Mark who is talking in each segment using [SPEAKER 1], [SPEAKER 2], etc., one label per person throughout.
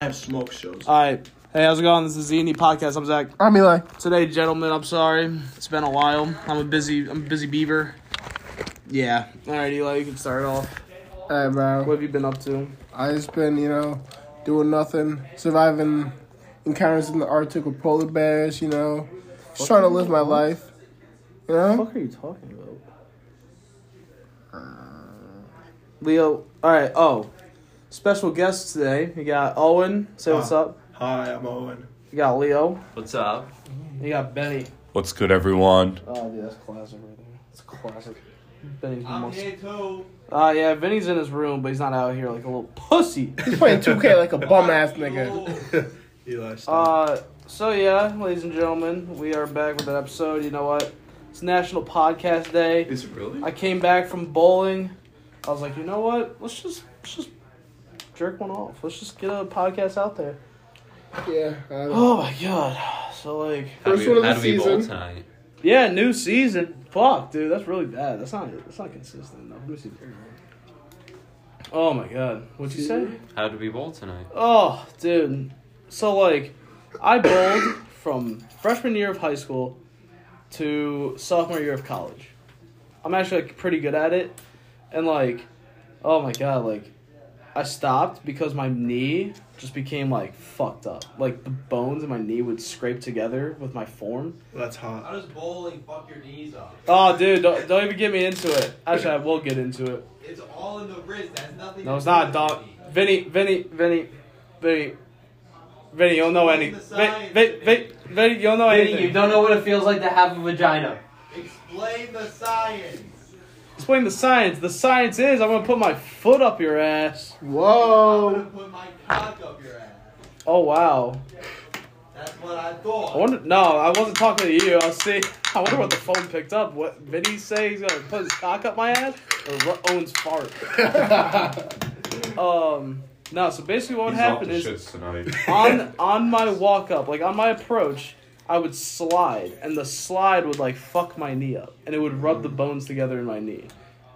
[SPEAKER 1] have smoke shows.
[SPEAKER 2] All right. Hey, how's it going? This is the Indie Podcast. I'm Zach.
[SPEAKER 3] I'm Eli.
[SPEAKER 2] Today, gentlemen, I'm sorry. It's been a while. I'm a busy, I'm a busy beaver. Yeah. All right, Eli, you can start off.
[SPEAKER 3] Hey,
[SPEAKER 2] What
[SPEAKER 3] bro.
[SPEAKER 2] have you been up to?
[SPEAKER 3] I just been, you know, doing nothing, surviving encounters in the Arctic with polar bears, you know, just trying to live my life. You know?
[SPEAKER 2] fuck are you talking about? Leo. All right. Oh, special guest today. You got Owen. Say what's
[SPEAKER 1] Huh.
[SPEAKER 2] up.
[SPEAKER 1] Hi, I'm Owen.
[SPEAKER 2] You got Leo.
[SPEAKER 4] What's up?
[SPEAKER 2] You got Benny.
[SPEAKER 5] What's good, everyone?
[SPEAKER 2] Oh, dude, that's classic right there. It's classic. Benny's the
[SPEAKER 1] I'm
[SPEAKER 2] most.
[SPEAKER 1] here too.
[SPEAKER 2] Uh, yeah, Vinny's in his room, but he's not out here like a little pussy.
[SPEAKER 3] He's playing 2K like a bum ass nigga.
[SPEAKER 1] Eli, stop.
[SPEAKER 2] Uh, so yeah, ladies and gentlemen, we are back with an episode. You know what? It's National Podcast Day.
[SPEAKER 4] Is it really?
[SPEAKER 2] I came back from bowling. I was like, you know what? Let's just let's just jerk one off. Let's just get a podcast out there.
[SPEAKER 3] Yeah. uh,
[SPEAKER 2] Oh my god. So like,
[SPEAKER 4] How do
[SPEAKER 3] First
[SPEAKER 4] we-
[SPEAKER 3] one of the
[SPEAKER 4] how do we bowl
[SPEAKER 3] season.
[SPEAKER 4] tonight?
[SPEAKER 2] yeah, new season. Fuck, dude, that's really bad. That's not that's not consistent enough. Let me see. Oh my god. What'd you say?
[SPEAKER 4] How do we bowl tonight?
[SPEAKER 2] Oh, dude. So like, I bowled from freshman year of high school to sophomore year of college. I'm actually like pretty good at it, and like, oh my god, like, I stopped because my knee just became like fucked up. Like the bones in my knee would scrape together with my form.
[SPEAKER 1] That's hot.
[SPEAKER 6] does bowling fuck your knees up?
[SPEAKER 2] Oh, dude, don't, don't even get me into it. Actually, I will get into it.
[SPEAKER 6] It's all in the wrist. That's nothing.
[SPEAKER 2] No,
[SPEAKER 6] to
[SPEAKER 2] it's
[SPEAKER 6] do
[SPEAKER 2] not,
[SPEAKER 6] with
[SPEAKER 2] dog.
[SPEAKER 6] your knee.
[SPEAKER 2] Vinny, Vinny, Vinny, Vinny, Vinny, you don't know any. Vinny, Vinny, Vinny, Vinny, you don't know anything.
[SPEAKER 4] don't know what it feels like to have a vagina.
[SPEAKER 6] Explain the science.
[SPEAKER 2] Explain the science. The science is I'm gonna put my foot up your ass.
[SPEAKER 6] I'm gonna
[SPEAKER 3] Whoa.
[SPEAKER 6] put my cock up your ass.
[SPEAKER 2] Oh wow.
[SPEAKER 6] That's what I
[SPEAKER 2] I
[SPEAKER 6] thought.
[SPEAKER 2] wonder. No, I wasn't talking to you. I was see. I wonder what the phone picked up. What Vinny say? He's gonna put his cock up my ass or Ru- Owen's fart. um. No. So basically, what would happen is
[SPEAKER 5] tonight.
[SPEAKER 2] on on my walk up, like on my approach, I would slide, and the slide would like fuck my knee up, and it would rub the bones together in my knee,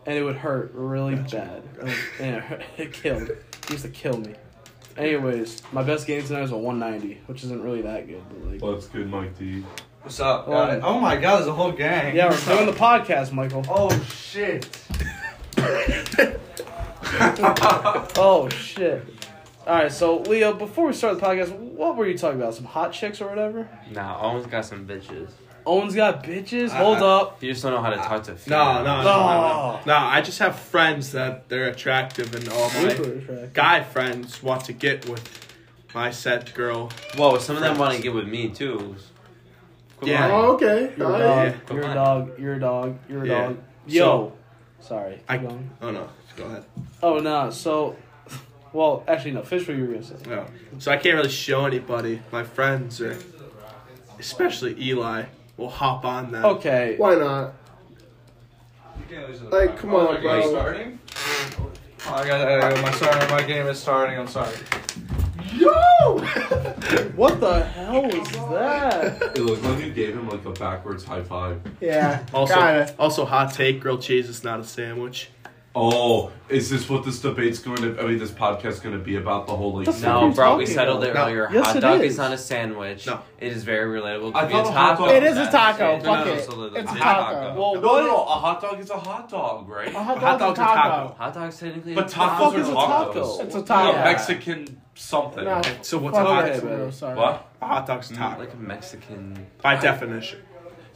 [SPEAKER 2] and it would hurt really bad, and it, hurt- it killed. It used to kill me. Anyways, my best game tonight was a 190, which isn't really that good, but like,
[SPEAKER 5] What's good, Mike D?
[SPEAKER 1] What's up?
[SPEAKER 2] Got it.
[SPEAKER 1] Oh my god, there's a whole gang.
[SPEAKER 2] yeah, we're doing the podcast, Michael.
[SPEAKER 1] Oh shit.
[SPEAKER 2] Oh shit. All right, so Leo, before we start the podcast, what were you talking about? Some hot chicks or whatever?
[SPEAKER 4] Nah, Owen's got some bitches.
[SPEAKER 2] Owen's got bitches. Hold
[SPEAKER 1] I-
[SPEAKER 2] up.
[SPEAKER 4] You just don't know how to talk to
[SPEAKER 1] No, no,
[SPEAKER 4] females.
[SPEAKER 1] no, no, no. No, I just have friends that they're attractive and all
[SPEAKER 2] Super
[SPEAKER 1] my
[SPEAKER 2] attractive.
[SPEAKER 1] guy friends want to get with my said girl.
[SPEAKER 4] Whoa, some of them want to get with me too. Come
[SPEAKER 1] Yeah.
[SPEAKER 4] on.
[SPEAKER 3] Oh, okay.
[SPEAKER 2] You're a
[SPEAKER 3] Alright.
[SPEAKER 2] dog.
[SPEAKER 1] yeah.
[SPEAKER 2] You're a
[SPEAKER 4] Come
[SPEAKER 2] dog. You're a dog. You're a
[SPEAKER 1] Yeah.
[SPEAKER 2] dog. Yo. Sorry. keep
[SPEAKER 1] I-
[SPEAKER 2] going.
[SPEAKER 1] Oh no, go ahead.
[SPEAKER 2] Oh no. So, well, actually no. Fish what you were gonna say.
[SPEAKER 1] No. So I can't really show anybody. My friends or especially Eli will hop on that.
[SPEAKER 2] Okay.
[SPEAKER 3] Why not? Like, come on,
[SPEAKER 7] Are you
[SPEAKER 3] bro.
[SPEAKER 7] starting? Oh, I got I got my starter. My game is starting. I'm sorry.
[SPEAKER 2] What the hell was that?
[SPEAKER 5] It looked like you gave him like a backwards high five.
[SPEAKER 3] Yeah.
[SPEAKER 1] Also,
[SPEAKER 3] Kinda.
[SPEAKER 1] also hot take: grilled cheese is not a sandwich.
[SPEAKER 5] Oh, is this what this debate's going to? I mean, this podcast's going to be about the whole like.
[SPEAKER 2] The
[SPEAKER 5] sandwich?
[SPEAKER 2] fuck are
[SPEAKER 4] No,
[SPEAKER 2] you
[SPEAKER 4] bro, we
[SPEAKER 2] talking
[SPEAKER 4] settled it
[SPEAKER 1] about? No.
[SPEAKER 4] earlier.
[SPEAKER 2] Yes, it
[SPEAKER 4] hot dog
[SPEAKER 2] is.
[SPEAKER 4] is not a sandwich.
[SPEAKER 1] No.
[SPEAKER 4] It is very relatable.
[SPEAKER 5] I
[SPEAKER 4] It could be
[SPEAKER 5] thought
[SPEAKER 4] a
[SPEAKER 5] a hot
[SPEAKER 4] taco.
[SPEAKER 5] dog-
[SPEAKER 3] It is a taco.
[SPEAKER 4] It's
[SPEAKER 3] Fuck
[SPEAKER 4] not
[SPEAKER 3] it.
[SPEAKER 4] just a little-
[SPEAKER 3] It's a
[SPEAKER 4] it's a
[SPEAKER 3] taco.
[SPEAKER 4] taco.
[SPEAKER 2] Well,
[SPEAKER 5] Oh, no,
[SPEAKER 2] what?
[SPEAKER 5] no, a hot dog is a hot dog, right?
[SPEAKER 3] A
[SPEAKER 1] A
[SPEAKER 3] hot
[SPEAKER 1] hot
[SPEAKER 3] dog's a
[SPEAKER 1] dog's a
[SPEAKER 3] taco.
[SPEAKER 4] Hot dog's technically
[SPEAKER 5] But
[SPEAKER 2] What
[SPEAKER 5] tacos
[SPEAKER 2] the fuck is
[SPEAKER 5] are
[SPEAKER 2] a
[SPEAKER 5] tacos.
[SPEAKER 2] taco?
[SPEAKER 3] It's a
[SPEAKER 5] Like
[SPEAKER 3] taco.
[SPEAKER 5] a Mexican something.
[SPEAKER 3] No.
[SPEAKER 1] So what's a
[SPEAKER 3] Fuck
[SPEAKER 1] hot
[SPEAKER 2] Okay,
[SPEAKER 3] that,
[SPEAKER 1] dog?
[SPEAKER 3] bro. Sorry.
[SPEAKER 5] What?
[SPEAKER 1] A hot dog's a taco,
[SPEAKER 4] like a Mexican.
[SPEAKER 1] by definition.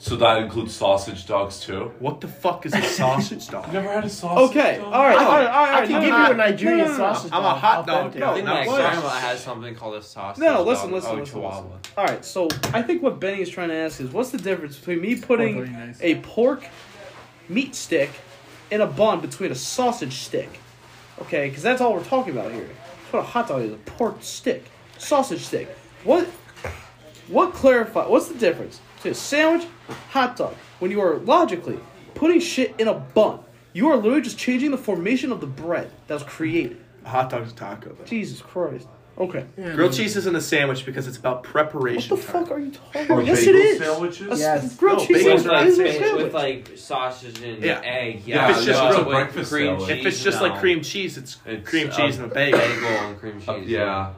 [SPEAKER 5] So that includes sausage dogs too.
[SPEAKER 1] What the fuck is a sausage dog?
[SPEAKER 5] Never had a sausage.
[SPEAKER 2] Okay.
[SPEAKER 5] dog?
[SPEAKER 2] All right. All right. All right.
[SPEAKER 3] I can
[SPEAKER 2] no,
[SPEAKER 3] give
[SPEAKER 2] no,
[SPEAKER 3] you a
[SPEAKER 2] no.
[SPEAKER 3] Nigerian
[SPEAKER 2] no, no, no.
[SPEAKER 3] sausage.
[SPEAKER 1] I'm a hot dog.
[SPEAKER 3] authentic.
[SPEAKER 1] No,
[SPEAKER 4] I think
[SPEAKER 1] no,
[SPEAKER 4] my
[SPEAKER 1] what?
[SPEAKER 4] grandma has something called a sausage.
[SPEAKER 2] No, listen,
[SPEAKER 4] dog.
[SPEAKER 2] listen,
[SPEAKER 4] oh,
[SPEAKER 2] listen,
[SPEAKER 4] Chihuahua.
[SPEAKER 2] All right. So I think what Benny is trying to ask is, what's the difference between me putting a pork meat stick in a bun between a sausage stick? Okay, because that's all we're talking about here. That's what a hot dog is—a pork stick, sausage stick. What? What clarify? What's the difference between a sandwich, and a hot dog? When you are logically putting shit in a bun, you are literally just changing the formation of the bread that was created.
[SPEAKER 1] A hot dog's a taco. Though.
[SPEAKER 2] Jesus Christ. Okay.
[SPEAKER 1] Grilled cheese isn't a sandwich because it's about preparation.
[SPEAKER 2] What the
[SPEAKER 1] time.
[SPEAKER 2] fuck are you talking
[SPEAKER 5] Or
[SPEAKER 2] about? Yes, it
[SPEAKER 5] bagel
[SPEAKER 2] is.
[SPEAKER 5] sandwiches?
[SPEAKER 2] A s-
[SPEAKER 3] Yes.
[SPEAKER 2] Grilled
[SPEAKER 1] No,
[SPEAKER 2] cheese
[SPEAKER 1] bagel
[SPEAKER 2] sandwich
[SPEAKER 4] With
[SPEAKER 1] sandwich.
[SPEAKER 4] like,
[SPEAKER 2] is a
[SPEAKER 1] Bagel
[SPEAKER 2] sandwich.
[SPEAKER 4] with, with like sausage and
[SPEAKER 1] Yeah.
[SPEAKER 4] egg.
[SPEAKER 5] Yeah,
[SPEAKER 4] Yeah,
[SPEAKER 1] if it's just
[SPEAKER 4] no,
[SPEAKER 1] a
[SPEAKER 4] with
[SPEAKER 5] breakfast
[SPEAKER 4] cream
[SPEAKER 5] salad.
[SPEAKER 1] If it's just
[SPEAKER 4] no.
[SPEAKER 1] like cream cheese, it's,
[SPEAKER 4] It's,
[SPEAKER 1] cream
[SPEAKER 4] uh,
[SPEAKER 1] cheese and a bagel.
[SPEAKER 4] Bagel and cream cheese.
[SPEAKER 5] Yeah.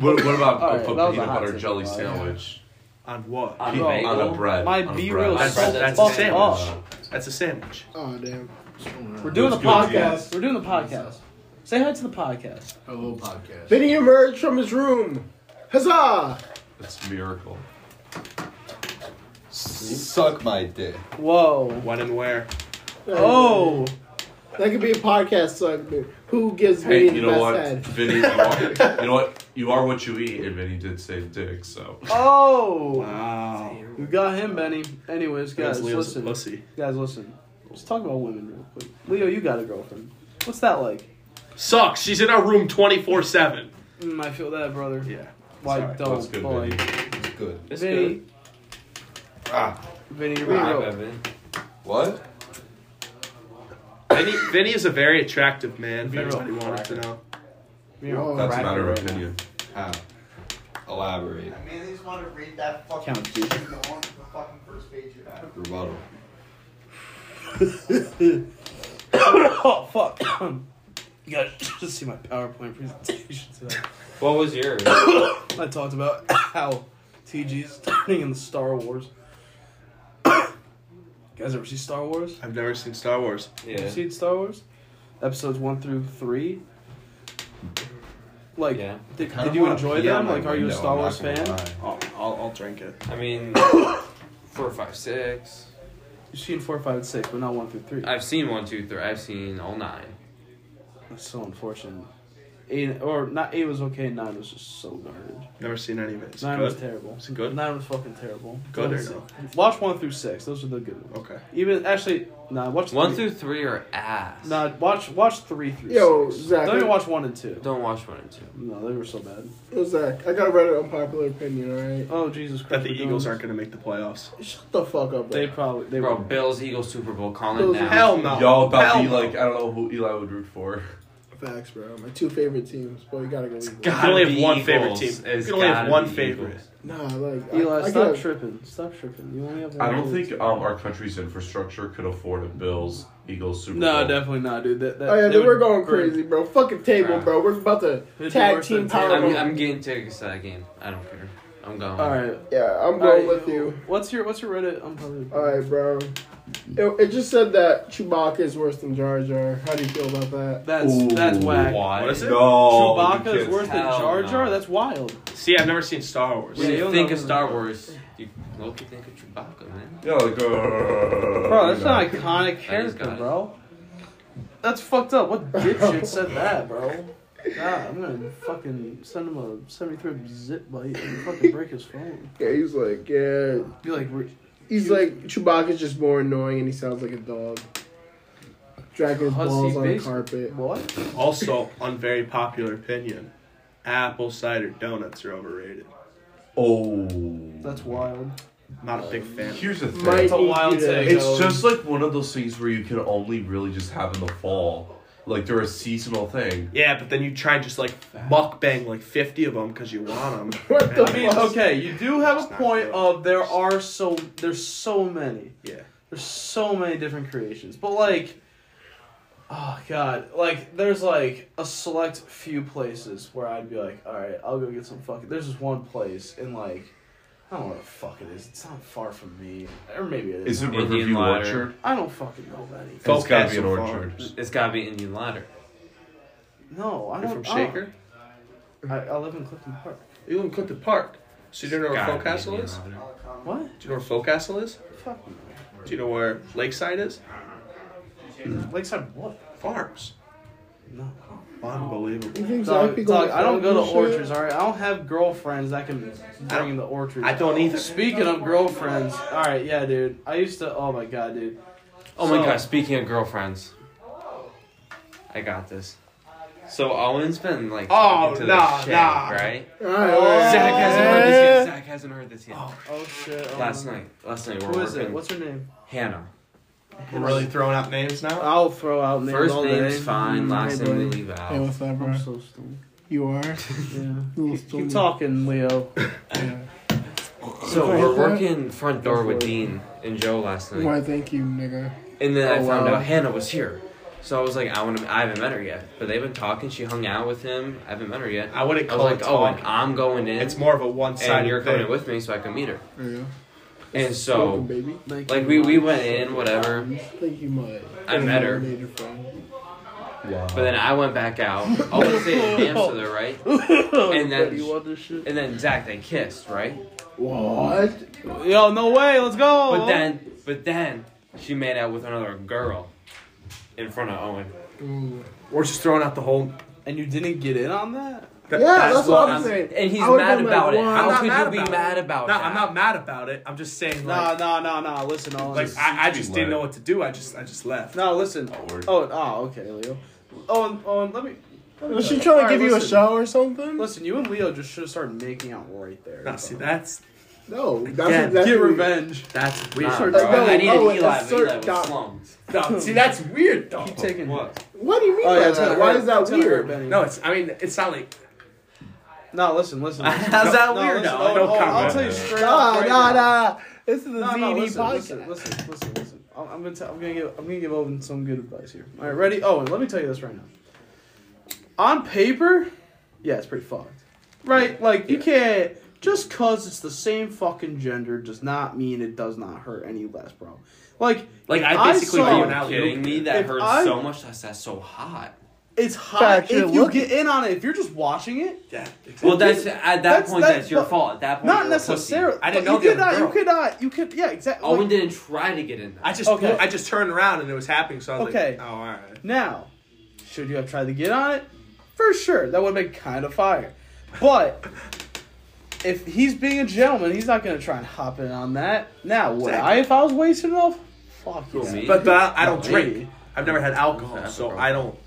[SPEAKER 5] What, what about
[SPEAKER 2] All
[SPEAKER 5] a
[SPEAKER 2] right, that was a
[SPEAKER 5] peanut
[SPEAKER 2] hot
[SPEAKER 5] butter
[SPEAKER 2] take.
[SPEAKER 5] jelly
[SPEAKER 2] Oh, yeah.
[SPEAKER 5] sandwich?
[SPEAKER 1] On what?
[SPEAKER 4] On
[SPEAKER 5] Pe-
[SPEAKER 4] a bagel?
[SPEAKER 5] on a bread.
[SPEAKER 2] My
[SPEAKER 5] on a
[SPEAKER 2] B
[SPEAKER 5] bread.
[SPEAKER 2] real
[SPEAKER 1] That's-
[SPEAKER 2] so
[SPEAKER 1] that's
[SPEAKER 2] fucked
[SPEAKER 1] insane.
[SPEAKER 2] up.
[SPEAKER 1] That's a sandwich.
[SPEAKER 3] Oh damn.
[SPEAKER 2] We're doing the
[SPEAKER 5] That's good,
[SPEAKER 2] podcast.
[SPEAKER 5] yes.
[SPEAKER 2] We're doing the podcast. Say hi to the podcast.
[SPEAKER 8] Hello, podcast.
[SPEAKER 3] Vinny emerged from his room. Huzzah!
[SPEAKER 5] It's a miracle.
[SPEAKER 7] Suck my dick.
[SPEAKER 2] Whoa.
[SPEAKER 1] When and where?
[SPEAKER 2] Oh.
[SPEAKER 3] That could be a podcast segment. Who gives Vinny
[SPEAKER 5] Hey, you
[SPEAKER 3] the
[SPEAKER 5] know
[SPEAKER 3] best
[SPEAKER 5] what,
[SPEAKER 3] head?
[SPEAKER 5] Vinny? You are, you know what? You are what you eat, and Vinny did say dick. So
[SPEAKER 2] Oh.
[SPEAKER 1] Wow.
[SPEAKER 2] We got him, Benny. Anyways, guys,
[SPEAKER 1] Because Leo's a
[SPEAKER 2] listen.
[SPEAKER 1] pussy.
[SPEAKER 2] Guys, listen. Let's talk about women real quick. Leo, you got a girlfriend. What's that like?
[SPEAKER 1] Sucks. She's in our room 24 7.
[SPEAKER 2] Mm, I feel that, brother.
[SPEAKER 1] Yeah.
[SPEAKER 2] Why
[SPEAKER 1] sorry.
[SPEAKER 2] don't,
[SPEAKER 5] that's good,
[SPEAKER 2] boy?
[SPEAKER 5] Vinny.
[SPEAKER 7] It's good.
[SPEAKER 4] It's
[SPEAKER 2] Vinny,
[SPEAKER 4] good.
[SPEAKER 2] Vinny, you're being
[SPEAKER 4] Ah,
[SPEAKER 2] real.
[SPEAKER 4] Evan.
[SPEAKER 7] What?
[SPEAKER 1] Vinny, Vinny is a very attractive man, if
[SPEAKER 2] Be real.
[SPEAKER 1] anybody wanted to know.
[SPEAKER 2] Being real.
[SPEAKER 5] that's a
[SPEAKER 2] Crack
[SPEAKER 5] matter
[SPEAKER 2] right
[SPEAKER 5] of
[SPEAKER 2] now.
[SPEAKER 5] opinion.
[SPEAKER 7] How? Elaborate.
[SPEAKER 6] I mean, they just want to read that fucking
[SPEAKER 2] Count, dude.
[SPEAKER 6] thing on the fucking first page you have.
[SPEAKER 7] Rebuttal.
[SPEAKER 2] oh fuck! you guys should see my PowerPoint presentation today.
[SPEAKER 4] What was yours?
[SPEAKER 2] I talked about how TG's turning into Star Wars. you guys ever see Star Wars?
[SPEAKER 1] I've never seen Star Wars.
[SPEAKER 4] yeah.
[SPEAKER 2] You seen Star Wars? Episodes one through three. Like,
[SPEAKER 4] Yeah.
[SPEAKER 2] did,
[SPEAKER 7] Kinda
[SPEAKER 2] did you
[SPEAKER 7] wanna
[SPEAKER 2] enjoy
[SPEAKER 7] pee out
[SPEAKER 2] them?
[SPEAKER 7] my
[SPEAKER 2] Like, are you a
[SPEAKER 7] window,
[SPEAKER 2] Star
[SPEAKER 7] I'm not
[SPEAKER 2] Wars
[SPEAKER 7] gonna
[SPEAKER 2] fan?
[SPEAKER 7] lie.
[SPEAKER 1] I'll, I'll, I'll drink it.
[SPEAKER 4] I mean, four, five, six.
[SPEAKER 2] You've seen four, five, and six, but not one through three.
[SPEAKER 4] I've seen one, two, three. I've seen all nine.
[SPEAKER 2] That's so unfortunate. Eight or not? Eight was okay. Nine was just so garbage.
[SPEAKER 1] Never seen any of it. It's
[SPEAKER 2] Nine was
[SPEAKER 1] good.
[SPEAKER 2] terrible.
[SPEAKER 1] Is it good?
[SPEAKER 2] Nine was fucking terrible.
[SPEAKER 1] Good or
[SPEAKER 2] Don't
[SPEAKER 1] no?
[SPEAKER 2] see- Watch one through six. Those are the good ones.
[SPEAKER 1] Okay.
[SPEAKER 2] Even actually, nah. Watch
[SPEAKER 4] One
[SPEAKER 2] three.
[SPEAKER 4] through three are ass.
[SPEAKER 2] Nah, watch watch three through.
[SPEAKER 3] Yo,
[SPEAKER 2] six.
[SPEAKER 3] Zach.
[SPEAKER 2] Don't even watch one and two.
[SPEAKER 4] Don't watch one and two.
[SPEAKER 2] No, they were so bad.
[SPEAKER 3] Yo, Zach, I got a Reddit unpopular opinion, alright?
[SPEAKER 2] Oh Jesus Christ!
[SPEAKER 1] That the
[SPEAKER 2] we're doing
[SPEAKER 1] Eagles
[SPEAKER 2] this.
[SPEAKER 1] aren't going to make the playoffs.
[SPEAKER 3] Shut the fuck up,
[SPEAKER 2] They
[SPEAKER 3] bro.
[SPEAKER 2] probably they
[SPEAKER 4] Bro,
[SPEAKER 2] were.
[SPEAKER 4] Bills, Eagles, Super Bowl, calling
[SPEAKER 3] Those
[SPEAKER 4] it
[SPEAKER 3] are-
[SPEAKER 4] now.
[SPEAKER 1] Hell no.
[SPEAKER 5] Y'all about
[SPEAKER 1] Hell
[SPEAKER 5] to be
[SPEAKER 1] no.
[SPEAKER 5] like, I don't know who Eli would root for.
[SPEAKER 3] Facts, bro. My two favorite teams. Boy, you gotta go. Eagles.
[SPEAKER 1] You can only have
[SPEAKER 4] Gotta be
[SPEAKER 1] one favorite
[SPEAKER 4] Eagles.
[SPEAKER 1] team. You
[SPEAKER 4] It's
[SPEAKER 1] can only have
[SPEAKER 4] gotta
[SPEAKER 1] one
[SPEAKER 4] be
[SPEAKER 1] favorite.
[SPEAKER 4] Eagles.
[SPEAKER 3] Nah, like
[SPEAKER 2] Eli,
[SPEAKER 3] I, I
[SPEAKER 2] stop
[SPEAKER 3] gotta-
[SPEAKER 2] tripping. Stop tripping. You only have. One
[SPEAKER 5] I don't think
[SPEAKER 2] chance.
[SPEAKER 5] um, our country's infrastructure could afford a Bills, Eagles, Super Bowl.
[SPEAKER 2] No, definitely not, dude. That, that,
[SPEAKER 3] Oh yeah,
[SPEAKER 2] they
[SPEAKER 3] dude, we're
[SPEAKER 2] would
[SPEAKER 3] going
[SPEAKER 2] burn.
[SPEAKER 3] crazy, bro. Fucking table, bro. We're about to
[SPEAKER 2] be
[SPEAKER 3] tag
[SPEAKER 2] worse
[SPEAKER 3] team
[SPEAKER 2] than
[SPEAKER 3] power.
[SPEAKER 4] I'm,
[SPEAKER 2] Taylor.
[SPEAKER 3] move.
[SPEAKER 4] I'm getting tickets to that game. I don't care. I'm going.
[SPEAKER 2] All right.
[SPEAKER 3] Yeah, I'm
[SPEAKER 2] All right,
[SPEAKER 3] going with you.
[SPEAKER 2] What's your what's your Reddit unpopular?
[SPEAKER 3] All right, bro. It, it just said that Chewbacca is worse than Jar Jar. How do you feel about that?
[SPEAKER 2] That's that's
[SPEAKER 5] Ooh,
[SPEAKER 2] whack.
[SPEAKER 5] Why?
[SPEAKER 1] What is it?
[SPEAKER 5] No,
[SPEAKER 2] Chewbacca
[SPEAKER 5] you
[SPEAKER 2] is
[SPEAKER 5] can't-
[SPEAKER 2] worse than
[SPEAKER 4] Hell
[SPEAKER 2] Jar
[SPEAKER 4] no.
[SPEAKER 2] Jar. That's wild.
[SPEAKER 1] See, I've never seen Star Wars.
[SPEAKER 4] When
[SPEAKER 2] Yeah,
[SPEAKER 4] you
[SPEAKER 2] you'll
[SPEAKER 4] think
[SPEAKER 2] know.
[SPEAKER 4] of Star Wars, you Loki think of Chewbacca, man.
[SPEAKER 5] Yeah, like, uh,
[SPEAKER 2] Bro, that's
[SPEAKER 5] you
[SPEAKER 2] an
[SPEAKER 5] know.
[SPEAKER 2] iconic character,
[SPEAKER 4] got it.
[SPEAKER 2] bro. That's fucked up. What dipshit said that, bro? God, I'm gonna fucking send him a 73 zip bite and fucking break his phone.
[SPEAKER 3] Yeah, he's like, yeah.
[SPEAKER 2] Be like, re-
[SPEAKER 3] He's like Chewbacca's just more annoying, and he sounds like a dog. Dragging his
[SPEAKER 2] Cause he
[SPEAKER 3] balls on the
[SPEAKER 2] basi-
[SPEAKER 3] carpet.
[SPEAKER 2] what?
[SPEAKER 1] Also, on very popular opinion, apple cider donuts are overrated.
[SPEAKER 5] Oh.
[SPEAKER 2] That's wild.
[SPEAKER 1] Not a big fan.
[SPEAKER 5] Here's the thing.
[SPEAKER 3] Might
[SPEAKER 2] a
[SPEAKER 3] need
[SPEAKER 2] wild
[SPEAKER 3] you to-
[SPEAKER 2] take.
[SPEAKER 5] It's
[SPEAKER 2] Um,
[SPEAKER 5] just like one of those things where you can only really just have in the fall. Like they're a seasonal thing.
[SPEAKER 1] Yeah, but then you try and just like mukbang like 50 of them because you want them.
[SPEAKER 3] What the
[SPEAKER 2] I mean, okay, you do have a
[SPEAKER 1] not
[SPEAKER 2] point
[SPEAKER 1] good.
[SPEAKER 2] of there are so there's so many.
[SPEAKER 1] Yeah.
[SPEAKER 2] There's so many different creations. But like oh god, like there's like a select few places where I'd be like, all right, I'll go get some fucking There's this one place in like I don't know what the fuck it is. It's not far from me. Or maybe it is.
[SPEAKER 5] Is it
[SPEAKER 4] Indian
[SPEAKER 5] Riverview
[SPEAKER 4] Lighter.
[SPEAKER 5] Orchard?
[SPEAKER 2] I don't fucking know Benny.
[SPEAKER 1] Folk
[SPEAKER 5] it's gotta be
[SPEAKER 1] Castle
[SPEAKER 5] an
[SPEAKER 1] Farm.
[SPEAKER 5] orchard.
[SPEAKER 4] It's gotta be Indian Ladder.
[SPEAKER 2] No, I
[SPEAKER 1] You're
[SPEAKER 2] don't oh.
[SPEAKER 1] from Shaker?
[SPEAKER 2] I, I live in Clifton Park.
[SPEAKER 1] uh, You live in Clifton Park. So you don't know where
[SPEAKER 4] Gotta
[SPEAKER 1] Folk
[SPEAKER 4] be
[SPEAKER 1] Castle
[SPEAKER 4] Indian
[SPEAKER 1] is?
[SPEAKER 4] Ladder.
[SPEAKER 2] What?
[SPEAKER 1] Do you know where Folk Castle is?
[SPEAKER 2] Fuck no.
[SPEAKER 1] Do you know where Lakeside is? Hmm.
[SPEAKER 2] Lakeside what?
[SPEAKER 1] Farms.
[SPEAKER 2] No.
[SPEAKER 3] You
[SPEAKER 1] Oh, Unbelievable.
[SPEAKER 3] think Zach
[SPEAKER 2] Dog,
[SPEAKER 3] be
[SPEAKER 2] dog,
[SPEAKER 3] going
[SPEAKER 2] I don't go
[SPEAKER 3] and
[SPEAKER 2] to
[SPEAKER 3] shit?
[SPEAKER 2] orchards, alright? I don't have girlfriends that can
[SPEAKER 1] I
[SPEAKER 2] bring
[SPEAKER 1] don't-
[SPEAKER 2] the orchards.
[SPEAKER 1] I don't either.
[SPEAKER 2] Speaking of girlfriends, alright, yeah, dude. I used to, oh my god, dude.
[SPEAKER 4] Oh my
[SPEAKER 2] So-
[SPEAKER 4] god, speaking of girlfriends. I got this. So Owen's been like talking to
[SPEAKER 1] nah,
[SPEAKER 4] the shit,
[SPEAKER 1] nah.
[SPEAKER 4] right?
[SPEAKER 3] All right, all right.
[SPEAKER 4] Zach hasn't heard this yet. Zach hasn't heard this yet.
[SPEAKER 2] Oh shit. oh
[SPEAKER 4] Last
[SPEAKER 2] my-
[SPEAKER 4] night. Last night we
[SPEAKER 2] Who
[SPEAKER 4] were
[SPEAKER 2] is it?
[SPEAKER 4] working.
[SPEAKER 2] What's her name?
[SPEAKER 4] Hannah.
[SPEAKER 1] We're really throwing out names now?
[SPEAKER 2] I'll throw out names
[SPEAKER 4] First
[SPEAKER 2] all
[SPEAKER 4] name's
[SPEAKER 2] day.
[SPEAKER 4] fine, last
[SPEAKER 3] hey,
[SPEAKER 4] name we
[SPEAKER 3] buddy.
[SPEAKER 4] leave
[SPEAKER 3] Hey,
[SPEAKER 4] out.
[SPEAKER 3] what's up, bro?
[SPEAKER 2] I'm so stupid.
[SPEAKER 3] You are.
[SPEAKER 2] Yeah.
[SPEAKER 3] Little
[SPEAKER 2] Keep, keep
[SPEAKER 3] stupid.
[SPEAKER 2] talking, Leo.
[SPEAKER 3] Yeah.
[SPEAKER 4] So
[SPEAKER 3] Okay,
[SPEAKER 4] we're
[SPEAKER 3] fair.
[SPEAKER 4] working front door with Dean and Joe last night.
[SPEAKER 3] Why? Thank you, nigga.
[SPEAKER 4] And then I
[SPEAKER 3] Oh,
[SPEAKER 4] found
[SPEAKER 3] wow.
[SPEAKER 4] out Hannah was here. So I was like, I want to. I haven't met her yet, but they've been talking. She hung out with him. I haven't met her yet.
[SPEAKER 1] I wouldn't
[SPEAKER 4] I
[SPEAKER 1] call
[SPEAKER 4] was
[SPEAKER 1] it
[SPEAKER 4] like, oh, and
[SPEAKER 1] talking.
[SPEAKER 4] I'm going in,
[SPEAKER 1] It's more of a one
[SPEAKER 4] and
[SPEAKER 1] sided
[SPEAKER 4] you're
[SPEAKER 1] thing.
[SPEAKER 4] coming with me, so I can meet her.
[SPEAKER 3] There you go.
[SPEAKER 4] And
[SPEAKER 3] Welcome,
[SPEAKER 4] so,
[SPEAKER 3] baby.
[SPEAKER 4] like, we we went in, whatever.
[SPEAKER 3] Thank you, my.
[SPEAKER 4] I met her.
[SPEAKER 3] nominated friend.
[SPEAKER 5] Wow.
[SPEAKER 4] But then I went back out. I want to say they danced to the right, and then
[SPEAKER 2] you want this shit?
[SPEAKER 4] and then Zach they kissed, right?
[SPEAKER 3] What?
[SPEAKER 2] Yo, no way. Let's go.
[SPEAKER 4] But then, but then she made out with another girl in front of Owen.
[SPEAKER 2] Mm.
[SPEAKER 3] Ooh.
[SPEAKER 1] We're just throwing out the whole.
[SPEAKER 2] and you didn't get in on that.
[SPEAKER 1] that-
[SPEAKER 3] Yeah,
[SPEAKER 1] that's
[SPEAKER 3] that's what I'm saying.
[SPEAKER 4] Um, And he's
[SPEAKER 3] I would've
[SPEAKER 4] mad
[SPEAKER 3] been like,
[SPEAKER 4] about it.
[SPEAKER 3] "Why?"
[SPEAKER 4] How
[SPEAKER 1] I'm not
[SPEAKER 4] could
[SPEAKER 1] mad
[SPEAKER 4] you be
[SPEAKER 1] about it.
[SPEAKER 4] mad about
[SPEAKER 1] No,
[SPEAKER 4] that?
[SPEAKER 1] I'm not mad about it. I'm just saying,
[SPEAKER 2] Nah,
[SPEAKER 1] like,
[SPEAKER 2] nah, nah, nah. Listen, Owen.
[SPEAKER 1] like I, I just didn't
[SPEAKER 5] Left.
[SPEAKER 1] know what to do. I just, I just left.
[SPEAKER 2] no, listen.
[SPEAKER 5] Lord.
[SPEAKER 2] Oh, oh, okay, Leo. Owen, Owen, let me. let me
[SPEAKER 3] Was she
[SPEAKER 2] tell
[SPEAKER 3] trying to
[SPEAKER 2] All
[SPEAKER 3] give
[SPEAKER 2] right,
[SPEAKER 3] you a
[SPEAKER 2] listen.
[SPEAKER 3] show or something?
[SPEAKER 2] Listen, you and Leo just should have started making out right there.
[SPEAKER 1] No, see, that's
[SPEAKER 3] No, that's
[SPEAKER 1] Again,
[SPEAKER 3] exactly.
[SPEAKER 2] Get revenge.
[SPEAKER 1] that's weird.
[SPEAKER 4] Nah,
[SPEAKER 3] Sir,
[SPEAKER 4] bro,
[SPEAKER 3] no,
[SPEAKER 4] I needed
[SPEAKER 3] no,
[SPEAKER 4] Eli, but
[SPEAKER 3] it's Sir
[SPEAKER 4] Eli was
[SPEAKER 3] Doc-
[SPEAKER 4] slumped.
[SPEAKER 1] No, see, that's weird though.
[SPEAKER 2] Keep taking.
[SPEAKER 4] Oh, What?
[SPEAKER 3] What do you mean
[SPEAKER 2] Oh, yeah,
[SPEAKER 3] by
[SPEAKER 2] it's gonna
[SPEAKER 3] that? Why
[SPEAKER 2] hurt.
[SPEAKER 3] is that
[SPEAKER 2] It's gonna hurt,
[SPEAKER 3] weird?
[SPEAKER 2] Benny.
[SPEAKER 1] No, it's. I mean, it's not like.
[SPEAKER 2] No, listen, listen. listen.
[SPEAKER 4] How's that
[SPEAKER 2] No,
[SPEAKER 4] weird?
[SPEAKER 2] listen,
[SPEAKER 4] though?
[SPEAKER 2] Owen,
[SPEAKER 1] no
[SPEAKER 2] Owen, I'll
[SPEAKER 1] comment.
[SPEAKER 2] tell you straight up.
[SPEAKER 3] Nah,
[SPEAKER 2] right
[SPEAKER 3] nah,
[SPEAKER 2] now.
[SPEAKER 3] nah. This is the
[SPEAKER 2] No,
[SPEAKER 3] ZD
[SPEAKER 2] no, listen,
[SPEAKER 3] podcast.
[SPEAKER 2] listen, listen, listen, listen. I'm, I'm gonna, tell, I'm gonna give, I'm gonna give Owen some good advice here. All right, ready? Owen, let me tell you this right now. On paper, yeah, it's pretty fucked, right? Like you can't just cause it's the same fucking gender does not mean it does not hurt any less, bro. Like,
[SPEAKER 4] Like
[SPEAKER 2] if
[SPEAKER 4] I basically.
[SPEAKER 2] saw-
[SPEAKER 4] are you kidding me?
[SPEAKER 2] If
[SPEAKER 4] That hurts
[SPEAKER 2] I-
[SPEAKER 4] so much. That's that's so hot.
[SPEAKER 2] It's hot
[SPEAKER 3] Fact, you're
[SPEAKER 2] if you
[SPEAKER 3] looking.
[SPEAKER 2] get in on it. If you're just watching it,
[SPEAKER 1] Yeah, exactly.
[SPEAKER 4] Well, that's at that
[SPEAKER 2] That's-
[SPEAKER 4] point.
[SPEAKER 2] that's-
[SPEAKER 4] That's, your
[SPEAKER 2] but-
[SPEAKER 4] fault. At that point,
[SPEAKER 2] not
[SPEAKER 4] you're a pussy.
[SPEAKER 2] necessarily.
[SPEAKER 1] I didn't
[SPEAKER 2] but
[SPEAKER 1] know
[SPEAKER 2] you
[SPEAKER 1] the
[SPEAKER 2] could not.
[SPEAKER 1] other
[SPEAKER 2] You
[SPEAKER 1] girl.
[SPEAKER 2] could not. You could. Yeah, exactly.
[SPEAKER 4] Owen didn't try to get in. There.
[SPEAKER 1] I just,
[SPEAKER 2] Okay.
[SPEAKER 1] I just turned around and it was happening. So I was
[SPEAKER 2] Okay.
[SPEAKER 1] like, oh, all right.
[SPEAKER 2] Now, should you have tried to get on it? For sure, that would have been kind of fire. But if he's being a gentleman, he's not gonna try and hop in on that. Now, would I if I was wasted off? Fuck
[SPEAKER 4] Who,
[SPEAKER 2] yeah.
[SPEAKER 4] me?
[SPEAKER 1] But, but I don't
[SPEAKER 2] Hey.
[SPEAKER 1] drink. I've never had alcohol, so I don't.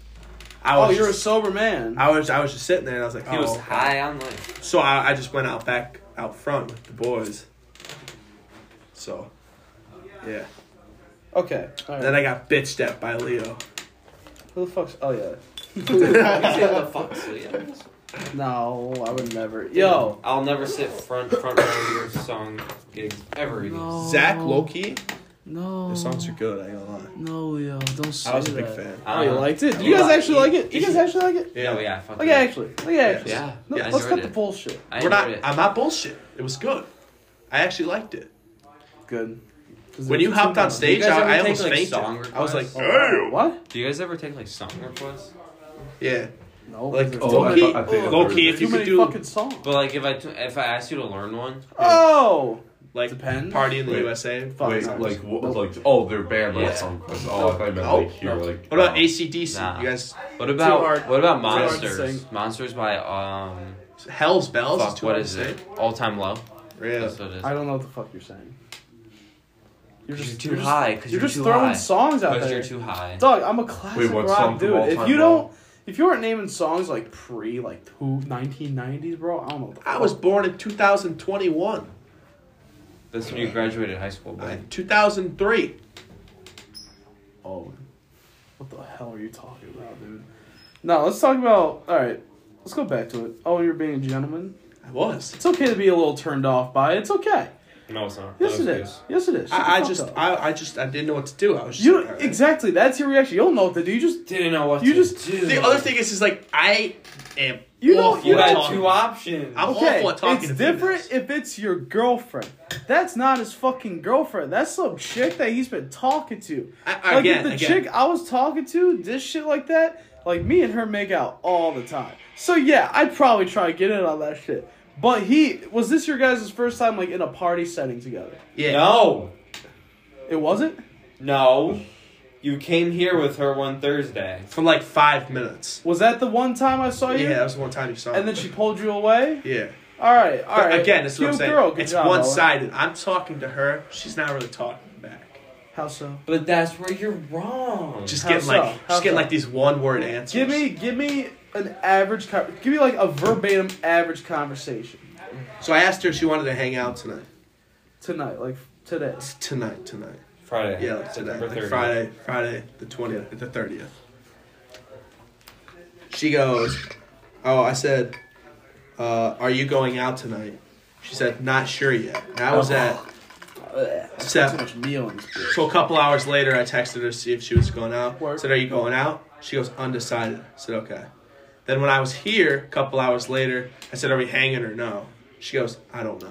[SPEAKER 1] I
[SPEAKER 2] Oh,
[SPEAKER 1] was.
[SPEAKER 2] you're a
[SPEAKER 1] just,
[SPEAKER 2] sober man.
[SPEAKER 1] I was. I was just sitting there, and I was like,
[SPEAKER 4] he
[SPEAKER 1] oh.
[SPEAKER 4] was high on life.
[SPEAKER 1] So I, I just went out back out front with the boys. So, yeah.
[SPEAKER 2] Okay. All right.
[SPEAKER 1] Then I got bitched at by Leo.
[SPEAKER 2] Who the fuck's? Oh yeah.
[SPEAKER 4] the fuck, so yeah.
[SPEAKER 2] No, I would never. Yo.
[SPEAKER 4] I'll never sit front front row of your song gigs ever again.
[SPEAKER 1] Zach Loki.
[SPEAKER 2] No.
[SPEAKER 1] The songs are good. I ain't gonna lie.
[SPEAKER 2] No, yo, don't say
[SPEAKER 1] I was a big fan. Uh,
[SPEAKER 2] Oh, you liked it? Do
[SPEAKER 4] You
[SPEAKER 2] you guys
[SPEAKER 4] like
[SPEAKER 2] actually
[SPEAKER 4] it?
[SPEAKER 2] like it? Do you guys actually like it?
[SPEAKER 4] Yeah, Oh, yeah, fuck
[SPEAKER 2] Like actually, like actually.
[SPEAKER 4] Yeah,
[SPEAKER 2] No,
[SPEAKER 4] yeah, I
[SPEAKER 2] let's
[SPEAKER 4] enjoyed
[SPEAKER 2] cut the
[SPEAKER 4] it.
[SPEAKER 2] bullshit.
[SPEAKER 4] I
[SPEAKER 1] We're not.
[SPEAKER 4] enjoyed it.
[SPEAKER 1] I'm not bullshit. It was good. I actually liked it.
[SPEAKER 2] Good. 'Cause
[SPEAKER 1] When
[SPEAKER 2] there's
[SPEAKER 1] you
[SPEAKER 2] two
[SPEAKER 1] hopped on
[SPEAKER 2] comments.
[SPEAKER 1] stage,
[SPEAKER 4] You guys ever
[SPEAKER 1] I, I
[SPEAKER 4] take,
[SPEAKER 1] almost
[SPEAKER 4] like,
[SPEAKER 1] fainted.
[SPEAKER 4] song
[SPEAKER 1] I was like,
[SPEAKER 4] requests?
[SPEAKER 2] oh.
[SPEAKER 1] "Damn."
[SPEAKER 2] What?
[SPEAKER 4] Do you guys ever take like song requests?
[SPEAKER 1] yeah.
[SPEAKER 2] No,
[SPEAKER 1] Like,
[SPEAKER 2] there's
[SPEAKER 5] oh,
[SPEAKER 2] too
[SPEAKER 5] I
[SPEAKER 2] many,
[SPEAKER 5] thought- I think I
[SPEAKER 1] Low
[SPEAKER 5] heard
[SPEAKER 1] key,
[SPEAKER 5] it.
[SPEAKER 1] if you
[SPEAKER 2] too
[SPEAKER 1] could
[SPEAKER 2] many
[SPEAKER 1] do
[SPEAKER 2] fucking songs.
[SPEAKER 4] But like if I t- if I asked you to learn one,
[SPEAKER 2] Oh,
[SPEAKER 1] like
[SPEAKER 2] Depends.
[SPEAKER 1] party in the
[SPEAKER 5] Wait.
[SPEAKER 1] USA.
[SPEAKER 2] Fuck.
[SPEAKER 5] Wait,
[SPEAKER 2] Nice.
[SPEAKER 5] like what?
[SPEAKER 2] Nope.
[SPEAKER 5] Like oh, their band like
[SPEAKER 4] Yeah.
[SPEAKER 5] song quest. Oh, I thought you meant
[SPEAKER 1] Nope.
[SPEAKER 5] like here, like.
[SPEAKER 1] What about
[SPEAKER 5] oh.
[SPEAKER 1] ACDC?
[SPEAKER 4] Nah.
[SPEAKER 1] You guys,
[SPEAKER 4] what about
[SPEAKER 2] hard-
[SPEAKER 4] what about
[SPEAKER 2] hard to
[SPEAKER 4] monsters?
[SPEAKER 2] sing.
[SPEAKER 4] Monsters by um,
[SPEAKER 1] Hell's Bells.
[SPEAKER 4] fuck,
[SPEAKER 1] too
[SPEAKER 4] what
[SPEAKER 1] hard to
[SPEAKER 4] is
[SPEAKER 1] say.
[SPEAKER 4] it? All time low.
[SPEAKER 1] Yeah.
[SPEAKER 4] That's what it is.
[SPEAKER 2] I don't know what the fuck you're saying. You're
[SPEAKER 4] Because
[SPEAKER 2] just
[SPEAKER 4] you're too
[SPEAKER 2] you're just-
[SPEAKER 4] high. Because
[SPEAKER 2] You're just
[SPEAKER 4] too
[SPEAKER 2] throwing
[SPEAKER 4] high.
[SPEAKER 2] songs out
[SPEAKER 4] Because
[SPEAKER 2] there.
[SPEAKER 4] you're too high.
[SPEAKER 2] Dog, I'm a classic
[SPEAKER 5] Wait, what
[SPEAKER 2] rock
[SPEAKER 5] song from
[SPEAKER 2] dude.
[SPEAKER 5] all
[SPEAKER 2] If
[SPEAKER 5] time
[SPEAKER 2] you
[SPEAKER 5] low?
[SPEAKER 2] don't, if you aren't naming songs like pre like who 1990s, bro, I don't know. What the
[SPEAKER 1] I
[SPEAKER 2] fuck.
[SPEAKER 1] was born in 2021.
[SPEAKER 4] That's when you graduated high school,
[SPEAKER 1] I-
[SPEAKER 4] boy.
[SPEAKER 1] 2003.
[SPEAKER 2] Oh, what the hell are you talking about, dude? No, let's talk about. All right, let's go back to it. Oh, you're being a gentleman.
[SPEAKER 1] I was.
[SPEAKER 2] It's okay to be a little turned off by it. It's okay.
[SPEAKER 4] No, it's not.
[SPEAKER 2] Yes, it is. Yes, it is. Shut the
[SPEAKER 1] I, I
[SPEAKER 2] fuck
[SPEAKER 1] just,
[SPEAKER 2] up.
[SPEAKER 1] I, I just, I didn't know what to do. I was just
[SPEAKER 2] You
[SPEAKER 1] like, "All right."
[SPEAKER 2] exactly. That's your reaction. You don't know what to do. You just
[SPEAKER 4] Didn't know what
[SPEAKER 2] You
[SPEAKER 4] to
[SPEAKER 2] just-
[SPEAKER 4] do.
[SPEAKER 1] The other thing is, is like I am.
[SPEAKER 2] You know-
[SPEAKER 1] awful
[SPEAKER 2] you
[SPEAKER 4] You
[SPEAKER 1] at
[SPEAKER 2] know-
[SPEAKER 4] had
[SPEAKER 1] talking.
[SPEAKER 4] two options.
[SPEAKER 1] I'm
[SPEAKER 2] okay.
[SPEAKER 1] awful at talking
[SPEAKER 2] it's
[SPEAKER 1] to
[SPEAKER 2] different
[SPEAKER 1] females.
[SPEAKER 2] if it's your girlfriend. That's not his fucking girlfriend. That's some chick that he's been talking to.
[SPEAKER 1] I-
[SPEAKER 2] like if
[SPEAKER 1] again,
[SPEAKER 2] the
[SPEAKER 1] again.
[SPEAKER 2] chick I was talking to, this shit like that. Like me and her make out all the time. So yeah, I'd probably try to get in on that shit. But he was this your guys' first time like in a party setting together?
[SPEAKER 1] Yeah.
[SPEAKER 4] No,
[SPEAKER 2] It wasn't.
[SPEAKER 4] no. You came here with her one Thursday.
[SPEAKER 1] For like five minutes.
[SPEAKER 2] Was that the one time I saw you?
[SPEAKER 1] Yeah, that was the one time you saw.
[SPEAKER 2] Oh, And
[SPEAKER 1] me.
[SPEAKER 2] then she pulled you away.
[SPEAKER 1] Yeah.
[SPEAKER 2] All right, all
[SPEAKER 1] But
[SPEAKER 2] right.
[SPEAKER 1] Again, that's what I'm
[SPEAKER 2] Cute
[SPEAKER 1] saying.
[SPEAKER 2] Girl, good
[SPEAKER 1] it's
[SPEAKER 2] job,
[SPEAKER 1] one
[SPEAKER 2] Owen.
[SPEAKER 1] sided. I'm talking to her. She's not really talking back.
[SPEAKER 2] How so?
[SPEAKER 4] But that's where you're wrong.
[SPEAKER 1] Just
[SPEAKER 2] How
[SPEAKER 1] getting
[SPEAKER 2] so?
[SPEAKER 1] like,
[SPEAKER 2] How
[SPEAKER 1] just getting
[SPEAKER 2] so?
[SPEAKER 1] like these one word answers.
[SPEAKER 2] Give me, give me an average. Co- give me like a verbatim average conversation
[SPEAKER 1] So I asked her if she wanted to hang out tonight.
[SPEAKER 2] tonight, like today.
[SPEAKER 1] It's tonight, tonight.
[SPEAKER 4] Friday.
[SPEAKER 1] Yeah, like today.
[SPEAKER 4] September
[SPEAKER 1] Like
[SPEAKER 4] 30th.
[SPEAKER 1] Friday, Friday the twentieth, the thirtieth. She goes, "Oh, I said, uh, are you going out tonight?" She said, "Not sure yet." And I was at,
[SPEAKER 2] Oh. Too
[SPEAKER 1] Seth.
[SPEAKER 2] much meal in this bitch.
[SPEAKER 1] So a couple hours later, I texted her to see if she was going out.
[SPEAKER 2] Word.
[SPEAKER 1] Said, "Are you going out?" She goes, "Undecided." I said, "Okay." Then when I was here, a couple hours later, I said, "Are we hanging or no?" She goes, "I don't know."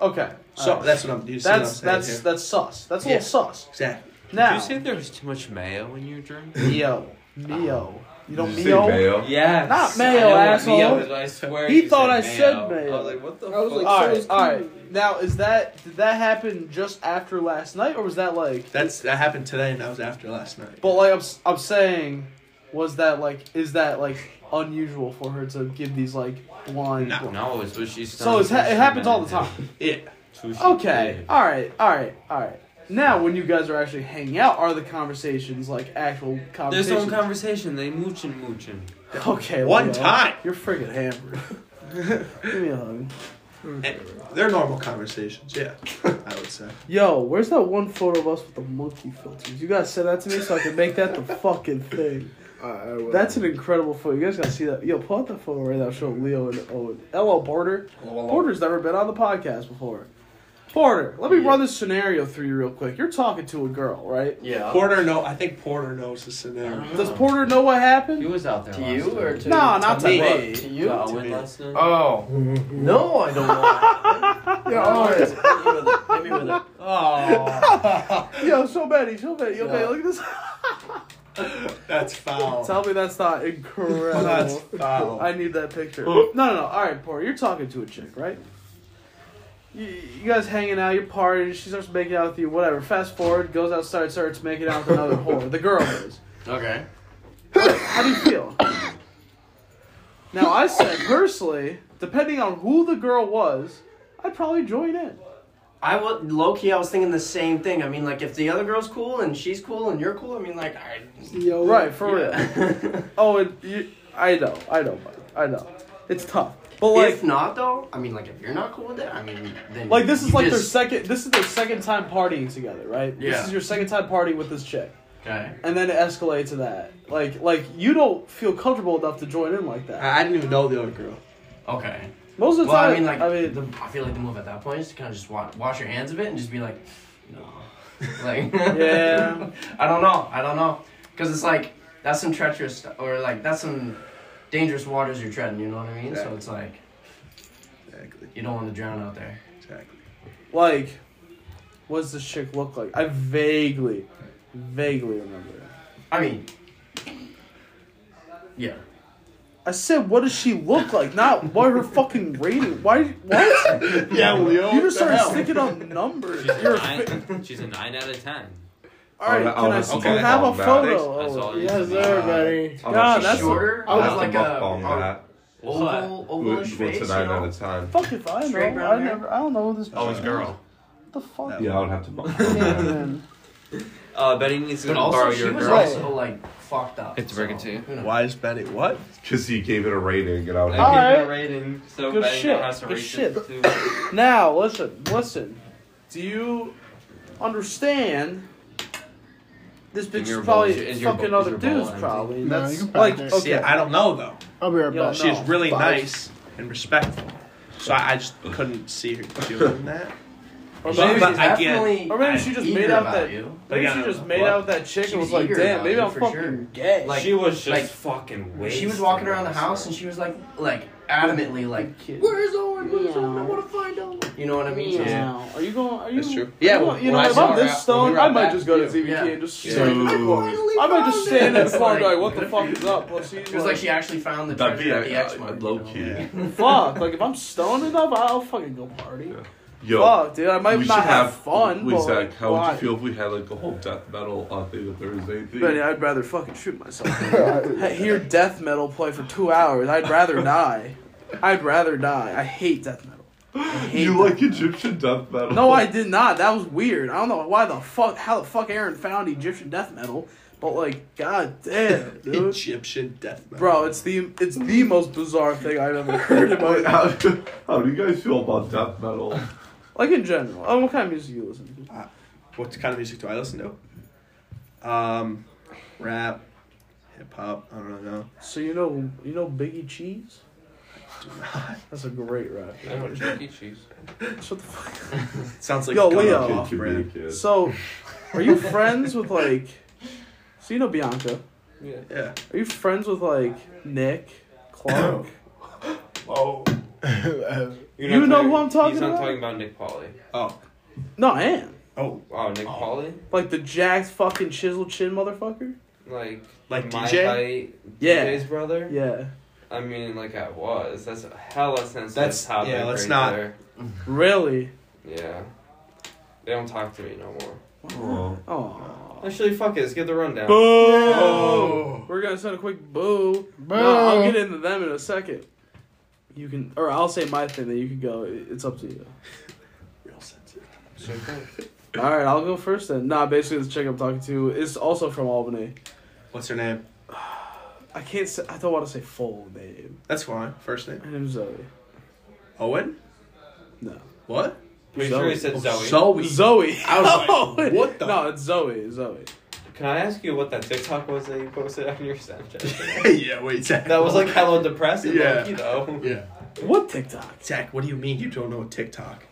[SPEAKER 2] Okay.
[SPEAKER 1] So
[SPEAKER 2] Alright.
[SPEAKER 1] that's what I'm. You see what I'm
[SPEAKER 2] Uh, that's
[SPEAKER 1] saying
[SPEAKER 2] that's
[SPEAKER 1] here?
[SPEAKER 2] that's sus. That's a
[SPEAKER 1] Yeah.
[SPEAKER 2] little sus.
[SPEAKER 1] exactly.
[SPEAKER 4] Did
[SPEAKER 2] Now,
[SPEAKER 4] you say there was too much mayo in your drink?
[SPEAKER 2] Mio, Mio, you don't
[SPEAKER 5] Did you say
[SPEAKER 2] Mio.
[SPEAKER 5] mayo?
[SPEAKER 4] Yes.
[SPEAKER 2] Not mayo,
[SPEAKER 4] I know what
[SPEAKER 2] asshole.
[SPEAKER 4] Mayo is, I swear
[SPEAKER 2] He
[SPEAKER 4] you
[SPEAKER 2] thought I said mayo.
[SPEAKER 4] I was like, what the
[SPEAKER 3] I was
[SPEAKER 4] fuck?
[SPEAKER 3] like,
[SPEAKER 2] All
[SPEAKER 3] so
[SPEAKER 2] right,
[SPEAKER 3] is
[SPEAKER 2] all
[SPEAKER 3] Kiwi.
[SPEAKER 2] right. Now, is that did that happen just after last night, or was that like?
[SPEAKER 1] That's that happened today, and that was after last night.
[SPEAKER 2] But like I'm, s- I'm saying, was that like is that like unusual for her to give these like blind?
[SPEAKER 1] No.
[SPEAKER 4] no, it's what she's
[SPEAKER 2] So it's ha- it happens all the time.
[SPEAKER 1] yeah,
[SPEAKER 2] Okay. All right. All right. All right. Now, when you guys are actually hanging out, are the conversations like actual
[SPEAKER 4] There's
[SPEAKER 2] conversations?
[SPEAKER 4] no conversation. They moochin' moochin'.
[SPEAKER 2] okay.
[SPEAKER 1] one
[SPEAKER 2] Leo,
[SPEAKER 1] time.
[SPEAKER 2] You're friggin' hammered. Give me a hug.
[SPEAKER 1] And they're normal conversations. Yeah, I would say.
[SPEAKER 2] Yo, where's that one photo of us with the monkey filters? You guys send that to me so I can make that the fucking thing. That's an incredible photo. You guys gotta see that. Yo, pull out that photo right now. Show Leo and Owen. LL Porter. Porter's never been on the podcast before. Porter, let me run this scenario through you real quick. You're talking to a girl, right?
[SPEAKER 8] Yeah.
[SPEAKER 1] Porter, no, I think Porter knows the scenario.
[SPEAKER 2] Does Porter know what
[SPEAKER 4] He
[SPEAKER 2] happened?
[SPEAKER 4] was out there.
[SPEAKER 8] To
[SPEAKER 4] last
[SPEAKER 8] you
[SPEAKER 4] night.
[SPEAKER 8] or to
[SPEAKER 2] Nah, not to
[SPEAKER 8] what?
[SPEAKER 2] me.
[SPEAKER 8] To
[SPEAKER 4] To
[SPEAKER 8] you?
[SPEAKER 4] Owen last night?
[SPEAKER 7] Oh.
[SPEAKER 8] No, I don't know.
[SPEAKER 3] Yeah,
[SPEAKER 8] All right.
[SPEAKER 3] Owen.
[SPEAKER 8] Hit me with it.
[SPEAKER 7] Oh.
[SPEAKER 2] Yo, so many, so many. Yo, man,
[SPEAKER 8] Yeah.
[SPEAKER 2] look at this.
[SPEAKER 1] That's foul.
[SPEAKER 2] Tell me that's not
[SPEAKER 1] That's
[SPEAKER 2] incredible.
[SPEAKER 1] foul.
[SPEAKER 2] I need that picture. No, no, no. All right, Porter, you're talking to a chick, right? You, you guys hanging out, you're partying. She starts making out with you, whatever. Fast forward, goes outside, starts making out with another whore. The girl is.
[SPEAKER 8] Okay.
[SPEAKER 2] How do you feel? Now, I said personally, depending on who the girl was, I'd probably join in.
[SPEAKER 8] I was low key. I was thinking the same thing. I mean, like if the other girl's cool and she's cool and you're cool, I mean, like, all right.
[SPEAKER 3] Yo,
[SPEAKER 2] Right, for real.
[SPEAKER 8] Yeah.
[SPEAKER 2] Oh, and you, I know, I know, bud, I know. It's tough, but like,
[SPEAKER 8] if not though, I mean, like if you're not cool with it, I mean, then
[SPEAKER 2] Like this is
[SPEAKER 8] you
[SPEAKER 2] like
[SPEAKER 8] just-
[SPEAKER 2] their second. This is their second time partying together, right?
[SPEAKER 8] Yeah.
[SPEAKER 2] This is your second time partying with this chick,
[SPEAKER 8] Okay.
[SPEAKER 2] and then it escalates to that. Like, like you don't feel comfortable enough to join in like
[SPEAKER 5] Uh,
[SPEAKER 2] that.
[SPEAKER 1] I I didn't even know the other girl.
[SPEAKER 8] Okay.
[SPEAKER 2] Most of the
[SPEAKER 8] Well,
[SPEAKER 2] time,
[SPEAKER 8] I mean, like,
[SPEAKER 2] I mean,
[SPEAKER 8] the, I feel like the move at that point is to kind of just wash, wash your hands of it and just be like, no, like,
[SPEAKER 2] Yeah.
[SPEAKER 8] I don't know, I don't know, because it's like that's some treacherous stu- or like that's some dangerous waters you're treading. You know what I mean? So
[SPEAKER 1] Exactly.
[SPEAKER 8] it's like
[SPEAKER 1] Exactly.
[SPEAKER 8] you don't want to drown out there.
[SPEAKER 1] Exactly.
[SPEAKER 2] like, what does this chick look like? I vaguely, vaguely remember.
[SPEAKER 8] I mean, yeah.
[SPEAKER 2] I said, what does she look like? Not what her fucking rating. Why? What?
[SPEAKER 1] Yeah, Leo.
[SPEAKER 2] You just started sticking up numbers.
[SPEAKER 4] She's
[SPEAKER 2] You're
[SPEAKER 4] a,
[SPEAKER 2] a fi-
[SPEAKER 4] nine, she's a 9 out of 10.
[SPEAKER 2] All right,
[SPEAKER 5] I'll-
[SPEAKER 2] can I
[SPEAKER 5] I'll
[SPEAKER 2] still
[SPEAKER 5] call that
[SPEAKER 2] have a
[SPEAKER 5] all back.
[SPEAKER 2] photo?
[SPEAKER 4] That's all
[SPEAKER 2] Owen?
[SPEAKER 4] you
[SPEAKER 2] Yes,
[SPEAKER 4] need.
[SPEAKER 2] sir,
[SPEAKER 3] Uh,
[SPEAKER 2] budody.
[SPEAKER 5] I'm
[SPEAKER 2] God,
[SPEAKER 5] actually
[SPEAKER 2] that's
[SPEAKER 8] shorter.
[SPEAKER 2] I was
[SPEAKER 5] That's
[SPEAKER 8] like
[SPEAKER 5] the buff
[SPEAKER 8] a,
[SPEAKER 5] bomb
[SPEAKER 8] a
[SPEAKER 5] that.
[SPEAKER 2] Oh.
[SPEAKER 8] oval, ovalish
[SPEAKER 5] What's
[SPEAKER 8] face.
[SPEAKER 5] a
[SPEAKER 8] You
[SPEAKER 5] nine out
[SPEAKER 8] know?
[SPEAKER 5] of ten?
[SPEAKER 2] Fuck if I
[SPEAKER 8] Straight
[SPEAKER 2] know. I
[SPEAKER 8] brown hair?
[SPEAKER 2] never. I don't know who this.
[SPEAKER 4] Oh, it's girl.
[SPEAKER 2] What the fuck?
[SPEAKER 5] Yeah, I would have to buff bomb that.
[SPEAKER 2] Damn.
[SPEAKER 4] Uh, Betty needs to
[SPEAKER 8] But
[SPEAKER 4] borrow
[SPEAKER 8] also, she
[SPEAKER 4] your
[SPEAKER 8] was
[SPEAKER 4] girl.
[SPEAKER 8] also like fucked up.
[SPEAKER 4] It's breaking
[SPEAKER 8] so,
[SPEAKER 4] to you.
[SPEAKER 8] who knows?
[SPEAKER 1] Why is Benny? What?
[SPEAKER 5] Because he gave it a rating, and I would
[SPEAKER 4] I
[SPEAKER 5] have
[SPEAKER 2] Alright.
[SPEAKER 4] give it a rating, so
[SPEAKER 2] Good
[SPEAKER 4] Betty
[SPEAKER 2] shit,
[SPEAKER 4] has to
[SPEAKER 2] good
[SPEAKER 4] rate
[SPEAKER 2] shit.
[SPEAKER 4] this too.
[SPEAKER 2] Now listen, listen. Do you understand? This
[SPEAKER 4] And
[SPEAKER 2] bitch
[SPEAKER 4] your
[SPEAKER 2] is probably
[SPEAKER 4] bowl- is your
[SPEAKER 2] fucking
[SPEAKER 4] bowl- is
[SPEAKER 2] other
[SPEAKER 4] your bowl
[SPEAKER 2] dudes,
[SPEAKER 4] empty?
[SPEAKER 2] probably.
[SPEAKER 3] No,
[SPEAKER 2] That's
[SPEAKER 3] you can
[SPEAKER 2] like
[SPEAKER 3] probably just-
[SPEAKER 2] okay.
[SPEAKER 1] See, I don't know though.
[SPEAKER 3] I'll be right
[SPEAKER 2] Yo,
[SPEAKER 3] back.
[SPEAKER 2] no.
[SPEAKER 1] She's really
[SPEAKER 3] Fuck.
[SPEAKER 1] nice and respectful. So I, I just couldn't see her doing that.
[SPEAKER 2] Or
[SPEAKER 1] But-
[SPEAKER 8] Maybe
[SPEAKER 2] maybe,
[SPEAKER 1] but
[SPEAKER 8] she's
[SPEAKER 1] I get-
[SPEAKER 8] definitely
[SPEAKER 2] or maybe she just
[SPEAKER 8] eager
[SPEAKER 2] made out
[SPEAKER 8] about
[SPEAKER 2] that-
[SPEAKER 8] you.
[SPEAKER 2] maybe
[SPEAKER 1] Yeah,
[SPEAKER 2] she just made
[SPEAKER 1] what?
[SPEAKER 2] out with that chick
[SPEAKER 8] She
[SPEAKER 2] and was
[SPEAKER 8] was
[SPEAKER 2] like,
[SPEAKER 8] eager
[SPEAKER 2] "Damn,
[SPEAKER 8] about
[SPEAKER 2] maybe
[SPEAKER 8] you
[SPEAKER 2] I'm
[SPEAKER 8] for
[SPEAKER 2] fucking
[SPEAKER 8] sure.
[SPEAKER 2] gay."
[SPEAKER 8] Like,
[SPEAKER 4] she was just
[SPEAKER 8] like-
[SPEAKER 4] fucking wasted.
[SPEAKER 8] she was walking around the house and she was like, like adamantly, like,
[SPEAKER 2] Kid.
[SPEAKER 8] "Where's Owen? Where's Owen? I
[SPEAKER 2] Meow.
[SPEAKER 8] want to find Owen." You know what I mean? So it's-
[SPEAKER 2] Yeah. Are you going? Are you?
[SPEAKER 1] That's true.
[SPEAKER 2] Yeah.
[SPEAKER 8] Yeah,
[SPEAKER 2] You,
[SPEAKER 8] when-
[SPEAKER 2] know,
[SPEAKER 8] when I
[SPEAKER 2] if
[SPEAKER 8] saw
[SPEAKER 2] I'm
[SPEAKER 8] her
[SPEAKER 2] this
[SPEAKER 8] out-
[SPEAKER 2] stoned,
[SPEAKER 8] when we were
[SPEAKER 2] I
[SPEAKER 8] out
[SPEAKER 2] might
[SPEAKER 8] back,
[SPEAKER 2] just go to
[SPEAKER 8] yeah.
[SPEAKER 2] ZBK
[SPEAKER 8] Yeah.
[SPEAKER 2] and just.
[SPEAKER 5] Yeah.
[SPEAKER 2] I might just
[SPEAKER 8] found
[SPEAKER 2] stand
[SPEAKER 8] it.
[SPEAKER 2] there slowly, like,
[SPEAKER 8] Like-
[SPEAKER 2] what the fuck is up? Well, she's
[SPEAKER 8] It was like she actually found the
[SPEAKER 5] That'd be
[SPEAKER 8] treasure at the
[SPEAKER 5] a-
[SPEAKER 8] X Mart.
[SPEAKER 5] low
[SPEAKER 8] you know?
[SPEAKER 5] key.
[SPEAKER 2] fuck. Like if I'm stoned enough, I'll fucking go party.
[SPEAKER 5] Yo,
[SPEAKER 2] Fuck, dude, I might
[SPEAKER 5] we
[SPEAKER 2] not
[SPEAKER 5] should
[SPEAKER 2] have, fun.
[SPEAKER 5] We
[SPEAKER 2] but
[SPEAKER 5] said, how
[SPEAKER 2] why?
[SPEAKER 5] would you feel if we had like a whole death metal uh, thing if there was anything?
[SPEAKER 2] Benny, I'd rather fucking shoot myself. I hear death metal play for two hours. I'd rather die. I'd rather die. I hate death metal. I hate
[SPEAKER 5] you
[SPEAKER 2] death
[SPEAKER 5] like
[SPEAKER 2] metal.
[SPEAKER 5] Egyptian death metal?
[SPEAKER 2] No, I did not. That was weird. I don't know why the fuck, how the fuck Aaron found Egyptian death metal, but like, god damn, dude.
[SPEAKER 1] Egyptian death metal.
[SPEAKER 2] Bro, it's the it's the most bizarre thing I've ever heard in
[SPEAKER 5] Wait,
[SPEAKER 2] my
[SPEAKER 5] how, how do you guys feel about death metal?
[SPEAKER 2] like in general. Oh, what kind of music you listen to?
[SPEAKER 1] What kind of music do I listen to? Um, rap, hip hop. I don't know.
[SPEAKER 2] So you know you know Biggie Cheese? That's a great rap.
[SPEAKER 4] I want Chuck E. Cheese.
[SPEAKER 2] Shut the fuck
[SPEAKER 1] Sounds like
[SPEAKER 2] Yo,
[SPEAKER 1] a
[SPEAKER 2] wait,
[SPEAKER 1] combo.
[SPEAKER 2] uh,
[SPEAKER 5] Kid, kid, kid.
[SPEAKER 2] So, are you friends with like? So you know Bianca.
[SPEAKER 4] Yeah.
[SPEAKER 1] Yeah.
[SPEAKER 2] Are you friends with like Nick, Clark?
[SPEAKER 4] You're
[SPEAKER 2] You know
[SPEAKER 4] not talking-
[SPEAKER 2] who I'm talking
[SPEAKER 4] he's
[SPEAKER 2] about?
[SPEAKER 4] not talking about Nick Pauli.
[SPEAKER 1] Oh.
[SPEAKER 2] no, I am.
[SPEAKER 1] Oh.
[SPEAKER 4] Wow, Nick Pauli?
[SPEAKER 2] Like the jacked fucking chisel chin motherfucker.
[SPEAKER 4] Like,
[SPEAKER 1] Like
[SPEAKER 4] my
[SPEAKER 1] DJ?
[SPEAKER 4] height,
[SPEAKER 2] Yeah.
[SPEAKER 4] DJ's brother?
[SPEAKER 2] Yeah,
[SPEAKER 4] I mean, like I was. That's a hella sensitive
[SPEAKER 1] That's-
[SPEAKER 4] topic
[SPEAKER 1] yeah, let's
[SPEAKER 4] right
[SPEAKER 1] not-
[SPEAKER 4] there.
[SPEAKER 2] really.
[SPEAKER 4] Yeah. They don't talk to me no more.
[SPEAKER 5] Oh.
[SPEAKER 2] Oh.
[SPEAKER 4] Actually, fuck it. Let's get the rundown.
[SPEAKER 1] Oh.
[SPEAKER 2] Boo! We're gonna send a quick boo.
[SPEAKER 3] Boo.
[SPEAKER 2] No, I'll get into them in a second. You can, or I'll say my thing, then you can go. It's up to you.
[SPEAKER 1] Real sensitive.
[SPEAKER 4] Sure thing.
[SPEAKER 2] All right, I'll go first then. Nah, basically this chick I'm talking to is also from Albany.
[SPEAKER 1] What's her name?
[SPEAKER 2] I can't. Say, I don't want to say full name.
[SPEAKER 1] That's fine. First name.
[SPEAKER 2] Her name's Zoe.
[SPEAKER 1] Owen?
[SPEAKER 2] No.
[SPEAKER 1] What?
[SPEAKER 4] Pretty sure he
[SPEAKER 2] Zoe.
[SPEAKER 4] said Zoe.
[SPEAKER 2] Oh,
[SPEAKER 1] Zoe.
[SPEAKER 2] Zoe. Oh,
[SPEAKER 1] I was like, what the-
[SPEAKER 2] No, it's Zoe. Zoe.
[SPEAKER 4] Can I ask you what that TikTok was that you posted on your Snapchat?
[SPEAKER 1] yeah, wait, Zach.
[SPEAKER 4] that was like hella depressing.
[SPEAKER 1] Yeah.
[SPEAKER 4] Like, you know.
[SPEAKER 1] Yeah.
[SPEAKER 2] What TikTok?
[SPEAKER 1] Zach, what do you mean you don't know TikTok?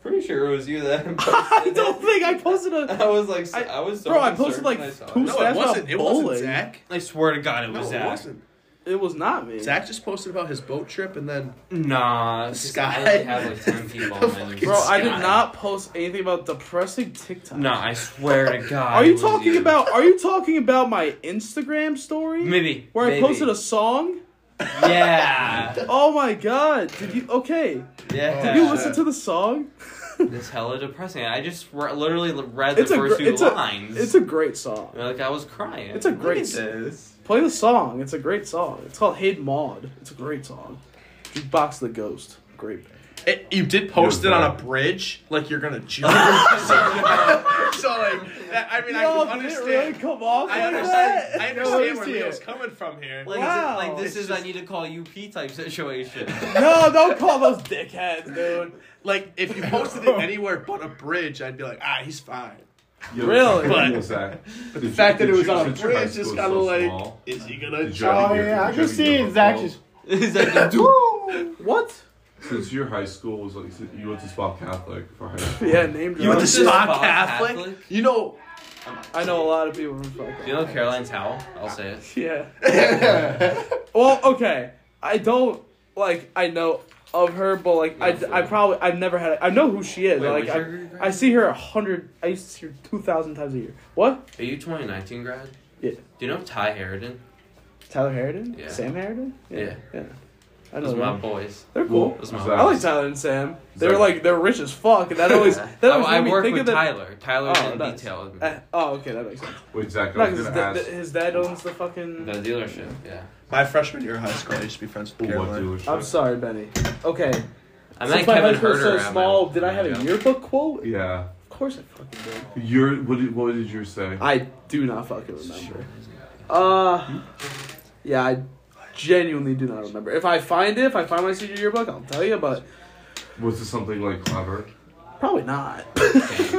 [SPEAKER 4] Pretty sure it was you that.
[SPEAKER 2] I
[SPEAKER 4] posted
[SPEAKER 2] don't
[SPEAKER 4] it.
[SPEAKER 2] think I posted a.
[SPEAKER 4] I was like, so-
[SPEAKER 2] I-
[SPEAKER 4] I, was so
[SPEAKER 2] Bro, I
[SPEAKER 4] concerned
[SPEAKER 2] posted, like,
[SPEAKER 4] when I saw
[SPEAKER 2] two-
[SPEAKER 4] it.
[SPEAKER 1] No, it
[SPEAKER 2] That's
[SPEAKER 1] wasn't.
[SPEAKER 2] not
[SPEAKER 1] It wasn't
[SPEAKER 2] bowling.
[SPEAKER 1] Zach.
[SPEAKER 7] I swear to God, it
[SPEAKER 1] No,
[SPEAKER 7] was
[SPEAKER 1] it
[SPEAKER 7] that.
[SPEAKER 1] wasn't.
[SPEAKER 2] It was not me.
[SPEAKER 1] Zach just posted about his boat trip and then
[SPEAKER 4] Nah, it's just-
[SPEAKER 1] Sky.
[SPEAKER 4] I only have like ten people on my
[SPEAKER 1] Fucking
[SPEAKER 2] Bro, I did
[SPEAKER 1] Sky.
[SPEAKER 2] not post anything about depressing TikTok.
[SPEAKER 4] No, I swear to God.
[SPEAKER 2] Are
[SPEAKER 4] it
[SPEAKER 2] you
[SPEAKER 4] was
[SPEAKER 2] talking about? Are you talking about my Instagram story?
[SPEAKER 4] maybe
[SPEAKER 2] Where
[SPEAKER 4] maybe.
[SPEAKER 2] I posted a song?
[SPEAKER 4] yeah
[SPEAKER 2] Oh my god! Did you okay?
[SPEAKER 4] yeah?
[SPEAKER 2] Did you listen to the song?
[SPEAKER 4] It's hella depressing. I just re- literally read the
[SPEAKER 2] It's a
[SPEAKER 4] first
[SPEAKER 2] gr-
[SPEAKER 4] two
[SPEAKER 2] it's a-
[SPEAKER 4] lines.
[SPEAKER 2] It's a great song.
[SPEAKER 4] like I was crying.
[SPEAKER 2] It's a great. s-
[SPEAKER 4] this.
[SPEAKER 2] Play the song. It's a great song. It's called "Hey Maud." It's a great song. Jukebox the Ghost. Great.
[SPEAKER 1] It- you did post it
[SPEAKER 5] You're
[SPEAKER 1] on a
[SPEAKER 5] right.
[SPEAKER 1] bridge, like you're gonna jump. so, like, that, I mean, I can
[SPEAKER 2] did it
[SPEAKER 1] understand.
[SPEAKER 2] really come off
[SPEAKER 1] I
[SPEAKER 2] like
[SPEAKER 1] understand.
[SPEAKER 2] that?
[SPEAKER 1] I
[SPEAKER 2] No, let me
[SPEAKER 1] understand where
[SPEAKER 2] see
[SPEAKER 1] Leo's
[SPEAKER 2] it.
[SPEAKER 1] coming from here.
[SPEAKER 4] Like,
[SPEAKER 2] Wow.
[SPEAKER 4] is it, like this
[SPEAKER 2] It's
[SPEAKER 4] is I need to call UP type situation.
[SPEAKER 2] No, don't call those dickheads, dude.
[SPEAKER 1] Like, if you posted it anywhere but a bridge, I'd be like, ah, he's fine.
[SPEAKER 5] Yo,
[SPEAKER 2] Really?
[SPEAKER 5] yo, Zach, did you-
[SPEAKER 1] fact that
[SPEAKER 5] did
[SPEAKER 1] it was
[SPEAKER 5] you-
[SPEAKER 1] on a
[SPEAKER 5] since your high
[SPEAKER 1] bridge is
[SPEAKER 5] school is
[SPEAKER 1] kinda
[SPEAKER 5] so
[SPEAKER 1] like-
[SPEAKER 5] small,
[SPEAKER 1] Is he gonna
[SPEAKER 5] did you have
[SPEAKER 3] Oh
[SPEAKER 5] any
[SPEAKER 3] yeah, I
[SPEAKER 5] different-
[SPEAKER 3] can
[SPEAKER 5] did you
[SPEAKER 3] see
[SPEAKER 5] have any
[SPEAKER 3] Zach
[SPEAKER 5] different
[SPEAKER 3] just.
[SPEAKER 4] is that the
[SPEAKER 2] What?
[SPEAKER 5] clothes? Since your high school was like since you went to Spock Catholic for high school.
[SPEAKER 2] Yeah, name
[SPEAKER 1] You went
[SPEAKER 2] drop.
[SPEAKER 1] to
[SPEAKER 4] Is this
[SPEAKER 1] Spock
[SPEAKER 4] Spock
[SPEAKER 1] Catholic?
[SPEAKER 4] Catholic?
[SPEAKER 1] You know,
[SPEAKER 2] I know a lot of people from
[SPEAKER 4] Do
[SPEAKER 2] fucking.
[SPEAKER 4] you know Caroline's Howell? I'll say it.
[SPEAKER 2] Yeah. well, okay. I don't like. I know of her, but like, I, I probably I've never had. I know who she is.
[SPEAKER 4] Wait,
[SPEAKER 2] like,
[SPEAKER 4] was
[SPEAKER 2] I,
[SPEAKER 4] your-
[SPEAKER 2] I see her a hundred. I used to see her two thousand times a year. What?
[SPEAKER 4] Are you 2019 grad?
[SPEAKER 2] Yeah.
[SPEAKER 4] Do you know Ty Harridan?
[SPEAKER 2] Tyler Harridan?
[SPEAKER 4] Yeah.
[SPEAKER 2] Sam Harridan?
[SPEAKER 4] Yeah.
[SPEAKER 2] Yeah. Mm-hmm. I know
[SPEAKER 4] Those are my
[SPEAKER 2] them.
[SPEAKER 4] boys.
[SPEAKER 2] They're cool.
[SPEAKER 4] Those are my
[SPEAKER 5] Zach.
[SPEAKER 2] I like Tyler and Sam. They were
[SPEAKER 5] Zach.
[SPEAKER 2] like they're rich as fuck, and that always that always
[SPEAKER 4] I, I
[SPEAKER 2] made me
[SPEAKER 4] work
[SPEAKER 2] think
[SPEAKER 4] with
[SPEAKER 2] of that.
[SPEAKER 4] Tyler. Tyler's
[SPEAKER 2] Oh,
[SPEAKER 4] in
[SPEAKER 2] nice.
[SPEAKER 4] detail with me.
[SPEAKER 2] Eh, oh, okay, that makes sense.
[SPEAKER 5] Wait, Zach,
[SPEAKER 2] No,
[SPEAKER 5] I
[SPEAKER 2] 'cause
[SPEAKER 5] was
[SPEAKER 2] his,
[SPEAKER 5] gonna
[SPEAKER 2] da-
[SPEAKER 5] ask.
[SPEAKER 2] his dad owns the fucking.
[SPEAKER 4] The dealership, yeah.
[SPEAKER 1] my freshman year of high school, I used to be friends
[SPEAKER 5] Ooh,
[SPEAKER 1] with
[SPEAKER 5] what
[SPEAKER 1] Caroline.
[SPEAKER 5] dealership?
[SPEAKER 2] I'm sorry, Benny. Okay.
[SPEAKER 4] I met
[SPEAKER 2] Since my high
[SPEAKER 4] Kevin
[SPEAKER 2] school was
[SPEAKER 4] Herter.
[SPEAKER 2] so
[SPEAKER 4] at
[SPEAKER 2] small,
[SPEAKER 4] my-
[SPEAKER 2] did I have
[SPEAKER 4] my
[SPEAKER 2] a
[SPEAKER 4] job.
[SPEAKER 2] yearbook quote?
[SPEAKER 5] Yeah.
[SPEAKER 2] Of course I fucking did.
[SPEAKER 5] Your what did what did you say?
[SPEAKER 2] I do not fucking remember. Uh, yeah, I genuinely do not remember. If I find it, if I find my senior yearbook, I'll tell you, but
[SPEAKER 5] Was it something like clever?
[SPEAKER 2] probably not.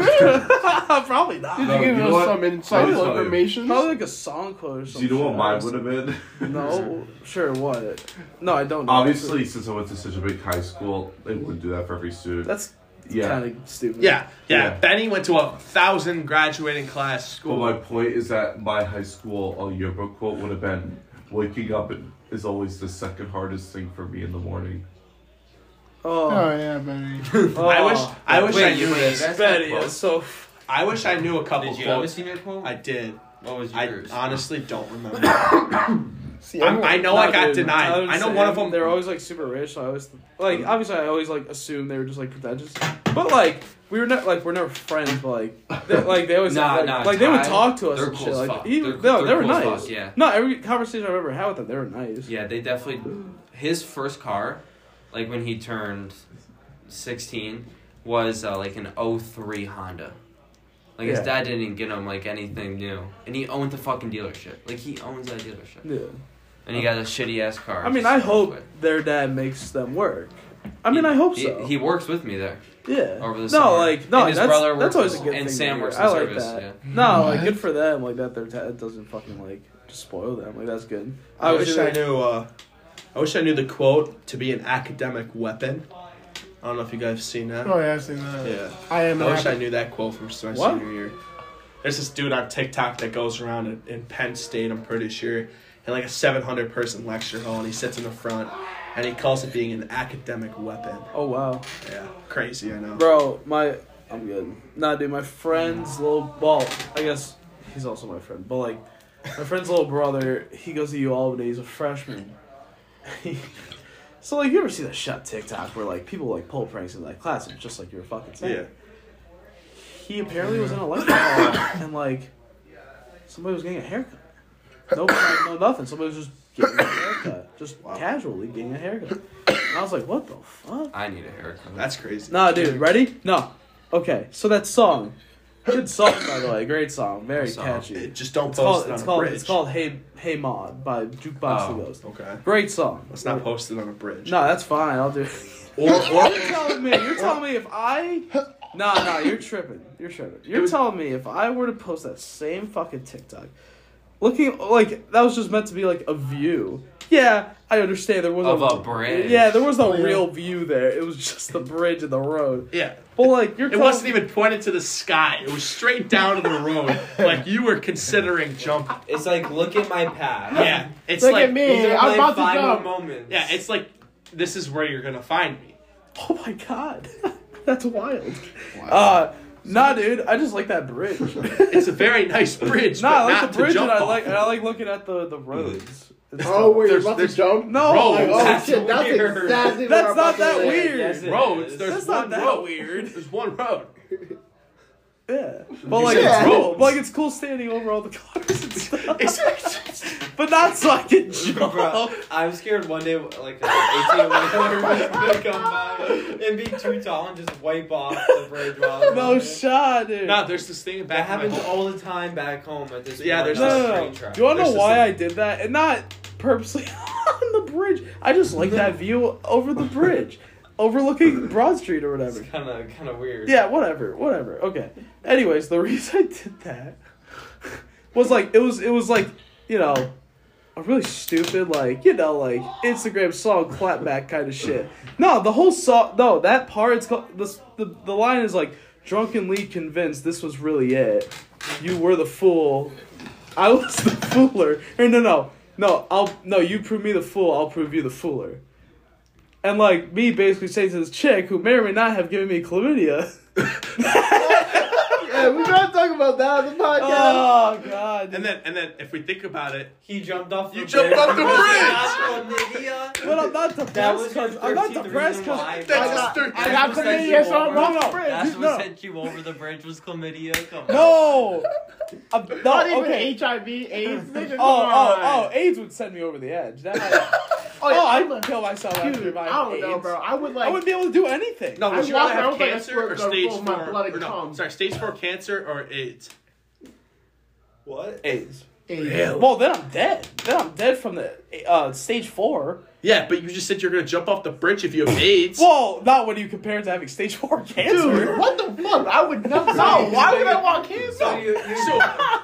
[SPEAKER 1] Uh,
[SPEAKER 2] probably not.
[SPEAKER 5] No,
[SPEAKER 3] Did you give
[SPEAKER 5] you know
[SPEAKER 3] us
[SPEAKER 5] what?
[SPEAKER 3] some
[SPEAKER 5] Let me
[SPEAKER 3] insider
[SPEAKER 5] tell you.
[SPEAKER 3] information?
[SPEAKER 2] Probably like a song quote or
[SPEAKER 5] Do
[SPEAKER 2] something.
[SPEAKER 5] you know what mine would have been?
[SPEAKER 2] No, sure, what? No, I don't know.
[SPEAKER 5] Obviously, since I went to such a big high school, they wouldn't do that for every student.
[SPEAKER 2] That's
[SPEAKER 5] yeah.
[SPEAKER 2] kind of stupid.
[SPEAKER 1] Yeah, yeah,
[SPEAKER 5] Yeah.
[SPEAKER 1] Benny went to a thousand graduating class
[SPEAKER 5] But
[SPEAKER 1] school.
[SPEAKER 5] my point is that my high school a yearbook quote would have been, "Waking up is always the second hardest thing for me in the morning."
[SPEAKER 2] Oh,
[SPEAKER 3] Oh yeah, Benny.
[SPEAKER 2] oh.
[SPEAKER 1] I wish, I wish
[SPEAKER 4] Wait,
[SPEAKER 1] I
[SPEAKER 4] you
[SPEAKER 1] knew
[SPEAKER 4] were
[SPEAKER 1] this.
[SPEAKER 4] guys-
[SPEAKER 2] Betty is so.
[SPEAKER 1] I wish I knew a couple
[SPEAKER 4] Did you have a
[SPEAKER 1] quotes.
[SPEAKER 4] senior quote?
[SPEAKER 1] I did.
[SPEAKER 4] what was
[SPEAKER 1] I
[SPEAKER 4] yours?
[SPEAKER 1] honestly don't remember.
[SPEAKER 3] See,
[SPEAKER 1] I'm-
[SPEAKER 3] I'm,
[SPEAKER 1] I know
[SPEAKER 2] No,
[SPEAKER 1] I got
[SPEAKER 2] dude,
[SPEAKER 1] denied.
[SPEAKER 2] Tyler
[SPEAKER 1] I know
[SPEAKER 2] Sam,
[SPEAKER 1] one of them.
[SPEAKER 2] They're always like super rich. So I always like obviously I always like assumed they were just like pretentious, but like we were not like we're never friends. But like they, like they always
[SPEAKER 4] Nah,
[SPEAKER 2] like,
[SPEAKER 4] nah,
[SPEAKER 2] like, they would
[SPEAKER 4] Ty,
[SPEAKER 2] talk to us
[SPEAKER 4] they're
[SPEAKER 2] and
[SPEAKER 4] cool
[SPEAKER 2] shit.
[SPEAKER 4] as
[SPEAKER 2] Like
[SPEAKER 4] fuck.
[SPEAKER 2] he,
[SPEAKER 4] They're-
[SPEAKER 2] no,
[SPEAKER 4] they're
[SPEAKER 2] they were
[SPEAKER 4] cool as
[SPEAKER 2] nice.
[SPEAKER 4] fuck, yeah.
[SPEAKER 2] No, every conversation I've ever had with them, they were nice.
[SPEAKER 4] Yeah, they definitely. His first car, like when he turned 16, was uh, like an 03 Honda. Like his
[SPEAKER 2] Yeah.
[SPEAKER 4] dad didn't get him like anything new, and he owned the fucking dealership. Like he owns that dealership,
[SPEAKER 2] Yeah.
[SPEAKER 4] and he got a shitty ass car.
[SPEAKER 2] I mean,
[SPEAKER 4] to
[SPEAKER 2] I
[SPEAKER 4] start
[SPEAKER 2] hope
[SPEAKER 4] with.
[SPEAKER 2] their dad makes them work. I mean,
[SPEAKER 4] He-
[SPEAKER 2] I hope
[SPEAKER 4] he-
[SPEAKER 2] so.
[SPEAKER 4] He, works with me there.
[SPEAKER 2] yeah.
[SPEAKER 4] over the
[SPEAKER 2] no,
[SPEAKER 4] summer.
[SPEAKER 2] like no,
[SPEAKER 4] And his
[SPEAKER 2] that's
[SPEAKER 4] brother
[SPEAKER 2] that's
[SPEAKER 4] works
[SPEAKER 2] always a
[SPEAKER 4] in-
[SPEAKER 2] good
[SPEAKER 4] and
[SPEAKER 2] thing.
[SPEAKER 4] Sam
[SPEAKER 2] to
[SPEAKER 4] works
[SPEAKER 2] hear.
[SPEAKER 4] in
[SPEAKER 2] I like
[SPEAKER 4] service,
[SPEAKER 2] that.
[SPEAKER 4] yeah.
[SPEAKER 2] No, like
[SPEAKER 3] What?
[SPEAKER 2] good for them. Like that their dad doesn't fucking like just spoil them. Like that's good.
[SPEAKER 1] I wish
[SPEAKER 2] they-
[SPEAKER 1] I knew. Uh, I wish I knew the quote to be an academic weapon. I don't know if you guys have seen that.
[SPEAKER 3] Oh yeah, I've seen that.
[SPEAKER 1] Yeah.
[SPEAKER 3] I am.
[SPEAKER 1] I wish
[SPEAKER 3] happy.
[SPEAKER 1] I knew that quote from my
[SPEAKER 2] What?
[SPEAKER 1] senior year. There's this dude on TikTok that goes around in, in Penn State, I'm pretty sure, in like a 700 person lecture hall, and he sits in the front, and he calls it being an academic weapon.
[SPEAKER 2] Oh wow.
[SPEAKER 1] Yeah, crazy, I know.
[SPEAKER 2] Bro, my I'm good. Nah, dude, my friend's little well, I guess he's also my friend, but like my friend's little brother, he goes to U Albany. He's a freshman. so like, you ever see that shot TikTok where like people like pull pranks in like class? It's just like you're fucking saying.
[SPEAKER 1] Yeah.
[SPEAKER 2] He apparently was in a lecture hall and like somebody was getting a haircut. No, prank, no nothing. Somebody was just getting a haircut, just casually getting a haircut. And I was like, what the fuck?
[SPEAKER 4] I need a haircut.
[SPEAKER 1] That's crazy.
[SPEAKER 2] No, dude, ready? No. Okay, so that song. Good song, by the way. Great song. Very
[SPEAKER 4] Song.
[SPEAKER 1] Eh,
[SPEAKER 2] catchy.
[SPEAKER 1] Just don't
[SPEAKER 2] It's
[SPEAKER 1] post
[SPEAKER 2] called,
[SPEAKER 1] it on
[SPEAKER 2] it's,
[SPEAKER 1] a
[SPEAKER 2] called,
[SPEAKER 1] bridge.
[SPEAKER 2] it's called Hey Hey Maud by Jukebox
[SPEAKER 4] Oh.
[SPEAKER 2] the Ghost.
[SPEAKER 1] Okay.
[SPEAKER 2] Great song.
[SPEAKER 1] Let's not post it on a bridge.
[SPEAKER 2] No, that's fine. I'll do it.
[SPEAKER 1] Or, or
[SPEAKER 2] You're telling me, you're telling me if I. No, no, you're tripping. You're tripping. You're telling me if I were to post that same fucking TikTok, looking like that was just meant to be like a view. Yeah, I understand there was
[SPEAKER 4] Of a bridge.
[SPEAKER 2] Yeah, there was no
[SPEAKER 3] Yeah.
[SPEAKER 2] real view there. It was just the bridge and the road.
[SPEAKER 1] yeah.
[SPEAKER 2] But like you're
[SPEAKER 1] It wasn't even pointed to the sky. It was straight down to the road, like you were considering jumping.
[SPEAKER 4] It's like look at my path.
[SPEAKER 1] Yeah, it's
[SPEAKER 3] Look
[SPEAKER 1] like
[SPEAKER 3] at me. I'm about to jump.
[SPEAKER 4] moments.
[SPEAKER 1] Yeah, it's like this is where you're gonna find me.
[SPEAKER 2] Oh my god, that's wild. Uh, nah, dude, I just like that bridge.
[SPEAKER 1] It's a very nice bridge.
[SPEAKER 2] nah,
[SPEAKER 1] but
[SPEAKER 2] I
[SPEAKER 1] not
[SPEAKER 2] like the bridge,
[SPEAKER 1] to
[SPEAKER 2] and
[SPEAKER 1] jump
[SPEAKER 2] I
[SPEAKER 1] off
[SPEAKER 2] like and
[SPEAKER 1] of.
[SPEAKER 2] I like looking at the the roads. It's
[SPEAKER 3] Oh
[SPEAKER 2] tough.
[SPEAKER 3] wait, you're
[SPEAKER 1] There's-
[SPEAKER 3] about to
[SPEAKER 1] there's-
[SPEAKER 3] jump?
[SPEAKER 2] no,
[SPEAKER 1] Roads.
[SPEAKER 3] Like, oh
[SPEAKER 4] That's
[SPEAKER 3] shit, that's
[SPEAKER 4] weird.
[SPEAKER 3] exactly what I'm
[SPEAKER 2] that's
[SPEAKER 3] about
[SPEAKER 2] not
[SPEAKER 3] to
[SPEAKER 2] that
[SPEAKER 3] say.
[SPEAKER 2] weird.
[SPEAKER 4] Yes, it
[SPEAKER 1] roads.
[SPEAKER 4] is.
[SPEAKER 1] There's
[SPEAKER 2] That's
[SPEAKER 1] one
[SPEAKER 2] not that
[SPEAKER 1] road.
[SPEAKER 2] weird.
[SPEAKER 1] There's one road.
[SPEAKER 2] Yeah, but like
[SPEAKER 3] said
[SPEAKER 2] it's cool.
[SPEAKER 1] roads.
[SPEAKER 2] But, like it's cool standing over all the cars and stuff.
[SPEAKER 1] It's-
[SPEAKER 2] but not so I can jump.
[SPEAKER 4] Bro, I'm scared one day, like an 18 wheeler gonna come by and be too tall and just wipe off the bridge while I'm on
[SPEAKER 2] No
[SPEAKER 4] it.
[SPEAKER 2] shot, dude.
[SPEAKER 1] no, there's this thing
[SPEAKER 4] That
[SPEAKER 1] back. in my
[SPEAKER 4] happens
[SPEAKER 1] home.
[SPEAKER 4] all the time back home at this.
[SPEAKER 1] Yeah,
[SPEAKER 4] point
[SPEAKER 1] there's
[SPEAKER 2] no,
[SPEAKER 4] on
[SPEAKER 1] a
[SPEAKER 2] no,
[SPEAKER 4] the
[SPEAKER 2] no.
[SPEAKER 4] train track.
[SPEAKER 2] Do you want to know
[SPEAKER 1] There's this
[SPEAKER 2] why
[SPEAKER 1] thing.
[SPEAKER 2] I did that? And not purposely on the bridge. I just like that view over the bridge, overlooking Broad Street or whatever.
[SPEAKER 4] It's kind of kind of weird.
[SPEAKER 2] Yeah, whatever, whatever. Okay. Anyways, the reason I did that was like it was it was like you know a really stupid like you know like Instagram song clapback kind of shit. No, the whole song. No, that part. It's called the the the line is like drunkenly convinced this was really it. You were the fool. I was the fooler. Or no, no, no. I'll no. You prove me the fool. I'll prove you the fooler. And like me basically saying to this chick who may or may not have given me chlamydia.
[SPEAKER 3] Yeah, we gotta talk about that on the podcast.
[SPEAKER 2] Oh god.
[SPEAKER 1] And then, and then, if we think about it,
[SPEAKER 4] He jumped off.
[SPEAKER 1] You jumped off the
[SPEAKER 4] bridge.
[SPEAKER 2] But I'm not depressed
[SPEAKER 4] was your
[SPEAKER 2] because I'm not
[SPEAKER 4] 13th
[SPEAKER 2] depressed
[SPEAKER 4] reason why
[SPEAKER 2] because.
[SPEAKER 4] I
[SPEAKER 3] I
[SPEAKER 1] that's
[SPEAKER 3] got-
[SPEAKER 1] just thirteen.
[SPEAKER 3] I got
[SPEAKER 4] That's
[SPEAKER 3] chlamydia, so I'm on
[SPEAKER 4] what
[SPEAKER 2] sent
[SPEAKER 3] the
[SPEAKER 2] you
[SPEAKER 3] bridge.
[SPEAKER 4] That's what
[SPEAKER 2] No.
[SPEAKER 4] sent you over the bridge was chlamydia. Come on.
[SPEAKER 2] No. I'm, no.
[SPEAKER 3] Not even
[SPEAKER 2] okay.
[SPEAKER 3] HIV, AIDS. nigga, come
[SPEAKER 2] Oh, oh,
[SPEAKER 3] on.
[SPEAKER 2] oh! AIDS would send me over the edge. That might,
[SPEAKER 3] Oh, yeah,
[SPEAKER 2] oh, I
[SPEAKER 3] I'm
[SPEAKER 2] would kill myself
[SPEAKER 3] a-
[SPEAKER 2] after
[SPEAKER 3] dude,
[SPEAKER 2] my
[SPEAKER 3] I don't
[SPEAKER 2] AIDS.
[SPEAKER 3] know, bro. I would
[SPEAKER 2] I
[SPEAKER 3] like.
[SPEAKER 2] wouldn't be able to do anything.
[SPEAKER 1] No, would
[SPEAKER 3] I
[SPEAKER 1] you rather have
[SPEAKER 3] walked around with, like, a
[SPEAKER 1] cancer
[SPEAKER 3] squirt
[SPEAKER 1] or
[SPEAKER 3] gun
[SPEAKER 1] stage
[SPEAKER 3] full of my
[SPEAKER 1] four?
[SPEAKER 3] bloody
[SPEAKER 1] Or no,
[SPEAKER 3] cum.
[SPEAKER 1] sorry, stage four cancer or AIDS.
[SPEAKER 4] What?
[SPEAKER 2] AIDS.
[SPEAKER 3] Ew.
[SPEAKER 2] Well, then I'm dead. Then I'm dead from the uh, stage four.
[SPEAKER 1] Yeah, but you just said you're gonna jump off the bridge if you have AIDS.
[SPEAKER 2] Well, not when you compare it to having stage four cancer.
[SPEAKER 3] Dude, what the fuck? I would never. No, why would I want
[SPEAKER 4] So
[SPEAKER 3] cancer?
[SPEAKER 4] you, you
[SPEAKER 1] So,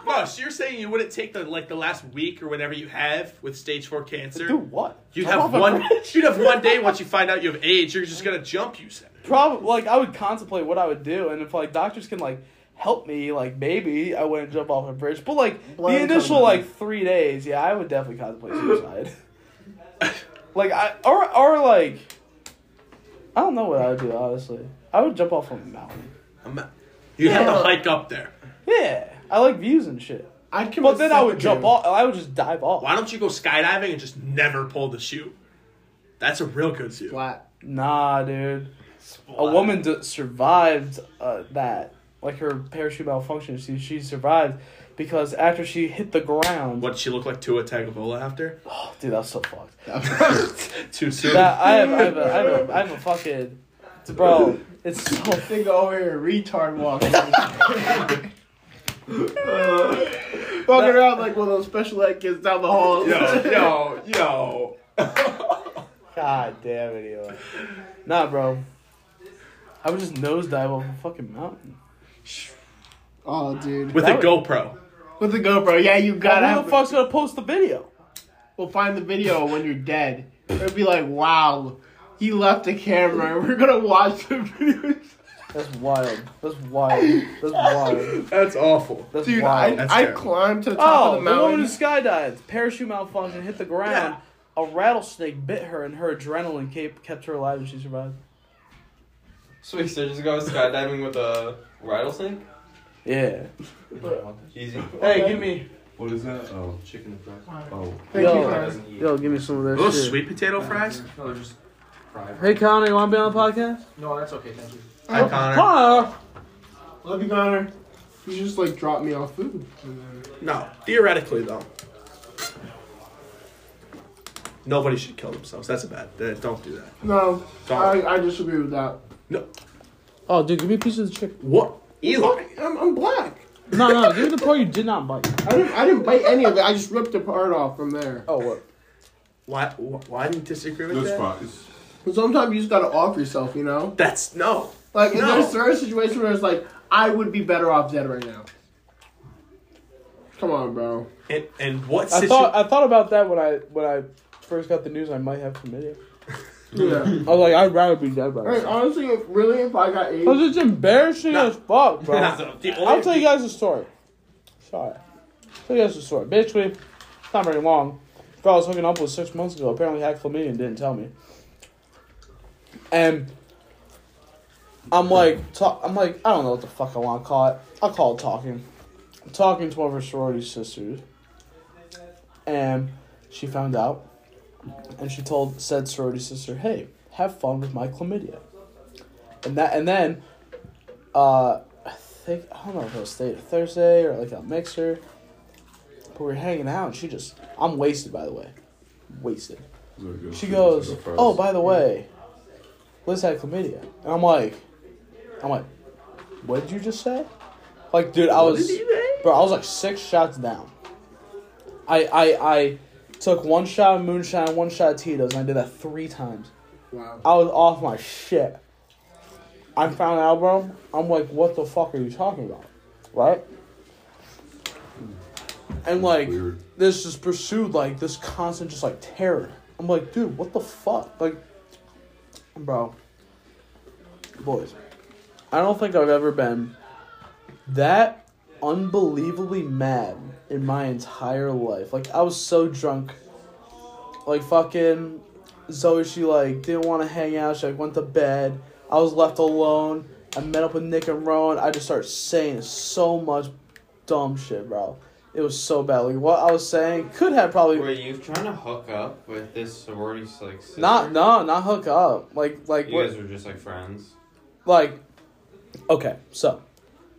[SPEAKER 1] no, so you're saying you wouldn't take the like the last week or whatever you have with stage four cancer.
[SPEAKER 2] Do what?
[SPEAKER 1] You'd
[SPEAKER 2] Jump
[SPEAKER 1] have
[SPEAKER 2] off a
[SPEAKER 1] one.
[SPEAKER 2] bridge?
[SPEAKER 1] You'd have one day once you find out you have AIDS. You're just gonna jump. You said.
[SPEAKER 2] Probably, like I would contemplate what I would do, and if like doctors can like help me, like maybe I wouldn't jump off a bridge. But like
[SPEAKER 3] Blood
[SPEAKER 2] the initial
[SPEAKER 3] coming.
[SPEAKER 2] like three days, yeah, I would definitely contemplate suicide. like I or or like I don't know what I would do honestly. I would jump off a mountain.
[SPEAKER 1] I'm, you'd have to
[SPEAKER 3] Yeah.
[SPEAKER 1] hike up there.
[SPEAKER 2] Yeah, I like views and shit.
[SPEAKER 3] I'd commit
[SPEAKER 2] But then I would
[SPEAKER 3] septicemia.
[SPEAKER 2] jump off. I would just dive off.
[SPEAKER 1] Why don't you go skydiving and just never pull the chute? That's a real good chute.
[SPEAKER 3] Flat.
[SPEAKER 2] Nah, dude. A woman d- survived uh, that. Like her parachute malfunctioned. She, she survived because after she hit the ground.
[SPEAKER 1] What did she look like Tua Tagovailoa after?
[SPEAKER 2] Oh, dude, that's so fucked.
[SPEAKER 1] Too soon.
[SPEAKER 2] That, I, have, I, have a, I, have a, I have a fucking. Bro, it's so.
[SPEAKER 3] Nigga over here, retard walking. walking around like one of those special ed kids down the hall.
[SPEAKER 1] yo, yo.
[SPEAKER 2] God damn it, Eli. Nah, bro. I would just nosedive off a fucking mountain.
[SPEAKER 3] Oh, dude.
[SPEAKER 1] With
[SPEAKER 2] That
[SPEAKER 1] a
[SPEAKER 2] would-
[SPEAKER 1] GoPro.
[SPEAKER 3] With the GoPro, yeah, you gotta
[SPEAKER 2] Who
[SPEAKER 3] have.
[SPEAKER 2] the fuck's gonna post the video?
[SPEAKER 3] We'll find the video when you're dead. It'd be like, wow, he left the camera. We're gonna watch the video.
[SPEAKER 2] That's wild. That's wild. That's wild.
[SPEAKER 1] That's awful.
[SPEAKER 2] That's
[SPEAKER 3] Dude,
[SPEAKER 2] wild.
[SPEAKER 1] That's
[SPEAKER 3] I, I
[SPEAKER 1] terrible.
[SPEAKER 3] climbed to the top
[SPEAKER 2] oh,
[SPEAKER 3] of
[SPEAKER 2] the,
[SPEAKER 3] the mountain.
[SPEAKER 2] woman who skydived, parachute malfunction, hit the ground. A rattlesnake bit her, and her adrenaline cape kept her alive, and she survived.
[SPEAKER 4] Sweet, so just go skydiving with a rattlesnake?
[SPEAKER 2] Yeah.
[SPEAKER 4] Easy.
[SPEAKER 2] Hey, give me.
[SPEAKER 5] What is that? Oh,
[SPEAKER 4] Chicken and fries.
[SPEAKER 5] oh.
[SPEAKER 3] Thank
[SPEAKER 2] Yo.
[SPEAKER 3] you, guys.
[SPEAKER 2] Yo, give me some of that
[SPEAKER 1] Those
[SPEAKER 2] shit.
[SPEAKER 1] Oh, sweet potato fries.
[SPEAKER 7] No, just fried.
[SPEAKER 2] Hey, Connor, you want to be on the podcast? Oh,
[SPEAKER 7] No, that's okay. Thank you.
[SPEAKER 1] Hi, Connor.
[SPEAKER 2] Connor.
[SPEAKER 3] Love you, Connor. You just like dropped me off food.
[SPEAKER 1] No, theoretically though, nobody should kill themselves. That's a bad. uh, Don't do that.
[SPEAKER 3] No,
[SPEAKER 1] Don't.
[SPEAKER 3] I, I disagree with that.
[SPEAKER 1] No.
[SPEAKER 2] Oh, dude, give me a piece of the chicken.
[SPEAKER 1] What? Eli.
[SPEAKER 3] I'm, I'm black.
[SPEAKER 2] No, no, give me the part you did not bite.
[SPEAKER 3] I didn't, I didn't bite any of it. I just ripped the part off from there.
[SPEAKER 2] Oh, what?
[SPEAKER 1] Why? wh- Why do you disagree with
[SPEAKER 5] Those
[SPEAKER 1] that?
[SPEAKER 5] fries.
[SPEAKER 3] Sometimes you just gotta off yourself, you know?
[SPEAKER 1] That's no.
[SPEAKER 3] Like,
[SPEAKER 1] No.
[SPEAKER 3] there's certain situations where it's like, I would be better off dead right now. Come on, bro.
[SPEAKER 1] And and what
[SPEAKER 2] I
[SPEAKER 1] situ-
[SPEAKER 2] thought I thought about that when I when I first got the news. I might have chlamydia.
[SPEAKER 3] Yeah.
[SPEAKER 2] I was like, I'd rather be dead by
[SPEAKER 3] Like,
[SPEAKER 2] now.
[SPEAKER 3] honestly, if, really, if I got
[SPEAKER 2] Cause
[SPEAKER 3] AIDS,
[SPEAKER 2] it's embarrassing
[SPEAKER 1] No.
[SPEAKER 2] as fuck, bro.
[SPEAKER 1] No, the only-
[SPEAKER 2] I'll tell you guys a story. Sorry. tell you guys a story. Basically, it's not very long. The girl I was hooking up with six months ago apparently had chlamydia and didn't tell me. And I'm like, talk, I'm like, I don't know what the fuck I want to call it. I'll call it talking. I'm talking to one of her sorority sisters. And she found out. And she told said sorority sister, hey, have fun with my chlamydia. And that, and then, uh, I think I don't know if it was Thur- Thursday or like a mixer. But we were hanging out and she just I'm wasted by the way. Wasted.
[SPEAKER 5] Those are good.
[SPEAKER 2] She
[SPEAKER 5] Those
[SPEAKER 2] goes,
[SPEAKER 5] are good fries.
[SPEAKER 2] Oh, by the way, Liz had chlamydia. And I'm like I'm like, what did you just say? Like dude, I was bro, I was like six shots down. I I I took one shot of moonshine, one shot of Tito's, and I did that three times.
[SPEAKER 3] wow.
[SPEAKER 2] I was off my shit. I found out, bro. I'm like, what the fuck are you talking about? Right? And like,
[SPEAKER 5] Weird.
[SPEAKER 2] this is pursued like this constant, just like terror. I'm like, dude, what the fuck? Like, bro, boys, I don't think I've ever been that unbelievably mad in my entire life. Like, I was so drunk. Like, fucking, Zoe, she like didn't want to hang out. She like went to bed. I was left alone. I met up with Nick and Rowan. I just started saying so much dumb shit, bro. It was so bad. Like what I was saying could have
[SPEAKER 4] Were
[SPEAKER 2] probably
[SPEAKER 4] you trying to hook up with this sorority like sister?
[SPEAKER 2] not no not hook up. Like like
[SPEAKER 4] You
[SPEAKER 2] what
[SPEAKER 4] guys were just like friends.
[SPEAKER 2] like okay so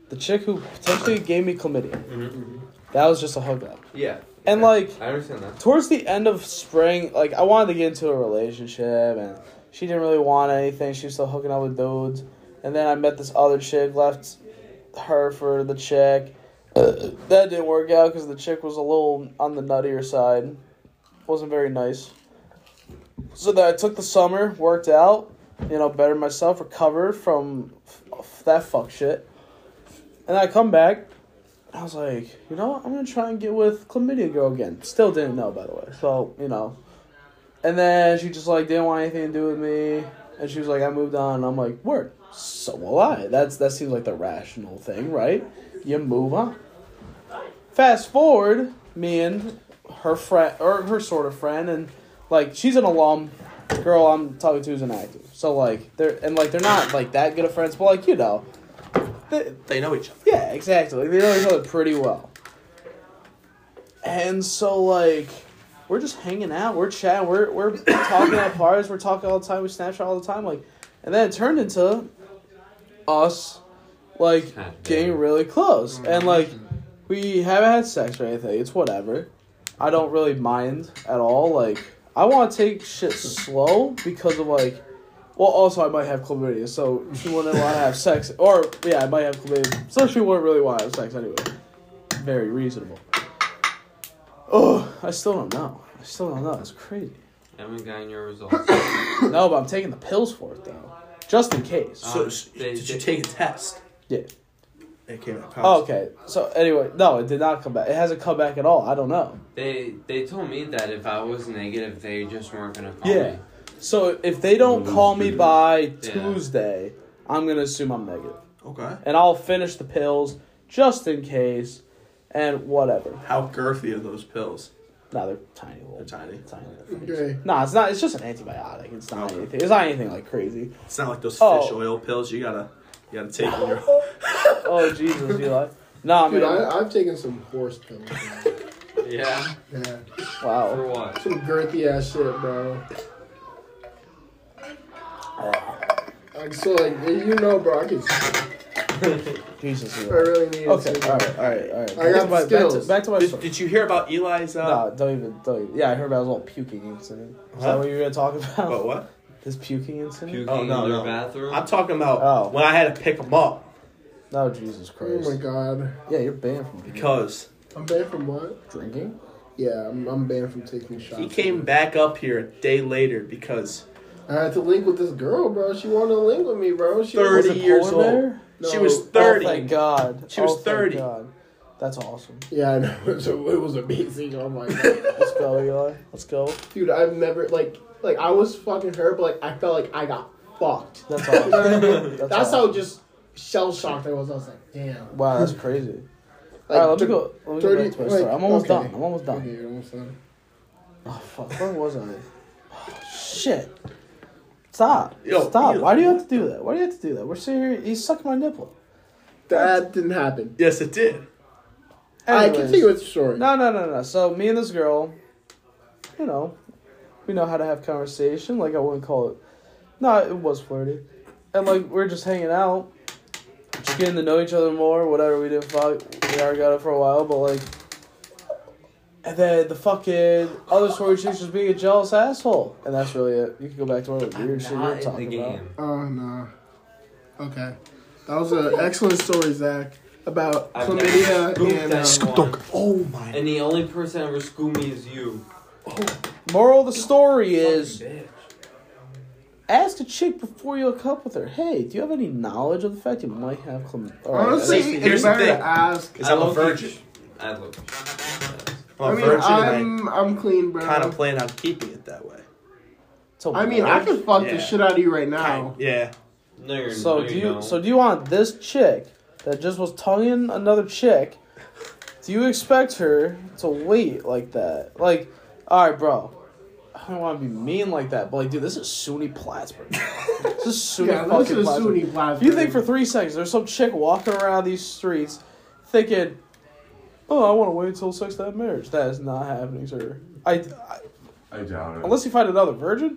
[SPEAKER 2] the chick who potentially gave me chlamydia that was just a hookup
[SPEAKER 4] Yeah.
[SPEAKER 2] and like
[SPEAKER 4] I understand that.
[SPEAKER 2] towards the end of spring, like I wanted to get into a relationship, and she didn't really want anything. She was still hooking up with dudes, and then I met this other chick, left her for the chick. that didn't work out because the chick was a little on the nuttier side, wasn't very nice. So then I took the summer, worked out, you know, bettered myself, recovered from f- f- that fuck shit, and I come back. I was like, you know, what? I'm gonna try and get with chlamydia girl again. Still didn't know, by the way. So you know, and then she just like didn't want anything to do with me, and she was like, I moved on. And I'm like, word, so will I. That's that seems like the rational thing, right? You move on. Fast forward, me and her friend or her sort of friend, and like she's an alum. The girl I'm talking to is an active. So like they're and like they're not like that good of friends, but like you know, they,
[SPEAKER 1] They know each other.
[SPEAKER 2] yeah, exactly. Like, they know each other pretty well. And so, like, we're just hanging out. We're chatting. We're, we're talking at parties. We're talking all the time. We Snapchat all the time. Like, and then it turned into us, like,
[SPEAKER 4] Hot
[SPEAKER 2] getting
[SPEAKER 4] damn.
[SPEAKER 2] really close. And, like, we haven't had sex or anything. It's whatever. I don't really mind at all. Like, I want to take shit slow because of, like, well, also I might have chlamydia, so she wouldn't want to have sex. Or yeah, I might have chlamydia, so she wouldn't really want to have sex anyway. Very reasonable. Oh, I still don't know. I still don't know. It's crazy.
[SPEAKER 4] I haven't gotten your results.
[SPEAKER 2] No, but I'm taking the pills for it though, just in case.
[SPEAKER 1] So
[SPEAKER 4] Um,
[SPEAKER 1] s-
[SPEAKER 4] they-
[SPEAKER 1] did you
[SPEAKER 4] they-
[SPEAKER 1] take a test?
[SPEAKER 2] Yeah.
[SPEAKER 1] It came out.
[SPEAKER 2] Oh, okay. So anyway, no, it did not come back. It hasn't come back at all. I don't know.
[SPEAKER 4] They they told me that if I was negative, they just weren't gonna call
[SPEAKER 2] Yeah.
[SPEAKER 4] me.
[SPEAKER 2] So if they don't
[SPEAKER 5] Well,
[SPEAKER 2] call
[SPEAKER 5] we
[SPEAKER 2] me
[SPEAKER 5] should-
[SPEAKER 2] by
[SPEAKER 4] Yeah.
[SPEAKER 2] Tuesday, I'm gonna assume I'm negative,
[SPEAKER 1] Okay.
[SPEAKER 2] and I'll finish the pills just in case, and whatever.
[SPEAKER 1] How girthy are those pills?
[SPEAKER 2] No, they're tiny little,
[SPEAKER 1] They're tiny.
[SPEAKER 2] tiny little things.
[SPEAKER 3] Okay.
[SPEAKER 2] No, it's not. It's just an antibiotic. It's not
[SPEAKER 1] Okay.
[SPEAKER 2] anything. It's not anything like crazy.
[SPEAKER 1] It's not like those fish
[SPEAKER 2] Oh.
[SPEAKER 1] oil pills you gotta you gotta take when you're
[SPEAKER 2] Oh Jesus, Eli. No, I mean,
[SPEAKER 3] Dude, I, I've taken some horse pills. bro.
[SPEAKER 4] Yeah.
[SPEAKER 3] yeah.
[SPEAKER 2] wow.
[SPEAKER 4] For what?
[SPEAKER 3] Some girthy ass shit, bro. Ah. Like, so, like, you know, bro, I, could, I
[SPEAKER 2] Jesus, Eli.
[SPEAKER 3] really need
[SPEAKER 2] Okay,
[SPEAKER 3] to.
[SPEAKER 2] all right, all right, all right.
[SPEAKER 3] I got
[SPEAKER 2] back, to,
[SPEAKER 3] skills.
[SPEAKER 2] back to my
[SPEAKER 1] Did,
[SPEAKER 2] story.
[SPEAKER 1] did you hear about Eli's uh
[SPEAKER 2] No, don't even, don't even. Yeah, I heard about his little puking incident. Is
[SPEAKER 1] Huh?
[SPEAKER 2] that what you were gonna talk about?
[SPEAKER 1] about what?
[SPEAKER 2] His puking incident?
[SPEAKER 4] Puking
[SPEAKER 1] Oh, no,
[SPEAKER 4] in their
[SPEAKER 1] no.
[SPEAKER 4] bathroom.
[SPEAKER 1] I'm talking about
[SPEAKER 2] Oh.
[SPEAKER 1] when I had to pick him up
[SPEAKER 2] No, Jesus
[SPEAKER 3] Oh
[SPEAKER 2] Christ.
[SPEAKER 3] my god.
[SPEAKER 2] yeah, you're banned from drinking.
[SPEAKER 1] because
[SPEAKER 3] I'm banned from what?
[SPEAKER 2] drinking.
[SPEAKER 3] Yeah, I'm, I'm banned from taking shots.
[SPEAKER 1] he came back up here a day later because
[SPEAKER 3] I had to link with this girl, bro. She wanted to link with me, bro. She
[SPEAKER 1] Thirty
[SPEAKER 3] was-
[SPEAKER 1] years
[SPEAKER 2] polar
[SPEAKER 1] old.
[SPEAKER 2] bear?
[SPEAKER 1] she
[SPEAKER 3] No.
[SPEAKER 1] was
[SPEAKER 2] Oh, thank
[SPEAKER 1] 30.
[SPEAKER 2] God.
[SPEAKER 1] She was
[SPEAKER 2] Oh, thank
[SPEAKER 1] 30.
[SPEAKER 2] God. That's awesome.
[SPEAKER 3] Yeah, I know. It was, it was amazing. Oh my god.
[SPEAKER 2] Let's go, Eli. Let's go.
[SPEAKER 3] Dude, I've never, like, like, I was fucking her, but, like, I felt like I got fucked.
[SPEAKER 2] That's
[SPEAKER 3] You know what I
[SPEAKER 2] awesome.
[SPEAKER 3] mean?
[SPEAKER 2] That's
[SPEAKER 3] That's,
[SPEAKER 2] awesome.
[SPEAKER 3] how just shell shocked I was. I was like, damn.
[SPEAKER 2] Wow, that's crazy.
[SPEAKER 3] Like,
[SPEAKER 2] All right, let me
[SPEAKER 3] thir-
[SPEAKER 2] go. Let me go back to my story.
[SPEAKER 3] like,
[SPEAKER 2] I'm almost
[SPEAKER 3] okay.
[SPEAKER 2] done. I'm almost
[SPEAKER 3] Okay,
[SPEAKER 2] done.
[SPEAKER 3] you're almost done.
[SPEAKER 2] Oh fuck, where was I? Oh, shit. Stop.
[SPEAKER 1] Yo,
[SPEAKER 2] Stop.
[SPEAKER 1] Eli.
[SPEAKER 2] Why do you have to do that? Why do you have to do that? We're sitting here. He's sucking my nipple.
[SPEAKER 3] That didn't happen.
[SPEAKER 1] Yes, it did.
[SPEAKER 3] I
[SPEAKER 2] Anyways.
[SPEAKER 3] continue with the story.
[SPEAKER 2] No, no, no, no. So me and this girl, you know, we know how to have conversation. Like I wouldn't call it. No, it was flirty, and like we're just hanging out, just getting to know each other more. Whatever we did, fuck. We already got it for a while, but like, and then the fucking other story she's just being a jealous asshole, and that's really it. You can go back to what
[SPEAKER 4] I'm
[SPEAKER 2] weird shit
[SPEAKER 4] not
[SPEAKER 2] you're
[SPEAKER 4] in
[SPEAKER 2] talking
[SPEAKER 4] the
[SPEAKER 2] about.
[SPEAKER 4] game.
[SPEAKER 3] Oh no. Okay. That was an excellent story, Zach, about
[SPEAKER 4] I've never
[SPEAKER 3] chlamydia and
[SPEAKER 4] scooped anyone.
[SPEAKER 3] uh,
[SPEAKER 1] Oh my.
[SPEAKER 4] And the only person that ever schooled me is you.
[SPEAKER 2] Moral of the story is
[SPEAKER 4] Fucking bitch.
[SPEAKER 2] ask a chick before you hook up with her. Hey, do you have any knowledge of the fact you might have chlamydia?
[SPEAKER 3] honestly,
[SPEAKER 1] Here's the-
[SPEAKER 3] it's
[SPEAKER 1] here's the
[SPEAKER 3] better
[SPEAKER 1] thing.
[SPEAKER 3] to ask.
[SPEAKER 1] Is I'm a
[SPEAKER 4] low-key-
[SPEAKER 1] virgin.
[SPEAKER 4] I look.
[SPEAKER 1] I'm a
[SPEAKER 3] I mean,
[SPEAKER 1] virgin and
[SPEAKER 3] I'm I'm clean,
[SPEAKER 1] I
[SPEAKER 3] bro.
[SPEAKER 1] kind of plan on keeping it that way.
[SPEAKER 2] Tell
[SPEAKER 3] I
[SPEAKER 2] me
[SPEAKER 3] mean, I
[SPEAKER 2] that.
[SPEAKER 3] could fuck
[SPEAKER 1] Yeah.
[SPEAKER 3] the shit out of you right now.
[SPEAKER 1] Kind- Yeah.
[SPEAKER 4] No, you're,
[SPEAKER 2] So
[SPEAKER 4] no,
[SPEAKER 2] do
[SPEAKER 4] you
[SPEAKER 2] you
[SPEAKER 4] don't.
[SPEAKER 2] so do you want this chick that just was tonguing another chick? Do you expect her to wait like that? Like, all right, bro. I don't want to be mean like that, but like, dude, this is SUNY Plattsburgh. this is SUNY
[SPEAKER 3] Yeah,
[SPEAKER 2] fucking
[SPEAKER 3] this is
[SPEAKER 2] Plattsburgh.
[SPEAKER 3] SUNY Plattsburgh.
[SPEAKER 2] If you think for three seconds there's some chick walking around these streets thinking, "Oh, I want to wait until sex that marriage," that is not happening, sir. I, I
[SPEAKER 5] I doubt it.
[SPEAKER 2] unless you find another virgin,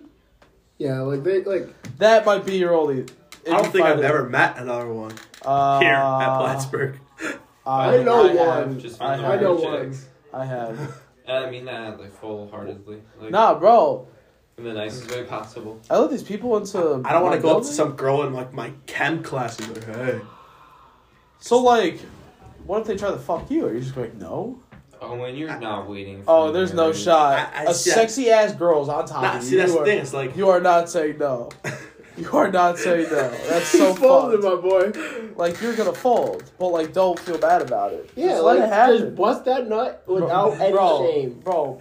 [SPEAKER 3] Yeah, like they like
[SPEAKER 2] that might be your only. if
[SPEAKER 1] I
[SPEAKER 2] you
[SPEAKER 1] don't think
[SPEAKER 2] find
[SPEAKER 1] I've
[SPEAKER 2] it-
[SPEAKER 1] ever met another one
[SPEAKER 2] uh,
[SPEAKER 1] here at Plattsburgh.
[SPEAKER 3] I know
[SPEAKER 2] have-
[SPEAKER 3] one.
[SPEAKER 4] Just
[SPEAKER 2] I-
[SPEAKER 4] with
[SPEAKER 3] I
[SPEAKER 4] no
[SPEAKER 3] know
[SPEAKER 4] chicks.
[SPEAKER 3] one.
[SPEAKER 2] I have.
[SPEAKER 4] And I mean that like full heartedly. Like,
[SPEAKER 2] Nah, bro.
[SPEAKER 4] In the nicest way possible.
[SPEAKER 2] I let these people into.
[SPEAKER 1] I don't want
[SPEAKER 2] my
[SPEAKER 1] to go up to
[SPEAKER 2] building.
[SPEAKER 1] some girl in like my chem class and be like, hey.
[SPEAKER 2] So like, what if they try to fuck you? Are you just like no?
[SPEAKER 4] Oh, when you're not waiting. For
[SPEAKER 2] Ah. Oh, there's no
[SPEAKER 4] marriage.
[SPEAKER 2] shot.
[SPEAKER 1] I- I
[SPEAKER 2] A
[SPEAKER 1] see-
[SPEAKER 2] sexy ass girl's on top
[SPEAKER 1] Nah,
[SPEAKER 2] of you.
[SPEAKER 1] see, that's
[SPEAKER 2] you
[SPEAKER 1] the
[SPEAKER 2] are,
[SPEAKER 1] thing. It's like,
[SPEAKER 2] You are not saying no. You are not saying no. That's so
[SPEAKER 3] folded,
[SPEAKER 2] fucked.
[SPEAKER 3] my boy.
[SPEAKER 2] Like you're gonna fold, but like don't feel bad about it.
[SPEAKER 3] Yeah,
[SPEAKER 2] just
[SPEAKER 3] like
[SPEAKER 2] let it happen.
[SPEAKER 3] just bust that nut without any
[SPEAKER 2] bro,
[SPEAKER 3] shame.
[SPEAKER 2] bro.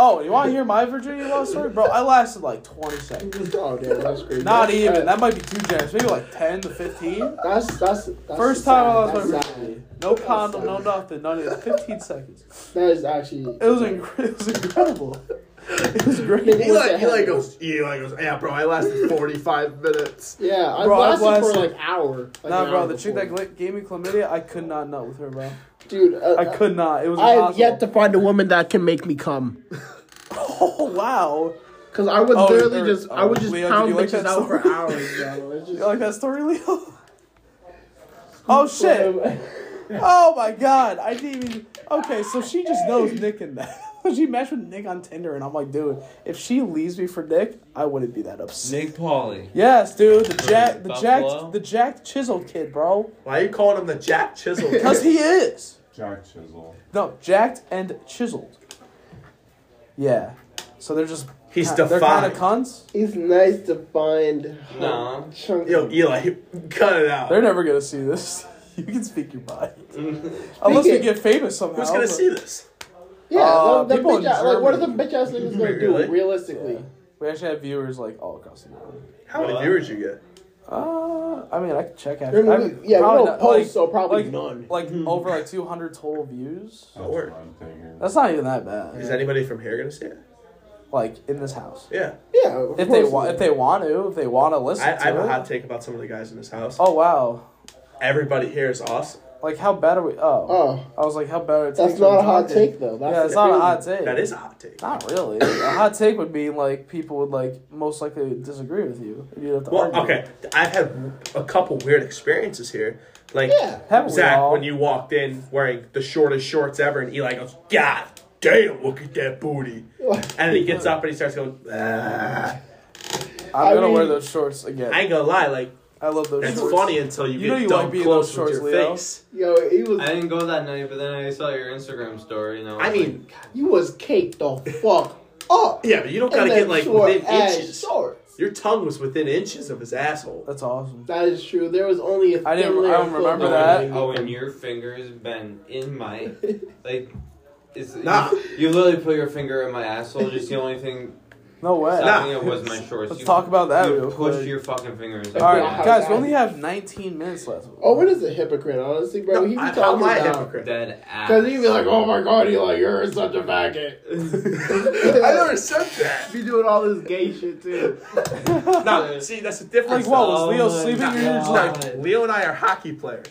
[SPEAKER 2] Oh, you want to hear my Virginia Love story, bro? I lasted like 20 seconds.
[SPEAKER 3] Oh damn, that's crazy.
[SPEAKER 2] Not
[SPEAKER 3] That's-
[SPEAKER 2] even. That might be two jams. Maybe like 10 to 15.
[SPEAKER 3] That's that's, that's
[SPEAKER 2] First
[SPEAKER 3] sad.
[SPEAKER 2] time I lost my
[SPEAKER 3] That's sad.
[SPEAKER 2] virginity. No condom, no
[SPEAKER 3] sad.
[SPEAKER 2] nothing, not even 15 seconds.
[SPEAKER 3] That is actually.
[SPEAKER 2] It was, inc- it was incredible. It was
[SPEAKER 3] Nigga,
[SPEAKER 2] great.
[SPEAKER 3] What's
[SPEAKER 1] Eli,
[SPEAKER 3] that?
[SPEAKER 1] Eli goes, Eli goes, yeah, bro, I lasted 45 minutes.
[SPEAKER 3] Yeah, I
[SPEAKER 2] Bro, I've
[SPEAKER 3] lasted, for
[SPEAKER 2] lasted-
[SPEAKER 3] like hour. Like
[SPEAKER 2] Nah,
[SPEAKER 3] an
[SPEAKER 2] bro,
[SPEAKER 3] hour
[SPEAKER 2] the chick that
[SPEAKER 3] before.
[SPEAKER 2] gl- gave me chlamydia, I could not nut with her, bro.
[SPEAKER 3] dude, uh,
[SPEAKER 2] I could not. It was
[SPEAKER 3] I
[SPEAKER 2] impossible.
[SPEAKER 3] have yet to find a woman that can make me come.
[SPEAKER 2] Oh, wow.
[SPEAKER 3] Cause I would
[SPEAKER 2] Oh, Oh,
[SPEAKER 3] literally
[SPEAKER 2] or-
[SPEAKER 3] just, I would just
[SPEAKER 2] Leo, did
[SPEAKER 3] pound
[SPEAKER 2] you like
[SPEAKER 3] bitches
[SPEAKER 2] that
[SPEAKER 3] out for
[SPEAKER 2] story?
[SPEAKER 3] hours, bro. It's just,
[SPEAKER 2] You like that story, Leo? Oh, shit. Oh, my God. I didn't even. Okay, so she just knows Nick and that. She matched with Nick on Tinder, and I'm like, dude, if she leaves me for Nick, I wouldn't be that upset.
[SPEAKER 4] Nick Pauly.
[SPEAKER 2] Yes, dude, the Jack, the
[SPEAKER 4] Buffalo?
[SPEAKER 2] Jack, the Jack Chisel kid, bro.
[SPEAKER 1] Why are you calling him the Jack Chisel?
[SPEAKER 2] Cause he is.
[SPEAKER 5] Jack Chisel.
[SPEAKER 2] No, jacked and chiseled. Yeah. So they're just.
[SPEAKER 1] He's
[SPEAKER 2] They're kind
[SPEAKER 1] defined.
[SPEAKER 2] of cunts.
[SPEAKER 3] It's nice to find.
[SPEAKER 4] No.
[SPEAKER 3] Chunky.
[SPEAKER 1] Yo, Eli, cut it out.
[SPEAKER 2] They're never gonna see this. You can speak your mind. Unless we
[SPEAKER 3] it.
[SPEAKER 2] get famous somehow.
[SPEAKER 1] Who's gonna
[SPEAKER 2] but-
[SPEAKER 1] see this?
[SPEAKER 3] Yeah,
[SPEAKER 2] Uh,
[SPEAKER 3] the, the
[SPEAKER 2] people in
[SPEAKER 3] bitch ass, like what are the
[SPEAKER 2] Germany.
[SPEAKER 3] bitch ass niggas gonna
[SPEAKER 1] Really?
[SPEAKER 3] do realistically?
[SPEAKER 2] We actually have viewers like all across the board.
[SPEAKER 1] How many viewers you get?
[SPEAKER 2] Uh, I mean, I could check
[SPEAKER 3] I
[SPEAKER 2] after.
[SPEAKER 3] mean,
[SPEAKER 2] I
[SPEAKER 3] we-
[SPEAKER 2] mean,
[SPEAKER 3] yeah, we
[SPEAKER 2] probably
[SPEAKER 3] don't
[SPEAKER 2] not-
[SPEAKER 3] post,
[SPEAKER 2] like,
[SPEAKER 3] so probably
[SPEAKER 2] like-
[SPEAKER 3] none. Hmm.
[SPEAKER 2] like over like 200 total views.
[SPEAKER 5] That's what I'm thinking.
[SPEAKER 2] That's not even that bad.
[SPEAKER 1] Is anybody from here gonna see it?
[SPEAKER 2] Like in this house,
[SPEAKER 1] Yeah.
[SPEAKER 3] yeah, of
[SPEAKER 2] if they
[SPEAKER 3] course
[SPEAKER 2] want,
[SPEAKER 3] not.
[SPEAKER 2] if they want to, if they want to listen
[SPEAKER 1] I, I have
[SPEAKER 2] to
[SPEAKER 1] a
[SPEAKER 2] it.
[SPEAKER 1] hot take about some of the guys in this house.
[SPEAKER 2] Oh wow!
[SPEAKER 1] Everybody here is awesome.
[SPEAKER 2] Like how bad are we? Oh,
[SPEAKER 3] Oh,
[SPEAKER 2] I was like, how bad are
[SPEAKER 3] that's
[SPEAKER 2] takes
[SPEAKER 3] not
[SPEAKER 2] on
[SPEAKER 3] a hot
[SPEAKER 2] talking?
[SPEAKER 3] take though. That's
[SPEAKER 2] Yeah, it's not a hot take.
[SPEAKER 1] That is a hot take.
[SPEAKER 2] Not really. a hot take would be like people would like most likely disagree with you. and You'd have to
[SPEAKER 1] Well,
[SPEAKER 2] argue.
[SPEAKER 1] okay. I've had a couple weird experiences here. Like
[SPEAKER 3] Yeah.
[SPEAKER 2] Haven't we
[SPEAKER 1] Zach,
[SPEAKER 2] all?
[SPEAKER 1] when you walked in wearing the shortest shorts ever, and Eli goes, "God damn, look at that booty!" and then he gets up and he starts going, ah.
[SPEAKER 2] I'm
[SPEAKER 3] I
[SPEAKER 2] gonna wear
[SPEAKER 3] mean-
[SPEAKER 2] those shorts again.
[SPEAKER 1] "I
[SPEAKER 2] I,
[SPEAKER 1] ain't gonna lie, like
[SPEAKER 2] love those
[SPEAKER 1] it's
[SPEAKER 2] shorts.
[SPEAKER 1] funny until you,
[SPEAKER 2] You know
[SPEAKER 1] get
[SPEAKER 2] you might
[SPEAKER 1] dumb
[SPEAKER 2] be in
[SPEAKER 1] close
[SPEAKER 2] those
[SPEAKER 1] with
[SPEAKER 2] shorts,
[SPEAKER 1] your
[SPEAKER 2] Leo.
[SPEAKER 1] face."
[SPEAKER 3] Yo, he was
[SPEAKER 4] I didn't go that night, but then I saw your Instagram story and I was
[SPEAKER 1] I mean,
[SPEAKER 3] he was caked the fuck up.
[SPEAKER 1] yeah, but you don't
[SPEAKER 3] And
[SPEAKER 1] gotta
[SPEAKER 3] them
[SPEAKER 1] get like
[SPEAKER 3] short
[SPEAKER 1] within
[SPEAKER 3] ass
[SPEAKER 1] inches.
[SPEAKER 3] shorts.
[SPEAKER 1] Your tongue was within inches of his asshole.
[SPEAKER 2] That's awesome.
[SPEAKER 3] That is true. There was only a
[SPEAKER 2] I didn't-
[SPEAKER 3] thin
[SPEAKER 2] I
[SPEAKER 3] layer
[SPEAKER 2] don't
[SPEAKER 3] of
[SPEAKER 2] remember
[SPEAKER 3] clothing.
[SPEAKER 2] that.
[SPEAKER 4] Owen, Owen, "Oh, your finger's been in my like. It's,
[SPEAKER 1] Nah.
[SPEAKER 4] you, you literally put your finger in my asshole. Just the only thing
[SPEAKER 2] No way.
[SPEAKER 1] Nah.
[SPEAKER 4] stopping it was my shorts.
[SPEAKER 2] Let's
[SPEAKER 4] You-
[SPEAKER 2] talk about that
[SPEAKER 4] You
[SPEAKER 2] real
[SPEAKER 4] pushed
[SPEAKER 2] quick.
[SPEAKER 4] your fucking fingers.
[SPEAKER 2] All right,
[SPEAKER 3] Yeah.
[SPEAKER 2] guys, we only have 19 minutes left.
[SPEAKER 3] Oh, what is a hypocrite? Honestly, bro,
[SPEAKER 1] No,
[SPEAKER 3] he be
[SPEAKER 1] I- how
[SPEAKER 3] talking
[SPEAKER 1] am I a
[SPEAKER 3] about
[SPEAKER 1] hypocrite?
[SPEAKER 4] Dead ass.
[SPEAKER 3] because he'd be like, "Oh my god, Eli, you're such a faggot."
[SPEAKER 1] I never said that.
[SPEAKER 3] Be doing all this gay shit too.
[SPEAKER 1] No, see, that's the difference.
[SPEAKER 2] Like, what was Leo
[SPEAKER 4] Oh my
[SPEAKER 2] sleeping? Or you're just
[SPEAKER 4] God.
[SPEAKER 2] like,
[SPEAKER 1] Leo and I are hockey players.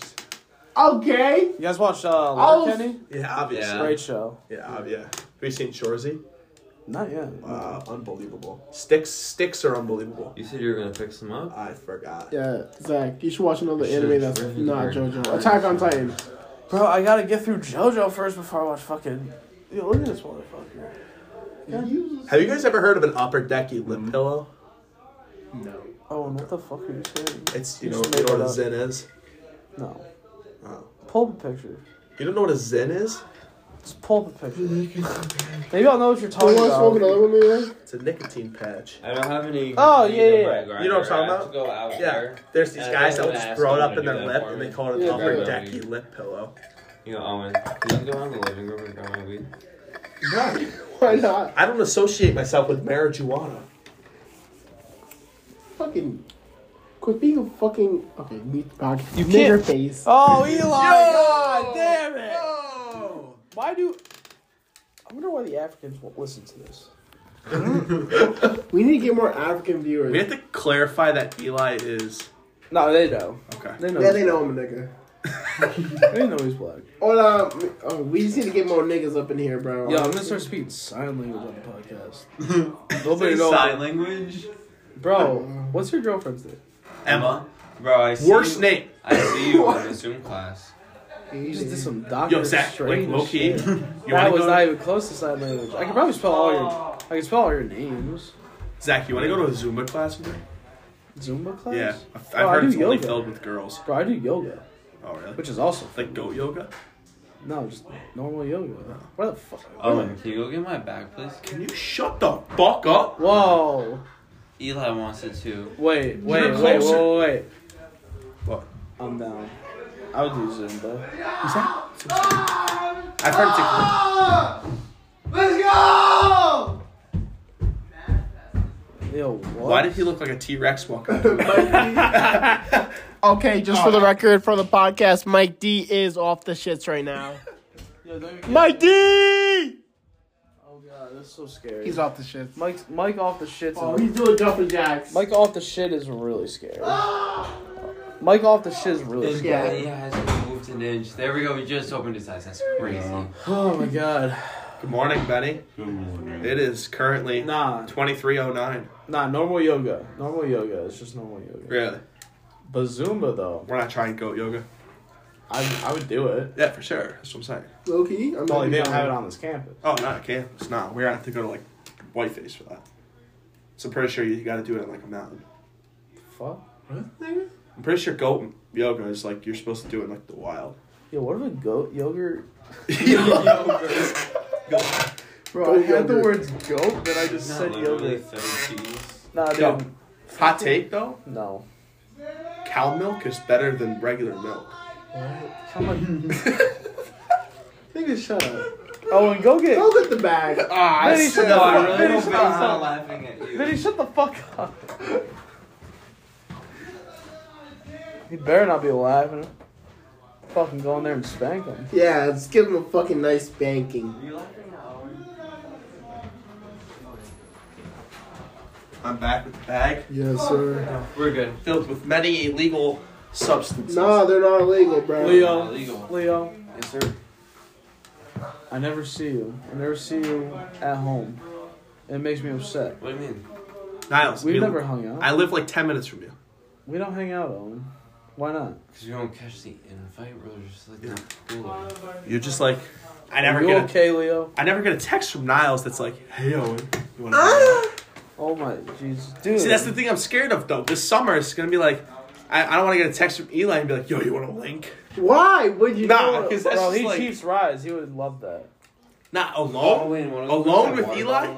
[SPEAKER 3] Okay.
[SPEAKER 2] you guys watched uh,
[SPEAKER 3] was-
[SPEAKER 2] Letterkenny?
[SPEAKER 1] Yeah, obviously.
[SPEAKER 4] Yeah.
[SPEAKER 2] Great show.
[SPEAKER 1] Yeah, ob- yeah. Have you seen Shorzy?
[SPEAKER 2] Not yet.
[SPEAKER 1] Uh, unbelievable. Sticks, sticks are unbelievable.
[SPEAKER 4] You said you were gonna fix them up.
[SPEAKER 1] I forgot.
[SPEAKER 3] Yeah, Zach, you should watch another
[SPEAKER 4] Should
[SPEAKER 3] anime that's
[SPEAKER 4] really
[SPEAKER 3] not
[SPEAKER 4] learn.
[SPEAKER 3] JoJo. Attack on Titan.
[SPEAKER 2] Bro, I gotta get through JoJo first before I watch fucking. Yo, look at this motherfucker.
[SPEAKER 1] Have you guys ever heard of an upper decky lip pillow?
[SPEAKER 2] Oh, and what the fuck are you saying?
[SPEAKER 1] It's you
[SPEAKER 2] You
[SPEAKER 1] know,
[SPEAKER 2] should
[SPEAKER 1] you know
[SPEAKER 2] make
[SPEAKER 1] what a
[SPEAKER 2] it
[SPEAKER 1] zen is.
[SPEAKER 2] No.
[SPEAKER 1] Oh.
[SPEAKER 2] Pull up a picture.
[SPEAKER 1] You don't know what a zen is?
[SPEAKER 2] Just pull up a picture. Maybe I'll know what you're
[SPEAKER 3] You
[SPEAKER 2] talking
[SPEAKER 3] want to smoke
[SPEAKER 2] about.
[SPEAKER 3] another one, Leon?
[SPEAKER 1] It's a nicotine patch.
[SPEAKER 4] I don't have any.
[SPEAKER 2] Oh,
[SPEAKER 4] any
[SPEAKER 2] yeah, yeah,
[SPEAKER 4] bread grinder.
[SPEAKER 1] You know what I'm talking
[SPEAKER 4] I have to
[SPEAKER 1] about?
[SPEAKER 4] Go out
[SPEAKER 1] Yeah,
[SPEAKER 4] there.
[SPEAKER 1] there's these
[SPEAKER 4] Yeah, Uh,
[SPEAKER 1] guys
[SPEAKER 4] I
[SPEAKER 1] that will just
[SPEAKER 4] asked
[SPEAKER 1] throw it up
[SPEAKER 4] someone to
[SPEAKER 1] in
[SPEAKER 4] do
[SPEAKER 1] their
[SPEAKER 4] that
[SPEAKER 1] lip
[SPEAKER 4] for
[SPEAKER 1] and
[SPEAKER 4] me.
[SPEAKER 1] they call it an
[SPEAKER 3] Yeah,
[SPEAKER 1] upper
[SPEAKER 4] yeah.
[SPEAKER 1] decky lip pillow.
[SPEAKER 4] You know, Owen, can you go out in the living room and grab my weed?
[SPEAKER 3] Why not?
[SPEAKER 1] I don't associate myself with marijuana.
[SPEAKER 3] Fucking. Quit being a fucking. Okay, meet the pocket. You
[SPEAKER 2] can't-
[SPEAKER 3] nigger face.
[SPEAKER 2] Oh, Eli! God damn it! Why do. I wonder why the Africans won't listen to this.
[SPEAKER 3] We need to get more African viewers.
[SPEAKER 1] We have to clarify that Eli is
[SPEAKER 2] No, they know.
[SPEAKER 1] okay.
[SPEAKER 2] They know.
[SPEAKER 3] Yeah, they know I'm a nigga.
[SPEAKER 2] They know he's black.
[SPEAKER 3] Or, um, oh, we just need to get more niggas up in here, bro.
[SPEAKER 2] Yo, I'm gonna start speaking sign language on the podcast.
[SPEAKER 4] Say
[SPEAKER 2] Nobody knows.
[SPEAKER 4] sign language.
[SPEAKER 2] Bro, what's your girlfriend's name?
[SPEAKER 1] Emma,
[SPEAKER 4] Bro, I see.
[SPEAKER 1] worst
[SPEAKER 4] you-
[SPEAKER 1] name.
[SPEAKER 4] I see you in a Zoom class.
[SPEAKER 2] You just did some doctor
[SPEAKER 1] Yo, Zach, like
[SPEAKER 2] strange
[SPEAKER 1] low key.
[SPEAKER 2] shit.
[SPEAKER 1] You
[SPEAKER 2] That
[SPEAKER 1] wanna
[SPEAKER 2] was
[SPEAKER 1] go-
[SPEAKER 2] not even close to sign language. I can probably spell all your. I can spell all your names.
[SPEAKER 1] Zach, you want to go to a Zumba class with me?
[SPEAKER 2] Zumba class.
[SPEAKER 1] Yeah, I've,
[SPEAKER 2] Oh,
[SPEAKER 1] I've
[SPEAKER 2] I
[SPEAKER 1] heard
[SPEAKER 2] do
[SPEAKER 1] it's only
[SPEAKER 2] yoga.
[SPEAKER 1] filled with girls.
[SPEAKER 2] Bro, I do yoga,
[SPEAKER 1] Oh really?
[SPEAKER 2] which is also
[SPEAKER 1] Like goat yoga?
[SPEAKER 2] no, just normal yoga. What the fuck?
[SPEAKER 4] Owen, can you go get my bag, please?
[SPEAKER 1] Can you shut the fuck up?
[SPEAKER 2] Whoa!
[SPEAKER 4] Eli wants it too.
[SPEAKER 2] Wait, wait,
[SPEAKER 1] You're
[SPEAKER 2] wait, wait,
[SPEAKER 1] closer.
[SPEAKER 2] wait, wait.
[SPEAKER 1] What?
[SPEAKER 2] I'm down. I would do Zumba.
[SPEAKER 1] I've heard it's a
[SPEAKER 9] Let's go!
[SPEAKER 2] Yo, what?
[SPEAKER 1] Why did he look like a T Rex walking? up to me?
[SPEAKER 3] Okay, just for the record, for the podcast, Mike D is off the shits right now.
[SPEAKER 2] Yo, don't even-
[SPEAKER 3] Mike D!
[SPEAKER 2] Oh god, that's so scary.
[SPEAKER 3] He's off the shits.
[SPEAKER 2] Mike, Mike off the shits. is-
[SPEAKER 3] Oh, he's doing jumping jacks.
[SPEAKER 2] Mike off the shit is really scary. Ah! Mike off the shit is really
[SPEAKER 4] His
[SPEAKER 2] scary.
[SPEAKER 3] Yeah.
[SPEAKER 4] body hasn't moved an inch. There we go. We just opened his eyes. That's crazy.
[SPEAKER 2] Oh my god.
[SPEAKER 1] Good morning, Benny.
[SPEAKER 5] Good morning.
[SPEAKER 1] It is currently
[SPEAKER 2] Nah,
[SPEAKER 1] 2309.
[SPEAKER 2] nah, normal yoga. Normal yoga. It's just normal yoga.
[SPEAKER 1] Really?
[SPEAKER 2] But Zumba though,
[SPEAKER 1] We're not trying goat yoga.
[SPEAKER 2] I, I would do it.
[SPEAKER 1] Yeah, for sure. That's what I'm saying.
[SPEAKER 3] Low key? I'm
[SPEAKER 2] Well, like, Oh, they don't have it on this campus.
[SPEAKER 1] Oh, no, I can't. It's not. We're going to have to go to like Whiteface for that. So I'm pretty sure you got to do it at like a mountain.
[SPEAKER 2] Fuck.
[SPEAKER 1] I'm pretty sure goat yoga is like you're supposed to do it in like the wild.
[SPEAKER 2] Yo, what if a goat yogurt?
[SPEAKER 3] Bro, I had the word.
[SPEAKER 2] words goat, but I just
[SPEAKER 4] Not
[SPEAKER 2] said
[SPEAKER 4] literally
[SPEAKER 2] yogurt.
[SPEAKER 4] thirty cheese.
[SPEAKER 2] Nah, dude.
[SPEAKER 1] Yo, hot take though
[SPEAKER 2] No.
[SPEAKER 1] cow milk is better than regular milk.
[SPEAKER 2] Come on.
[SPEAKER 3] Nigga, shut up.
[SPEAKER 2] Owen, Oh, go get.
[SPEAKER 3] Go get the bag.
[SPEAKER 4] Ah,
[SPEAKER 2] Vinny, shut the fuck- Vinny,
[SPEAKER 4] hope
[SPEAKER 2] shut
[SPEAKER 4] Ben's
[SPEAKER 2] the-
[SPEAKER 4] not laughing at you.
[SPEAKER 2] Vinny, shut the fuck up. He better not be laughing. Fucking go in there and spank him.
[SPEAKER 3] Yeah, let's give him a fucking nice banking.
[SPEAKER 1] I'm back with the bag,
[SPEAKER 3] Yes, sir.
[SPEAKER 4] We're good.
[SPEAKER 1] filled with many illegal substances.
[SPEAKER 3] No, they're not illegal, bro.
[SPEAKER 2] Leo,
[SPEAKER 4] Illegal.
[SPEAKER 2] Leo,
[SPEAKER 4] Yes, sir.
[SPEAKER 2] I never see you. I never see you at home. It makes me upset.
[SPEAKER 4] What do you mean?
[SPEAKER 1] Niles,
[SPEAKER 2] We've
[SPEAKER 1] we-
[SPEAKER 2] never hung out.
[SPEAKER 1] I live like ten minutes from you.
[SPEAKER 2] we don't hang out, Owen. Why not?
[SPEAKER 4] Because we don't catch the invite. We're just like, yeah.
[SPEAKER 1] You're just like, I never
[SPEAKER 2] Are you
[SPEAKER 1] get. A,
[SPEAKER 2] okay, Leo?
[SPEAKER 1] I never get a text from Niles that's like, Hey Owen, you want to?
[SPEAKER 2] Oh my Jesus, dude.
[SPEAKER 1] See, that's the thing I'm scared of though. This summer it's gonna be like, I, I don't want to get a text from Eli and be like, Yo, you want a link?
[SPEAKER 3] Why would you?
[SPEAKER 1] Nah,
[SPEAKER 3] do it?
[SPEAKER 1] 'cause that's
[SPEAKER 2] Bro,
[SPEAKER 1] just
[SPEAKER 2] he
[SPEAKER 1] like-
[SPEAKER 2] Chiefs rise. He would love that.
[SPEAKER 1] Not alone. Alone with Eli?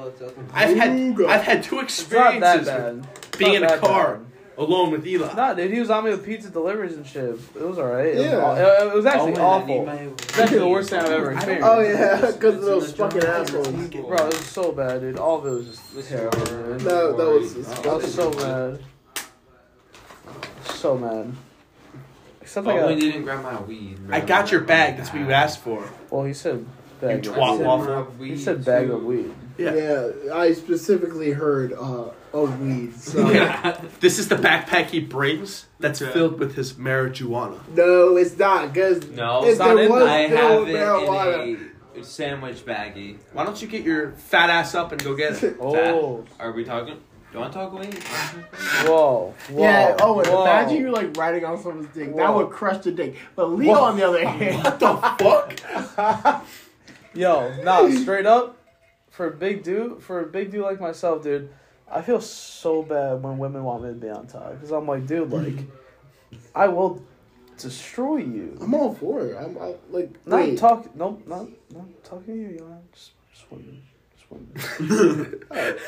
[SPEAKER 1] I've had I've had two
[SPEAKER 2] It's not that
[SPEAKER 1] experiences with
[SPEAKER 2] bad. It's
[SPEAKER 1] being in
[SPEAKER 2] not
[SPEAKER 1] a
[SPEAKER 2] that
[SPEAKER 1] car
[SPEAKER 2] bad.
[SPEAKER 1] alone with Eli.
[SPEAKER 2] Nah, dude, he was on me with pizza deliveries and shit. It was alright. It,
[SPEAKER 3] Yeah.
[SPEAKER 2] was, aw- it, it was actually awful. It's actually the worst thing I've ever
[SPEAKER 4] I don't-
[SPEAKER 2] experienced.
[SPEAKER 3] Oh yeah, because of those fucking assholes.
[SPEAKER 2] Bro, it was so bad, dude. All of it was just terrible, dude.
[SPEAKER 3] No, that was
[SPEAKER 2] I
[SPEAKER 3] disgusting.
[SPEAKER 2] was so mad. So mad. Except
[SPEAKER 1] Oh,
[SPEAKER 2] I
[SPEAKER 4] Only
[SPEAKER 2] got.
[SPEAKER 4] didn't grab my weed.
[SPEAKER 1] I got your bag. That's what you asked for.
[SPEAKER 2] Well, he said bag
[SPEAKER 1] You
[SPEAKER 2] of
[SPEAKER 1] twat
[SPEAKER 2] weed.
[SPEAKER 1] waffle.
[SPEAKER 2] He said bag of weed.
[SPEAKER 1] Yeah.
[SPEAKER 3] Yeah, I specifically heard uh, of weed. So.
[SPEAKER 1] Yeah. This is the backpack he brings that's filled with his marijuana.
[SPEAKER 3] No, it's not. Cause
[SPEAKER 4] No,
[SPEAKER 3] if
[SPEAKER 4] it's
[SPEAKER 3] there
[SPEAKER 4] not in
[SPEAKER 3] was
[SPEAKER 4] I
[SPEAKER 3] no
[SPEAKER 4] have it
[SPEAKER 3] marijuana,
[SPEAKER 4] in a sandwich baggie.
[SPEAKER 1] Why don't you get your fat ass up and go get it?
[SPEAKER 2] Oh,
[SPEAKER 4] Are we talking? Do you want to talk weed?
[SPEAKER 2] whoa, whoa.
[SPEAKER 3] yeah. Oh, and
[SPEAKER 2] whoa.
[SPEAKER 3] imagine you like riding on someone's dick. That
[SPEAKER 2] Whoa.
[SPEAKER 3] would crush the dick. But Leo,
[SPEAKER 2] Whoa.
[SPEAKER 3] on the other hand,
[SPEAKER 1] What the fuck?
[SPEAKER 2] Yo, nah, straight up, for a big dude, for a big dude like myself, dude, I feel so bad when women want me to be on top because I'm like, dude, like, I will destroy you.
[SPEAKER 3] I'm all for it. I'm I, like,
[SPEAKER 2] Not
[SPEAKER 3] wait.
[SPEAKER 2] talk, no, not, not talking to you, Elon. Just, just women, just women.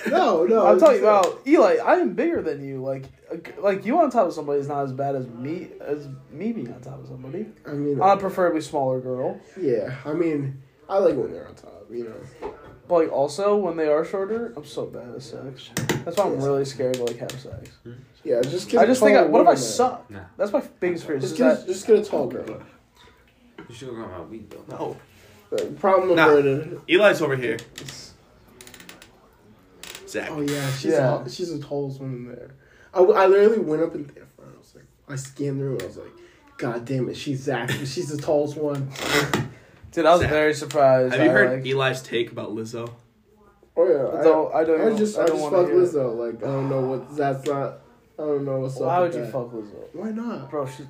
[SPEAKER 3] no, no.
[SPEAKER 2] I'm
[SPEAKER 3] it's
[SPEAKER 2] talking
[SPEAKER 3] just like-
[SPEAKER 2] about Eli. I am bigger than you. Like, uh, like you on top of somebody is not as bad as me as me being on top of somebody.
[SPEAKER 3] I mean,
[SPEAKER 2] I'm a preferably smaller girl,
[SPEAKER 3] yeah. I mean, I like when they're on top. You know.
[SPEAKER 2] but like also when they are shorter, I'm so bad at sex. That's why I'm really scared to like have sex.
[SPEAKER 3] Yeah, just get.
[SPEAKER 2] I
[SPEAKER 3] a
[SPEAKER 2] just think, I,
[SPEAKER 3] taller
[SPEAKER 2] what if I
[SPEAKER 3] woman.
[SPEAKER 2] suck?
[SPEAKER 4] No.
[SPEAKER 2] That's my biggest fear. is
[SPEAKER 3] Just
[SPEAKER 2] Just
[SPEAKER 3] get,
[SPEAKER 2] that,
[SPEAKER 3] just get a tall girl.
[SPEAKER 4] You should grab my weed though.
[SPEAKER 1] No.
[SPEAKER 3] The problem
[SPEAKER 1] Nah.
[SPEAKER 3] averted.
[SPEAKER 1] Eli's over here. Zach.
[SPEAKER 3] Oh yeah, she's
[SPEAKER 2] Yeah.
[SPEAKER 3] A, she's the tallest woman there. I, w- I literally went up and I was like, I scanned through and I was like, God damn it, she's Zach. She's the tallest one.
[SPEAKER 2] dude, I was
[SPEAKER 1] Zach.
[SPEAKER 2] very surprised.
[SPEAKER 1] Have you
[SPEAKER 2] I,
[SPEAKER 1] heard
[SPEAKER 2] Like,
[SPEAKER 1] Eli's take about Lizzo?
[SPEAKER 3] Oh yeah, I
[SPEAKER 2] Though I don't.
[SPEAKER 3] I just I,
[SPEAKER 2] I don't
[SPEAKER 3] just
[SPEAKER 2] want
[SPEAKER 3] fuck
[SPEAKER 2] to hear. it.
[SPEAKER 3] Lizzo. Like I don't know what that's not. I don't know what's up.
[SPEAKER 2] Why
[SPEAKER 3] with
[SPEAKER 2] would you
[SPEAKER 3] that.
[SPEAKER 2] fuck Lizzo,
[SPEAKER 3] Why not,
[SPEAKER 2] bro? She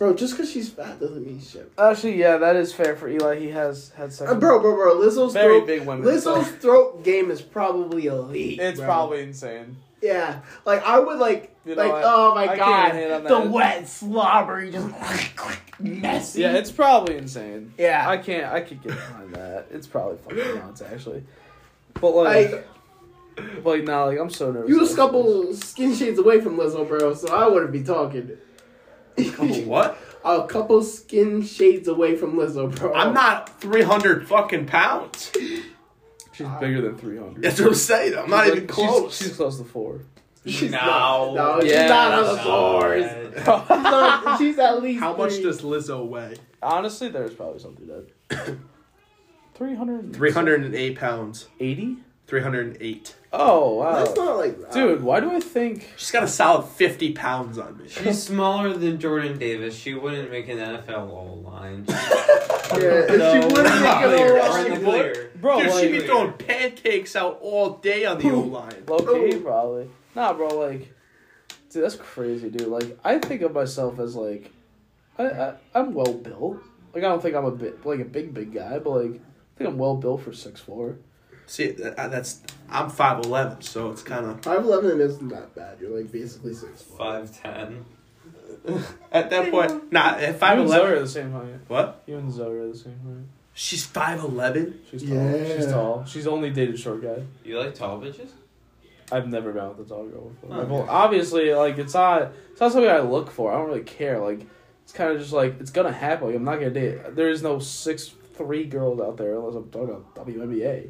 [SPEAKER 3] bro? Just because she's fat doesn't mean shit.
[SPEAKER 2] actually, yeah, that is fair for Eli. He has had sex.
[SPEAKER 3] Uh,
[SPEAKER 2] with
[SPEAKER 3] bro, bro, bro. Lizzo's
[SPEAKER 2] very
[SPEAKER 3] throat,
[SPEAKER 2] big women. so-
[SPEAKER 3] Lizzo's throat game is probably elite.
[SPEAKER 2] It's
[SPEAKER 3] bro.
[SPEAKER 2] probably insane.
[SPEAKER 3] yeah. Like I would like
[SPEAKER 2] You know
[SPEAKER 3] like
[SPEAKER 2] what?
[SPEAKER 3] oh my
[SPEAKER 2] I
[SPEAKER 3] god,
[SPEAKER 2] can't hate on
[SPEAKER 3] the
[SPEAKER 2] that.
[SPEAKER 3] wet slobber, you just messy.
[SPEAKER 2] Yeah, it's probably insane.
[SPEAKER 3] yeah.
[SPEAKER 2] I can't. I could get behind that. It's probably fucking nuts, actually. But like,
[SPEAKER 3] Like
[SPEAKER 2] but like, nah, like I'm so nervous.
[SPEAKER 3] you was a couple skin shades away from Lizzo, bro. So I wouldn't be talking.
[SPEAKER 1] What?
[SPEAKER 3] a couple skin shades away from Lizzo, bro.
[SPEAKER 1] I'm not 300 fucking pounds.
[SPEAKER 2] She's bigger than 300.
[SPEAKER 1] That's what I'm saying. I'm not even close.
[SPEAKER 2] She's, close to four.
[SPEAKER 3] She's
[SPEAKER 1] No.
[SPEAKER 3] not. No,
[SPEAKER 2] Yeah,
[SPEAKER 3] she's not on the
[SPEAKER 2] no.
[SPEAKER 3] floors. She's, not- she's at least.
[SPEAKER 1] How much
[SPEAKER 3] three.
[SPEAKER 1] does Lizzo weigh?
[SPEAKER 2] Honestly, there's probably something that. 300.
[SPEAKER 1] 308 pounds.
[SPEAKER 2] 80?
[SPEAKER 1] 308.
[SPEAKER 2] Oh wow,
[SPEAKER 3] That's not like that.
[SPEAKER 2] dude. Why do I think?
[SPEAKER 1] She's got a solid 50 pounds on me.
[SPEAKER 4] She's smaller than Jordan Davis. She wouldn't make an NFL all line.
[SPEAKER 3] Yeah, if she wouldn't make it all
[SPEAKER 4] We're
[SPEAKER 3] right,
[SPEAKER 4] in the
[SPEAKER 3] she would.
[SPEAKER 4] clear.
[SPEAKER 2] Bro,
[SPEAKER 1] Dude,
[SPEAKER 2] like,
[SPEAKER 1] she'd be throwing pancakes out all day on the O line.
[SPEAKER 2] Low key, probably. Nah, bro, like, dude, that's crazy, dude. Like, I think of myself as like, I, I I'm well built. Like, I don't think I'm a bit like a big big guy, but like, I think I'm well built for six four.
[SPEAKER 1] See, th- uh, that's I'm 5'11, so it's kind of.
[SPEAKER 3] Five eleven is not bad. You're like basically six.
[SPEAKER 4] Five ten.
[SPEAKER 1] At that point, nah, at
[SPEAKER 2] You and Zoe
[SPEAKER 1] 5'11.
[SPEAKER 2] are the same height.
[SPEAKER 1] What?
[SPEAKER 2] You and Zoe are the same
[SPEAKER 1] She's 5'11?
[SPEAKER 2] height. She's tall.
[SPEAKER 3] Yeah.
[SPEAKER 2] She's tall. She's only dated short guy.
[SPEAKER 4] You like tall bitches?
[SPEAKER 2] I've never been
[SPEAKER 10] Oh,
[SPEAKER 2] with a tall girl before. Well, obviously, like it's not it's not something I look for. I don't really care. Like it's kind of just like it's gonna happen. Like, I'm not gonna date. There is no six three girls out there unless I'm talking about WNBA.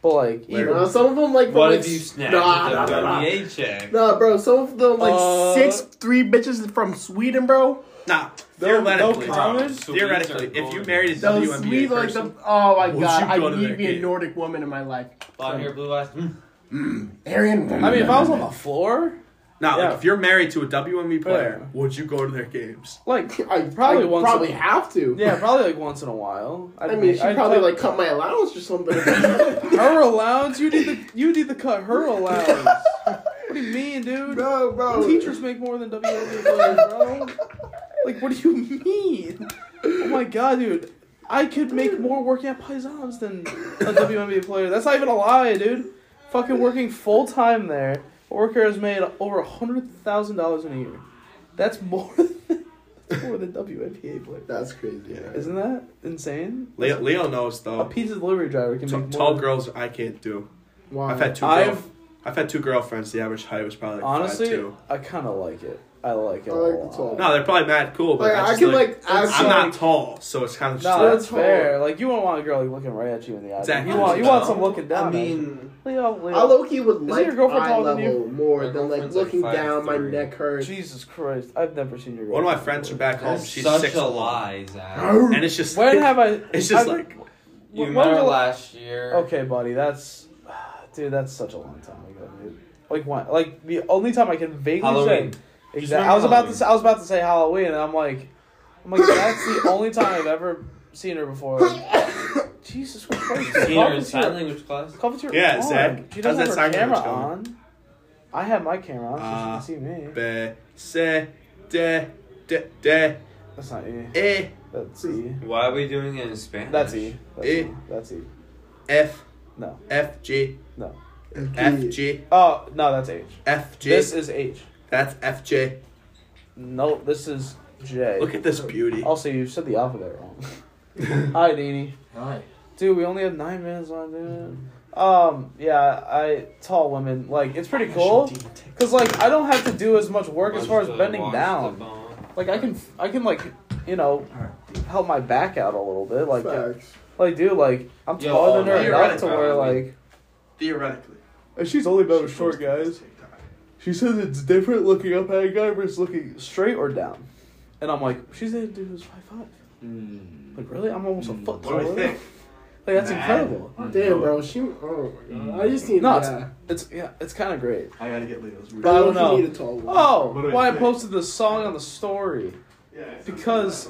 [SPEAKER 2] But like,
[SPEAKER 10] You
[SPEAKER 2] even-
[SPEAKER 10] know, some of them like.
[SPEAKER 4] What
[SPEAKER 10] like,
[SPEAKER 4] if you
[SPEAKER 10] s-
[SPEAKER 4] snatched
[SPEAKER 10] nah,
[SPEAKER 4] the
[SPEAKER 10] nah, nah, nah.
[SPEAKER 4] WNBA check?
[SPEAKER 10] Nah, bro. Some of them like
[SPEAKER 2] Uh,
[SPEAKER 10] six three bitches from Sweden, bro.
[SPEAKER 1] Nah,
[SPEAKER 10] No- no
[SPEAKER 1] theoretically,
[SPEAKER 10] comment?
[SPEAKER 1] theoretically, if you married a
[SPEAKER 10] Those
[SPEAKER 1] WNBA
[SPEAKER 10] Swede like
[SPEAKER 1] person,
[SPEAKER 10] the. Oh my
[SPEAKER 1] Would
[SPEAKER 10] god!
[SPEAKER 1] you go
[SPEAKER 10] I
[SPEAKER 1] to
[SPEAKER 10] need
[SPEAKER 1] their
[SPEAKER 10] to be a
[SPEAKER 1] game?
[SPEAKER 10] Nordic woman in my life.
[SPEAKER 4] Blonde hair, blue eyes. Mm.
[SPEAKER 10] Aryan.
[SPEAKER 2] I mean, if I was on the floor,
[SPEAKER 1] nah,
[SPEAKER 2] Yeah.
[SPEAKER 1] like if you're married to a WNBA player,
[SPEAKER 2] Yeah.
[SPEAKER 1] would you go to their games?
[SPEAKER 2] like
[SPEAKER 10] I
[SPEAKER 2] Probably
[SPEAKER 10] probably
[SPEAKER 2] once
[SPEAKER 10] probably
[SPEAKER 2] a-
[SPEAKER 10] have to.
[SPEAKER 2] yeah, probably like once in a while.
[SPEAKER 10] I mean, she
[SPEAKER 2] I'd
[SPEAKER 10] probably
[SPEAKER 2] cut-
[SPEAKER 10] like cut my allowance or something.
[SPEAKER 2] her allowance. You need to you need to cut her allowance. what do you mean, dude?
[SPEAKER 10] bro, bro.
[SPEAKER 2] Teachers make more than WNBA players, bro. Like, what do you mean? Oh my god, dude. I could make more working at Paisans than a WNBA player. That's not even a lie, dude. Fucking working full time there. A worker has made over $100,000 in a year. That's more than, that's more than WNBA player.
[SPEAKER 10] That's crazy. Yeah.
[SPEAKER 2] Isn't that insane?
[SPEAKER 1] Leo, Leo knows
[SPEAKER 2] A
[SPEAKER 1] though.
[SPEAKER 2] pizza delivery driver can
[SPEAKER 1] t-
[SPEAKER 2] make more.
[SPEAKER 1] tall girls, I can't do.
[SPEAKER 10] Why?
[SPEAKER 1] I've had 2
[SPEAKER 2] I've
[SPEAKER 1] girl, I've had two girlfriends. The average height was probably like
[SPEAKER 2] honestly,
[SPEAKER 1] 5'2".
[SPEAKER 2] I kind of like it. I like
[SPEAKER 10] I
[SPEAKER 2] it. a
[SPEAKER 10] like the
[SPEAKER 2] lot.
[SPEAKER 10] tall-
[SPEAKER 1] No, they're probably mad cool, but
[SPEAKER 10] Like,
[SPEAKER 1] I,
[SPEAKER 10] I
[SPEAKER 1] just,
[SPEAKER 10] can
[SPEAKER 1] like,
[SPEAKER 10] like. ask
[SPEAKER 1] I'm
[SPEAKER 10] someone-
[SPEAKER 1] not tall, so it's kind of just
[SPEAKER 2] No,
[SPEAKER 1] like,
[SPEAKER 2] that's
[SPEAKER 10] tall.
[SPEAKER 2] fair. Like you wouldn't want a girl like looking right at you in the eyes.
[SPEAKER 1] Exactly.
[SPEAKER 2] You want you want
[SPEAKER 4] No.
[SPEAKER 2] some looking down.
[SPEAKER 4] I
[SPEAKER 2] at you.
[SPEAKER 4] mean,
[SPEAKER 2] Leo, Leo.
[SPEAKER 10] I low key would like
[SPEAKER 2] your girlfriend
[SPEAKER 10] eye
[SPEAKER 2] taller than you?
[SPEAKER 10] level more
[SPEAKER 4] My
[SPEAKER 10] than like
[SPEAKER 4] girlfriend's, like,
[SPEAKER 10] looking down. My
[SPEAKER 4] 5'3".
[SPEAKER 10] neck hurts.
[SPEAKER 2] Jesus Christ, I've never seen your.
[SPEAKER 1] one of my
[SPEAKER 2] girlfriend
[SPEAKER 1] friends from
[SPEAKER 2] before.
[SPEAKER 1] back home.
[SPEAKER 4] That's
[SPEAKER 1] She's
[SPEAKER 4] such
[SPEAKER 1] six
[SPEAKER 4] a
[SPEAKER 1] foot.
[SPEAKER 4] lie, Zach.
[SPEAKER 1] and it's just
[SPEAKER 2] When have I?
[SPEAKER 1] It's just
[SPEAKER 2] I've-
[SPEAKER 1] like-
[SPEAKER 4] You
[SPEAKER 2] When-
[SPEAKER 4] met
[SPEAKER 2] when
[SPEAKER 4] her
[SPEAKER 2] was-
[SPEAKER 4] last year.
[SPEAKER 2] Okay, buddy, that's, dude, that's such a long time ago, dude. Like one, like the only time I can vaguely
[SPEAKER 4] Halloween.
[SPEAKER 2] say.
[SPEAKER 4] Just
[SPEAKER 2] Exactly.
[SPEAKER 4] remember
[SPEAKER 2] I was about to.
[SPEAKER 4] Halloween.
[SPEAKER 2] say- I was about to say Halloween, and I'm like, I'm like, that's the only time I've ever seen her before. Jesus Christ!
[SPEAKER 4] You seen her in
[SPEAKER 2] Cough
[SPEAKER 4] sign
[SPEAKER 2] into your-
[SPEAKER 4] language class?
[SPEAKER 2] cough into your
[SPEAKER 1] Yeah,
[SPEAKER 2] arm.
[SPEAKER 1] Zach,
[SPEAKER 2] She
[SPEAKER 1] how's
[SPEAKER 2] doesn't
[SPEAKER 1] that
[SPEAKER 2] have her
[SPEAKER 1] sign
[SPEAKER 2] camera
[SPEAKER 1] language going?
[SPEAKER 2] on. I have my camera on, so
[SPEAKER 1] Uh,
[SPEAKER 2] she can see me.
[SPEAKER 1] Be, se, de, de, de,
[SPEAKER 2] That's not E.
[SPEAKER 1] e,
[SPEAKER 2] That's E.
[SPEAKER 4] Why are we doing it in Spanish?
[SPEAKER 2] That's E. That's
[SPEAKER 1] E.
[SPEAKER 2] E. That's E.
[SPEAKER 1] f,
[SPEAKER 2] No,
[SPEAKER 1] f, g,
[SPEAKER 2] no.
[SPEAKER 1] f, g,
[SPEAKER 2] Oh no, that's H.
[SPEAKER 1] f, g.
[SPEAKER 2] This is H.
[SPEAKER 1] That's f, j.
[SPEAKER 2] No, this is J.
[SPEAKER 1] Look at this beauty.
[SPEAKER 2] Also, you said the alphabet wrong. Hi, Dini.
[SPEAKER 8] Hi.
[SPEAKER 2] Dude, we only have nine minutes on, dude. Um, yeah, I tall women like it's pretty cool, cause like I don't have to do as much work as far as
[SPEAKER 4] Watch the-
[SPEAKER 2] bending
[SPEAKER 4] watch
[SPEAKER 2] down.
[SPEAKER 4] the bone.
[SPEAKER 2] Like I can, I can like, you know, help my back out a little bit. Like,
[SPEAKER 10] Facts.
[SPEAKER 2] like dude, like I'm
[SPEAKER 4] Yo,
[SPEAKER 2] taller than
[SPEAKER 4] um,
[SPEAKER 2] her enough to
[SPEAKER 4] theoretically-
[SPEAKER 2] where like
[SPEAKER 1] Theoretically.
[SPEAKER 2] And she's only about as short, guys. She says it's different looking up at a guy versus looking straight or down. And I'm like, she's a dude who's five five. Like really, I'm almost a foot taller.
[SPEAKER 1] What do we think?
[SPEAKER 2] Like that's incredible.
[SPEAKER 10] Damn, bro. She. Oh my god. I just need.
[SPEAKER 2] No,
[SPEAKER 10] yeah.
[SPEAKER 2] it's it's yeah, it's kind of great.
[SPEAKER 1] I gotta get Leo's.
[SPEAKER 2] But I don't
[SPEAKER 10] Low-key
[SPEAKER 2] know.
[SPEAKER 10] Need a tall woman.
[SPEAKER 2] Oh,
[SPEAKER 1] What do we
[SPEAKER 2] why I
[SPEAKER 1] think?
[SPEAKER 2] posted the song on the story? Because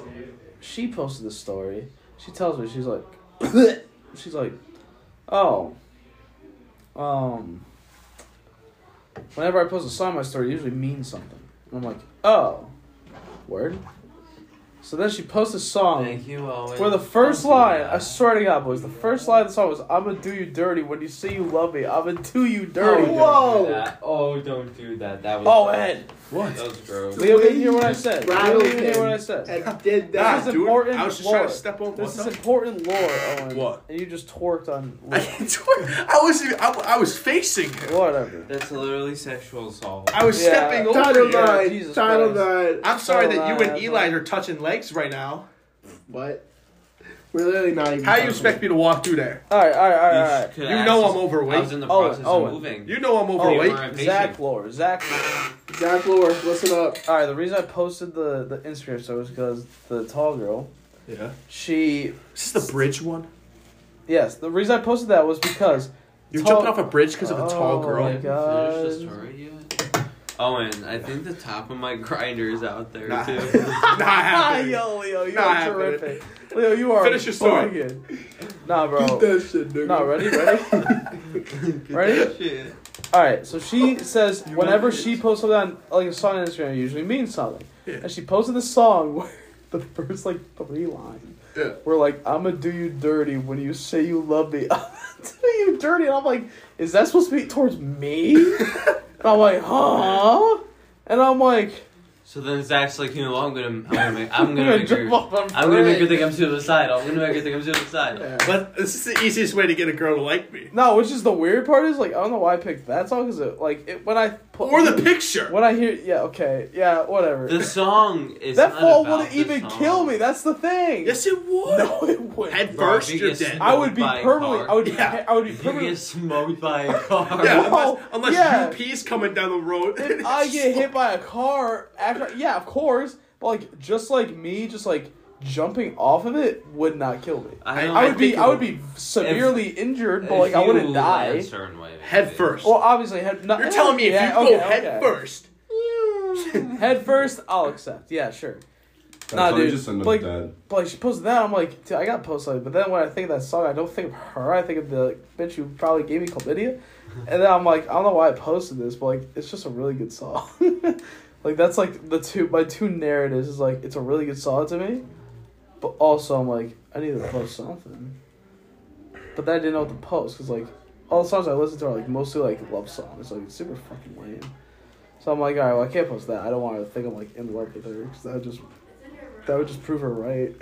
[SPEAKER 2] she posted the story. She tells me she's like, she's like, oh, um. Whenever I post a song, on my story it usually means something. And I'm like, oh, word. So then she posts a song.
[SPEAKER 4] Thank you, Owen.
[SPEAKER 2] Where the first
[SPEAKER 4] Don't do
[SPEAKER 2] line, I
[SPEAKER 4] that.
[SPEAKER 2] swear to God, boys, the first line of the song was, I'ma do you dirty when you say you love me. I'ma do you dirty.
[SPEAKER 4] Oh,
[SPEAKER 10] Whoa.
[SPEAKER 4] Don't do that. Oh, don't do that. That was.
[SPEAKER 2] Oh, Ed.
[SPEAKER 4] What? That was gross.
[SPEAKER 2] Leo didn't hear what I said. Leo
[SPEAKER 10] Rattled
[SPEAKER 2] didn't hear what I
[SPEAKER 10] him.
[SPEAKER 2] said.
[SPEAKER 10] I did
[SPEAKER 2] Nah,
[SPEAKER 10] that.
[SPEAKER 2] This is important
[SPEAKER 1] Ah, I was just
[SPEAKER 2] lore.
[SPEAKER 1] trying to step on.
[SPEAKER 2] This
[SPEAKER 1] What's
[SPEAKER 2] is
[SPEAKER 1] up?
[SPEAKER 2] important lore, Owen.
[SPEAKER 1] What?
[SPEAKER 2] And you just twerked on
[SPEAKER 1] I,
[SPEAKER 2] Leo.
[SPEAKER 1] didn't do it. I was even- I, I was facing him.
[SPEAKER 2] Whatever.
[SPEAKER 4] That's literally sexual assault.
[SPEAKER 1] I was
[SPEAKER 2] Yeah.
[SPEAKER 1] stepping over
[SPEAKER 10] Title
[SPEAKER 1] you.
[SPEAKER 2] Yeah, nine.
[SPEAKER 10] nine.
[SPEAKER 2] Jesus
[SPEAKER 10] Title
[SPEAKER 2] Christ.
[SPEAKER 10] nine.
[SPEAKER 1] I'm sorry
[SPEAKER 2] Title
[SPEAKER 1] that you
[SPEAKER 2] nine,
[SPEAKER 1] and
[SPEAKER 2] that's
[SPEAKER 1] Eli
[SPEAKER 2] right.
[SPEAKER 1] are touching legs right now.
[SPEAKER 10] What? We're literally not even.
[SPEAKER 1] How do you
[SPEAKER 10] talking.
[SPEAKER 1] expect me to walk through there?
[SPEAKER 2] Alright, alright,
[SPEAKER 4] You
[SPEAKER 2] alright, alright.
[SPEAKER 4] could
[SPEAKER 1] You
[SPEAKER 4] ask
[SPEAKER 1] know
[SPEAKER 4] us-
[SPEAKER 1] I'm overweight.
[SPEAKER 4] I was in the
[SPEAKER 2] Owen,
[SPEAKER 4] process
[SPEAKER 2] Owen.
[SPEAKER 4] of moving.
[SPEAKER 1] You know I'm
[SPEAKER 2] Oh,
[SPEAKER 1] overweight.
[SPEAKER 4] Wait.
[SPEAKER 2] Zach lore. Zach lore.
[SPEAKER 10] Zach Lore, listen up.
[SPEAKER 2] Alright, the reason I posted the, the Instagram story was because the tall girl,
[SPEAKER 1] yeah.
[SPEAKER 2] she.
[SPEAKER 1] Is this the bridge one?
[SPEAKER 2] Yes, the reason I posted that was because.
[SPEAKER 1] You're
[SPEAKER 2] Tall-
[SPEAKER 1] jumping off a bridge because of a tall
[SPEAKER 2] Oh,
[SPEAKER 1] girl.
[SPEAKER 2] my
[SPEAKER 4] Haven't finished
[SPEAKER 2] God.
[SPEAKER 4] the story yet? Owen, I think the top of my grinder is out there
[SPEAKER 1] Nah.
[SPEAKER 4] too.
[SPEAKER 1] Not
[SPEAKER 2] Ah,
[SPEAKER 1] happening.
[SPEAKER 2] yo, Leo, you
[SPEAKER 1] Not
[SPEAKER 2] are
[SPEAKER 1] happening.
[SPEAKER 2] terrific. Leo, you are.
[SPEAKER 1] Finish your story.
[SPEAKER 2] bugging. Nah, bro.
[SPEAKER 10] Get that shit, nigga.
[SPEAKER 2] No, ready, ready? Ready?
[SPEAKER 4] Shit.
[SPEAKER 2] Alright, so she says whenever she posts something on like a song on Instagram, it usually means something. And she posted this song where the first like three lines
[SPEAKER 10] Yeah.
[SPEAKER 2] were like, I'ma do you dirty when you say you love me. I'ma do you dirty. And I'm like, is that supposed to be towards me? and I'm like, huh? And I'm like,
[SPEAKER 4] So then Zach's like, you know, what, I'm gonna, I'm gonna make, I'm
[SPEAKER 2] I'm
[SPEAKER 4] gonna
[SPEAKER 2] gonna
[SPEAKER 4] make her,
[SPEAKER 2] jump off a
[SPEAKER 4] I'm gonna make her
[SPEAKER 2] bridge.
[SPEAKER 4] think I'm suicidal. I'm gonna make her think I'm suicidal.
[SPEAKER 1] But this is the easiest way to get a girl to like me.
[SPEAKER 2] No, which is the weird part is like I don't know why I picked that song because it like it when I
[SPEAKER 1] or the picture.
[SPEAKER 2] When I hear, yeah, okay, yeah, whatever.
[SPEAKER 4] The song is
[SPEAKER 2] that
[SPEAKER 4] not
[SPEAKER 2] fall
[SPEAKER 4] about
[SPEAKER 2] wouldn't
[SPEAKER 4] the
[SPEAKER 2] even
[SPEAKER 4] song.
[SPEAKER 2] kill me. That's the thing.
[SPEAKER 1] Yes, it would.
[SPEAKER 2] no, it would.
[SPEAKER 1] Head
[SPEAKER 4] Bro,
[SPEAKER 1] first,
[SPEAKER 4] you
[SPEAKER 1] you're
[SPEAKER 4] get
[SPEAKER 1] dead.
[SPEAKER 4] smoked
[SPEAKER 2] I would be
[SPEAKER 4] by a
[SPEAKER 2] permanently.
[SPEAKER 4] car.
[SPEAKER 2] I would be.
[SPEAKER 1] Yeah.
[SPEAKER 2] I would be
[SPEAKER 4] You get
[SPEAKER 2] permanently.
[SPEAKER 4] smoked by a car.
[SPEAKER 1] Yeah,
[SPEAKER 2] No,
[SPEAKER 1] unless, unless
[SPEAKER 2] yeah.
[SPEAKER 1] UP's coming down the road.
[SPEAKER 2] If I get hit by a car after, yeah, of course. But like, just like me, just like jumping off of it would not kill me.
[SPEAKER 4] I, don't
[SPEAKER 2] I would be.
[SPEAKER 4] think
[SPEAKER 2] I would
[SPEAKER 4] it
[SPEAKER 2] be severely injured,
[SPEAKER 4] would-
[SPEAKER 2] but like
[SPEAKER 4] if
[SPEAKER 2] I
[SPEAKER 4] you
[SPEAKER 2] wouldn't
[SPEAKER 4] land
[SPEAKER 2] die.
[SPEAKER 4] a certain way,
[SPEAKER 1] head
[SPEAKER 4] maybe.
[SPEAKER 1] first.
[SPEAKER 2] Well, obviously, head. Not,
[SPEAKER 1] you're telling me if
[SPEAKER 2] yeah,
[SPEAKER 1] you go
[SPEAKER 2] okay,
[SPEAKER 1] head
[SPEAKER 2] okay.
[SPEAKER 1] first,
[SPEAKER 2] Head first, I'll accept. Yeah, sure.
[SPEAKER 5] That's
[SPEAKER 2] Nah,
[SPEAKER 5] how you
[SPEAKER 2] dude,
[SPEAKER 5] just end up
[SPEAKER 2] Blake-
[SPEAKER 5] dead.
[SPEAKER 2] But like she posted that, I'm like, dude, I got posted. Like, but then when I think of that song, I don't think of her. I think of the bitch who probably gave me chlamydia. And then I'm like, I don't know why I posted this, but like, it's just a really good song. like that's like the two my two narratives is like it's a really good song to me, but also I'm like I need to post something. But then I didn't know what to post because like all the songs I listen to are like mostly like love songs, like super fucking lame. So I'm like, all right, well I can't post that. I don't want to think I'm like in love with her because that would just that would just prove her right.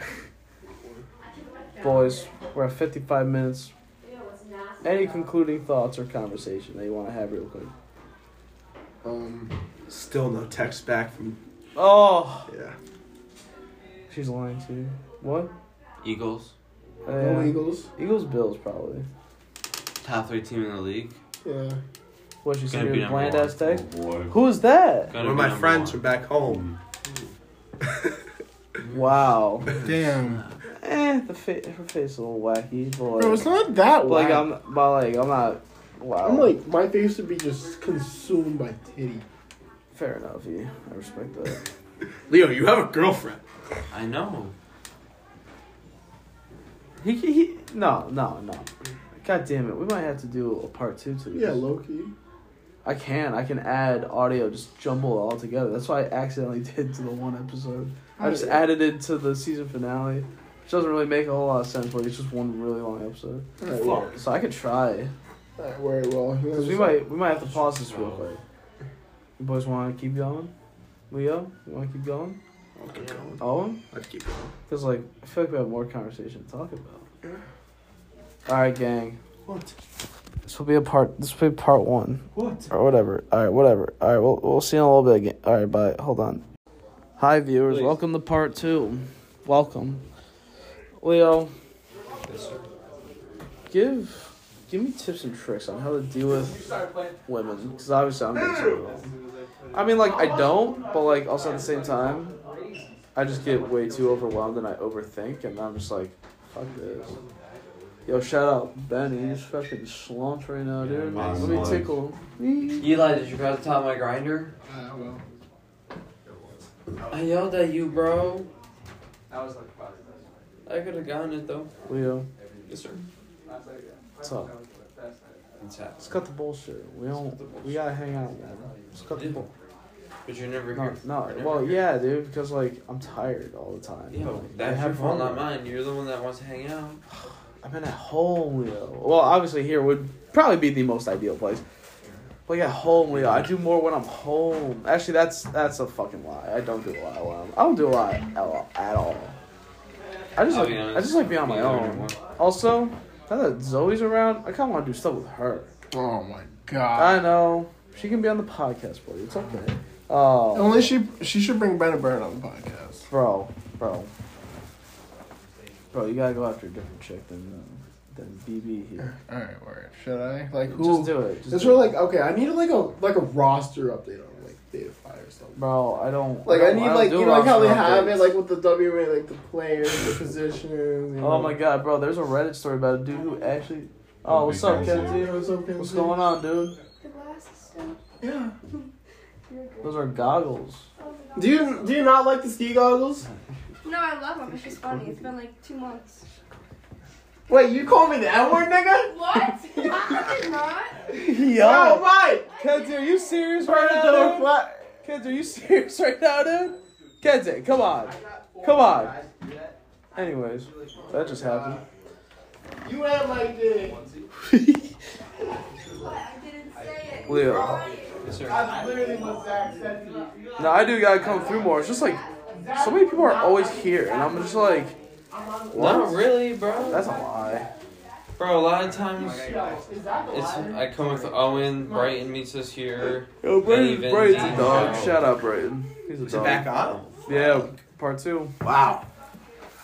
[SPEAKER 2] Boys, we're at 55 minutes. Any concluding thoughts or conversation that you want to have real quick?
[SPEAKER 10] Um,
[SPEAKER 1] still no text back from.
[SPEAKER 2] Oh,
[SPEAKER 1] Yeah,
[SPEAKER 2] she's lying to you. What?
[SPEAKER 4] Eagles,
[SPEAKER 2] Uh,
[SPEAKER 10] no Eagles.
[SPEAKER 2] Eagles, Bills, probably.
[SPEAKER 4] top three team in the league.
[SPEAKER 10] Yeah.
[SPEAKER 2] What she
[SPEAKER 4] Gonna
[SPEAKER 2] said,
[SPEAKER 4] be
[SPEAKER 2] your
[SPEAKER 4] number
[SPEAKER 2] bland
[SPEAKER 4] one.
[SPEAKER 2] ass text.
[SPEAKER 5] Oh, boy.
[SPEAKER 2] Who is that?
[SPEAKER 1] one
[SPEAKER 4] Gotta
[SPEAKER 1] of
[SPEAKER 4] be
[SPEAKER 1] my
[SPEAKER 4] number
[SPEAKER 1] friends
[SPEAKER 4] one.
[SPEAKER 1] from back home.
[SPEAKER 2] Wow.
[SPEAKER 10] Damn.
[SPEAKER 2] eh, the fa- her face is a little wacky, but like,
[SPEAKER 10] Bro, it's not that
[SPEAKER 2] like
[SPEAKER 10] like I'm,
[SPEAKER 2] I'm, but like I'm not. Wow.
[SPEAKER 10] I'm like my face would be just consumed by titty.
[SPEAKER 2] fair enough. Yeah, I respect that.
[SPEAKER 1] Leo, you have a girlfriend.
[SPEAKER 4] I know.
[SPEAKER 2] he, he, he, no, no, no. God damn it, we might have to do a part two to this.
[SPEAKER 10] Yeah, low key.
[SPEAKER 2] I can. I can add audio, just jumble it all together. That's what I accidentally did to the one episode. I just added it to the season finale, which doesn't really make a whole lot of sense, but it's just one really long episode.
[SPEAKER 10] Alright, well,
[SPEAKER 2] So I could try.
[SPEAKER 10] alright, very well.
[SPEAKER 2] 'Cause we might we might have to pause this real quick. You boys want to keep going? Leo, you want to keep going?
[SPEAKER 1] I'll keep going.
[SPEAKER 2] Owen?
[SPEAKER 1] I'll keep going.
[SPEAKER 2] Because, like, I feel like we have more conversation to talk about. Alright, gang.
[SPEAKER 1] What?
[SPEAKER 2] This will be a part. This will be part one.
[SPEAKER 1] What?
[SPEAKER 2] or whatever. All right, whatever. All right, we'll we'll see you in a little bit again. All right, bye. Hold on. Hi, viewers. Welcome to part two. Welcome, Leo. Give give me tips and tricks on how to deal with women, because obviously I'm doing something wrong. I mean, like I don't, but like also at the same time, I just get way too overwhelmed and I overthink, and I'm just like, fuck this. Yo, shout out Benny. He's fucking slumped right now, dude.
[SPEAKER 5] mine's
[SPEAKER 2] Let me
[SPEAKER 5] mine.
[SPEAKER 2] tickle him.
[SPEAKER 4] Eli, did you grab the top of my grinder? I yelled at you, bro. I could have gotten it though.
[SPEAKER 2] Leo,
[SPEAKER 4] Yes, sir.
[SPEAKER 2] what's up?
[SPEAKER 4] It's happened.
[SPEAKER 2] Let's cut the bullshit. We don't. We gotta hang out, man. Let's cut the bull.
[SPEAKER 4] But you're never
[SPEAKER 2] No,
[SPEAKER 4] here.
[SPEAKER 2] no.
[SPEAKER 4] You're never
[SPEAKER 2] Well,
[SPEAKER 4] here.
[SPEAKER 2] yeah, dude. Because like I'm tired all the time.
[SPEAKER 4] Yo,
[SPEAKER 2] Like, I
[SPEAKER 4] that's your
[SPEAKER 2] have
[SPEAKER 4] fault, not
[SPEAKER 2] homework.
[SPEAKER 4] mine. You're the one that wants to hang out.
[SPEAKER 2] I've been at home, Leo. Well, obviously here would probably be the most ideal place. But at home, Leo, I do more when I'm home. Actually, that's that's a fucking lie. I don't do a lot when I'm. I don't do a lot at all. At all. I just
[SPEAKER 4] I'll
[SPEAKER 2] like,
[SPEAKER 4] be honest.
[SPEAKER 2] I just like being on my
[SPEAKER 4] Me either,
[SPEAKER 2] own.
[SPEAKER 4] anymore.
[SPEAKER 2] Also, now that Zoe's around, I kind of want to do stuff with her.
[SPEAKER 10] Oh my god.
[SPEAKER 2] I know. She can be on the podcast for you. It's okay. Oh,
[SPEAKER 10] Only she she should bring Brenna Byrne on the podcast.
[SPEAKER 2] bro, bro, bro, you gotta go after a different chick than uh, than BB here.
[SPEAKER 10] All right, word. Should I like
[SPEAKER 2] Just
[SPEAKER 10] who?
[SPEAKER 2] do it. Just
[SPEAKER 10] That's
[SPEAKER 2] do
[SPEAKER 10] where
[SPEAKER 2] it.
[SPEAKER 10] like okay, I need like a like a roster update on like Data Fire or something.
[SPEAKER 2] bro. I don't.
[SPEAKER 10] Like I
[SPEAKER 2] don't-
[SPEAKER 10] need
[SPEAKER 2] don't
[SPEAKER 10] like
[SPEAKER 2] do
[SPEAKER 10] you know like how they
[SPEAKER 2] roster
[SPEAKER 10] have it
[SPEAKER 2] updates.
[SPEAKER 10] like with the WA like the players, the positions. You know.
[SPEAKER 2] Oh my god, bro! There's a Reddit story about a dude who actually. Oh, what's up,
[SPEAKER 5] That'd be
[SPEAKER 10] Hey,
[SPEAKER 2] Kenzie?
[SPEAKER 10] what's up,
[SPEAKER 2] What's
[SPEAKER 10] Kenzie?
[SPEAKER 2] going on, dude?
[SPEAKER 11] The glasses still.
[SPEAKER 10] Yeah.
[SPEAKER 2] Those are goggles.
[SPEAKER 10] Do you do you not like the ski goggles?
[SPEAKER 11] No, I love them. It's just funny. It's been like two months.
[SPEAKER 10] Wait, you call me the N word, nigga?
[SPEAKER 11] What? I did not.
[SPEAKER 10] Oh
[SPEAKER 2] Yo,
[SPEAKER 10] my!
[SPEAKER 2] Kenzie, are you serious
[SPEAKER 10] Turn
[SPEAKER 2] right
[SPEAKER 10] it to a
[SPEAKER 2] now, dude?
[SPEAKER 10] flat.
[SPEAKER 2] Kenzie, are you serious right now, dude? Kenzie, come on, come on. Anyways, that just happened.
[SPEAKER 10] You ain't like this.
[SPEAKER 11] I didn't say it.
[SPEAKER 2] Leo.
[SPEAKER 4] Yes, sir.
[SPEAKER 10] That's literally what Zach said to me.
[SPEAKER 2] No, I do gotta come through more. It's just like so many people are always here, and I'm just like,
[SPEAKER 4] Not really, bro.
[SPEAKER 2] that's a lie.
[SPEAKER 4] Bro, a lot of times
[SPEAKER 6] Is that
[SPEAKER 4] it's I come with Owen, Brighton meets us here.
[SPEAKER 2] Yo,
[SPEAKER 4] and
[SPEAKER 2] Brayden,
[SPEAKER 4] even
[SPEAKER 2] Brayton's
[SPEAKER 4] Dean
[SPEAKER 2] a dog.
[SPEAKER 4] Jones.
[SPEAKER 2] Shout out, Brayden. He's a
[SPEAKER 1] Is it
[SPEAKER 2] dog.
[SPEAKER 1] back on?
[SPEAKER 2] Yeah, part two.
[SPEAKER 1] Wow.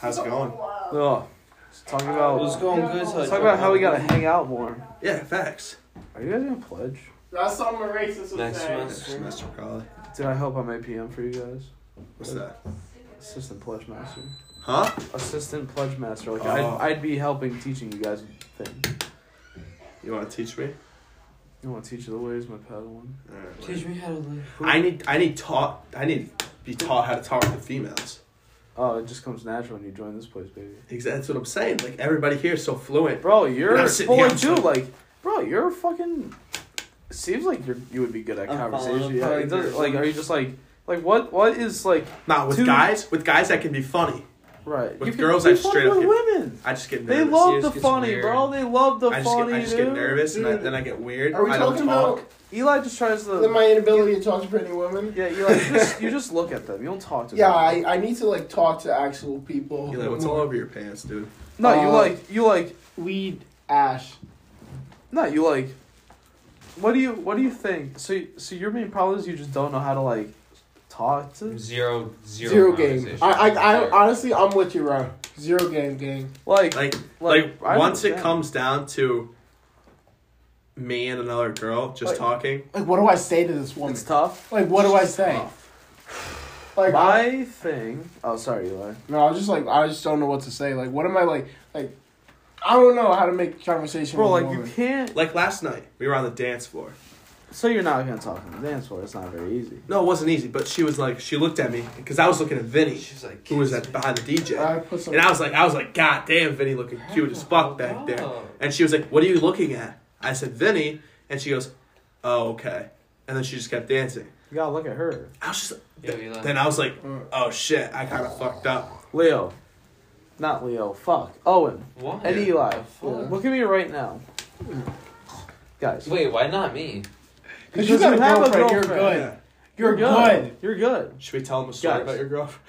[SPEAKER 1] How's it going?
[SPEAKER 2] Ugh. Let's talk about.
[SPEAKER 4] It was going good till I
[SPEAKER 2] Let's talk
[SPEAKER 4] joined
[SPEAKER 2] about how we
[SPEAKER 4] Owen.
[SPEAKER 2] gotta hang out more.
[SPEAKER 1] Yeah, facts.
[SPEAKER 2] Are you guys gonna pledge?
[SPEAKER 3] That's something a racist would
[SPEAKER 4] Next
[SPEAKER 3] say.
[SPEAKER 4] semester.
[SPEAKER 1] Semester probably.
[SPEAKER 2] Dude, I hope I'm APM for you guys.
[SPEAKER 1] What's that?
[SPEAKER 2] Assistant pledge master.
[SPEAKER 1] Huh?
[SPEAKER 2] Assistant pledge master. Like
[SPEAKER 1] Oh.
[SPEAKER 2] I'd, I'd be helping teaching you guys things.
[SPEAKER 1] You want to teach me?
[SPEAKER 2] You want to teach you the ways, my Padawan.
[SPEAKER 4] Teach me how to live.
[SPEAKER 1] I need I need taught I need to be taught how to talk to females.
[SPEAKER 2] Oh, it just comes natural when you join this place, baby.
[SPEAKER 1] Exactly. That's what I'm saying. Like everybody here is so fluent.
[SPEAKER 2] Bro, you're
[SPEAKER 1] And I'm
[SPEAKER 2] well,
[SPEAKER 1] sitting here,
[SPEAKER 2] like,
[SPEAKER 1] I'm
[SPEAKER 2] dude,
[SPEAKER 1] just
[SPEAKER 2] like, bro, you're fucking. Seems like you're you would be good at
[SPEAKER 4] I'm following
[SPEAKER 2] conversation.
[SPEAKER 4] up
[SPEAKER 2] Yeah,
[SPEAKER 4] probably
[SPEAKER 2] it does,
[SPEAKER 4] here.
[SPEAKER 2] like, are you just like, like what what is like
[SPEAKER 1] Not with
[SPEAKER 2] Dude.
[SPEAKER 1] guys. With guys, I can be funny.
[SPEAKER 2] right?
[SPEAKER 1] With
[SPEAKER 2] You can
[SPEAKER 1] girls,
[SPEAKER 2] be
[SPEAKER 1] I
[SPEAKER 2] funny
[SPEAKER 1] straight up
[SPEAKER 2] with
[SPEAKER 1] get-
[SPEAKER 2] women.
[SPEAKER 1] I just get
[SPEAKER 2] They
[SPEAKER 1] nervous.
[SPEAKER 2] love
[SPEAKER 4] It
[SPEAKER 2] the
[SPEAKER 4] gets
[SPEAKER 2] funny,
[SPEAKER 4] weird.
[SPEAKER 2] bro. They love the
[SPEAKER 1] I just
[SPEAKER 2] funny,
[SPEAKER 1] get, I just
[SPEAKER 2] dude.
[SPEAKER 1] get nervous and I,
[SPEAKER 3] Dude.
[SPEAKER 1] then I get weird.
[SPEAKER 3] Are we
[SPEAKER 1] I don't
[SPEAKER 3] talking
[SPEAKER 1] talk.
[SPEAKER 3] about
[SPEAKER 2] Eli just tries to.
[SPEAKER 3] my inability to talk to pretty women?
[SPEAKER 2] yeah, Eli, you just, you just look at them. You don't talk to
[SPEAKER 3] Yeah,
[SPEAKER 2] them.
[SPEAKER 3] I, I need to like talk to actual people.
[SPEAKER 1] You're like, what's all over your pants, dude?
[SPEAKER 2] No, you
[SPEAKER 3] Uh,
[SPEAKER 2] like you like
[SPEAKER 3] Weed, ash.
[SPEAKER 2] no, you like. What do you what do you think? So so your main problem is you just don't know how to like talk to
[SPEAKER 4] Zero, zero,
[SPEAKER 3] Zero game.
[SPEAKER 4] conversation.
[SPEAKER 3] I, I, I
[SPEAKER 4] Zero.
[SPEAKER 3] honestly, I'm with you, Ryan. Zero game, gang.
[SPEAKER 2] like
[SPEAKER 1] Like,
[SPEAKER 2] Like,
[SPEAKER 1] like,
[SPEAKER 2] I
[SPEAKER 1] once it
[SPEAKER 2] understand.
[SPEAKER 1] comes down to me and another girl just
[SPEAKER 3] Like-
[SPEAKER 1] talking,
[SPEAKER 3] Like, what do I say to this woman?
[SPEAKER 2] it's tough.
[SPEAKER 3] Like, what do I say? Like, I,
[SPEAKER 2] My thing. Oh, sorry, Eli.
[SPEAKER 3] no, I was just like, I just don't know what to say. Like, what am I like? Like, I don't know how to make conversation.
[SPEAKER 2] Bro,
[SPEAKER 3] with
[SPEAKER 2] like
[SPEAKER 3] a
[SPEAKER 2] you
[SPEAKER 3] woman.
[SPEAKER 2] can't.
[SPEAKER 1] like last night, we were on the dance floor.
[SPEAKER 2] So you're not gonna talk on the dance floor. It's not very easy.
[SPEAKER 1] No, it wasn't easy, but she was like, she looked at me because I was looking at Vinny,
[SPEAKER 4] She's like,
[SPEAKER 1] who was that behind the DJ,
[SPEAKER 3] I put some.
[SPEAKER 1] and I was like, I was like, God damn, Vinny looking cute as fuck back there. And she was like, "What are you looking at?" I said, "Vinny," and she goes, "Oh, okay." And then she just kept dancing.
[SPEAKER 2] You gotta look at her,
[SPEAKER 1] I was just
[SPEAKER 4] Yo, Eli.
[SPEAKER 1] then I was like, "Oh shit, I kind of fucked up."
[SPEAKER 2] Leo. Not Leo. Fuck Owen
[SPEAKER 4] Why?
[SPEAKER 2] and Eli.
[SPEAKER 4] The fuck?
[SPEAKER 2] Look at me right now, guys.
[SPEAKER 4] Wait, why not me?
[SPEAKER 3] Because you got a girlfriend, You're good. You're good.
[SPEAKER 2] You're good.
[SPEAKER 1] Should we tell him a story
[SPEAKER 2] Guys.
[SPEAKER 1] about your girlfriend?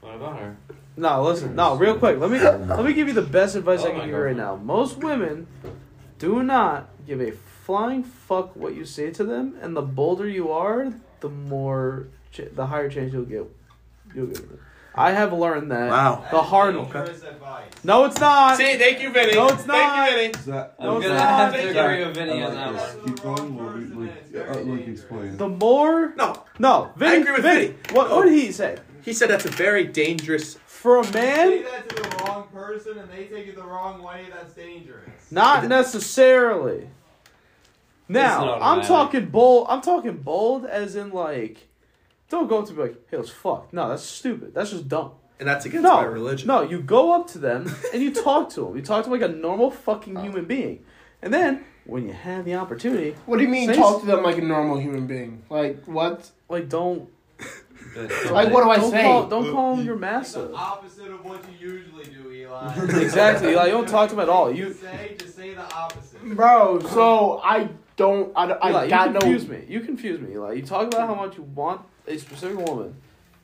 [SPEAKER 4] What about her?
[SPEAKER 2] No, listen. No, real quick. Let me let me give you the best advice I
[SPEAKER 4] Oh
[SPEAKER 2] can
[SPEAKER 4] my
[SPEAKER 2] give you right now. Most women do not give a flying fuck what you say to them, and the bolder you are, the more ch- the higher chance you'll get. You'll get. with it. I have learned that
[SPEAKER 1] Wow.
[SPEAKER 2] the hard way. No, it's not.
[SPEAKER 1] See, thank you, Vinny.
[SPEAKER 2] No, it's not.
[SPEAKER 1] Thank you, Vinny.
[SPEAKER 5] Is that
[SPEAKER 2] No,
[SPEAKER 4] I'm
[SPEAKER 2] it's
[SPEAKER 4] gonna
[SPEAKER 2] not.
[SPEAKER 4] have to
[SPEAKER 1] Thank
[SPEAKER 4] agree
[SPEAKER 5] you.
[SPEAKER 4] with Vinny on that one.
[SPEAKER 5] Just Keep going. While we, like, yeah, uh, like explain.
[SPEAKER 2] The more
[SPEAKER 1] No,
[SPEAKER 2] no, Vinny,
[SPEAKER 1] agree with
[SPEAKER 2] Vinny.
[SPEAKER 1] Vinny.
[SPEAKER 2] What, what did he say?
[SPEAKER 1] he said that's a very dangerous.
[SPEAKER 2] For a man,
[SPEAKER 6] that to the wrong person and they take it the wrong way, that's dangerous.
[SPEAKER 2] Not necessarily. Now,
[SPEAKER 4] not
[SPEAKER 2] I'm
[SPEAKER 4] automatic.
[SPEAKER 2] talking bold. I'm talking bold as in like, don't go up to be like, hey, let's fuck. No, that's stupid. That's just dumb.
[SPEAKER 1] And that's against
[SPEAKER 2] no,
[SPEAKER 1] my religion.
[SPEAKER 2] no, you go up to them and you talk to them. You talk to them like a normal fucking human being, and then when you have the opportunity,
[SPEAKER 3] What do you mean?
[SPEAKER 2] Say
[SPEAKER 3] Talk to them like a normal human being. Like what?
[SPEAKER 2] like don't
[SPEAKER 3] Like what do I
[SPEAKER 2] don't
[SPEAKER 3] say?
[SPEAKER 2] call don't call them your master.
[SPEAKER 6] Opposite of what you usually do, Eli.
[SPEAKER 2] Exactly, Eli, you don't talk to him at all. You-
[SPEAKER 6] say, just say the opposite.
[SPEAKER 3] Bro, so I don't. I, I
[SPEAKER 2] Eli,
[SPEAKER 3] got
[SPEAKER 2] you
[SPEAKER 3] no.
[SPEAKER 2] confuse me. You confuse me, Eli. You talk about how much you want a specific woman,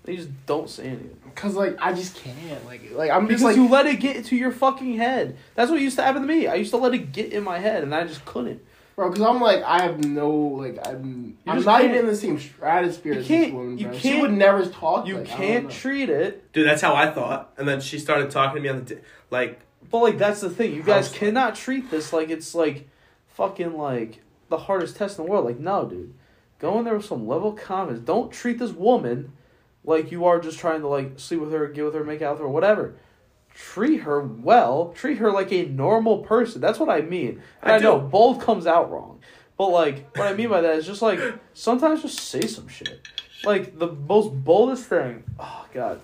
[SPEAKER 2] and you just don't say anything.
[SPEAKER 3] Cause like I just can't. Like like I'm
[SPEAKER 2] Because
[SPEAKER 3] just like
[SPEAKER 2] you let it get into your fucking head. That's what used to happen to me. I used to let it get in my head, and I just couldn't.
[SPEAKER 3] bro. Cause I'm like I have no like I'm. I'm
[SPEAKER 2] just
[SPEAKER 3] not
[SPEAKER 2] can't.
[SPEAKER 3] even in the same stratosphere
[SPEAKER 2] You
[SPEAKER 3] as
[SPEAKER 2] can't-
[SPEAKER 3] this woman.
[SPEAKER 2] you
[SPEAKER 3] bro. she
[SPEAKER 2] can't-
[SPEAKER 3] would never talk.
[SPEAKER 2] You
[SPEAKER 3] like, I don't
[SPEAKER 2] can't
[SPEAKER 3] know.
[SPEAKER 2] treat it,
[SPEAKER 1] Dude, that's how I thought. And then she started talking to me on the di- like.
[SPEAKER 2] but like that's the thing. You guys
[SPEAKER 1] How's-
[SPEAKER 2] cannot treat this like it's like fucking like the hardest test in the world. Like no, dude, go in there with some level of confidence. Don't treat this woman like you are just trying to like sleep with her, get with her, make out with her, whatever. Treat her well. Treat her like a normal person. That's what I mean. And
[SPEAKER 1] I
[SPEAKER 2] I, know
[SPEAKER 1] do.
[SPEAKER 2] bold comes out wrong, but like what I mean by that is just like sometimes just say some shit. Like the most boldest thing. Oh god,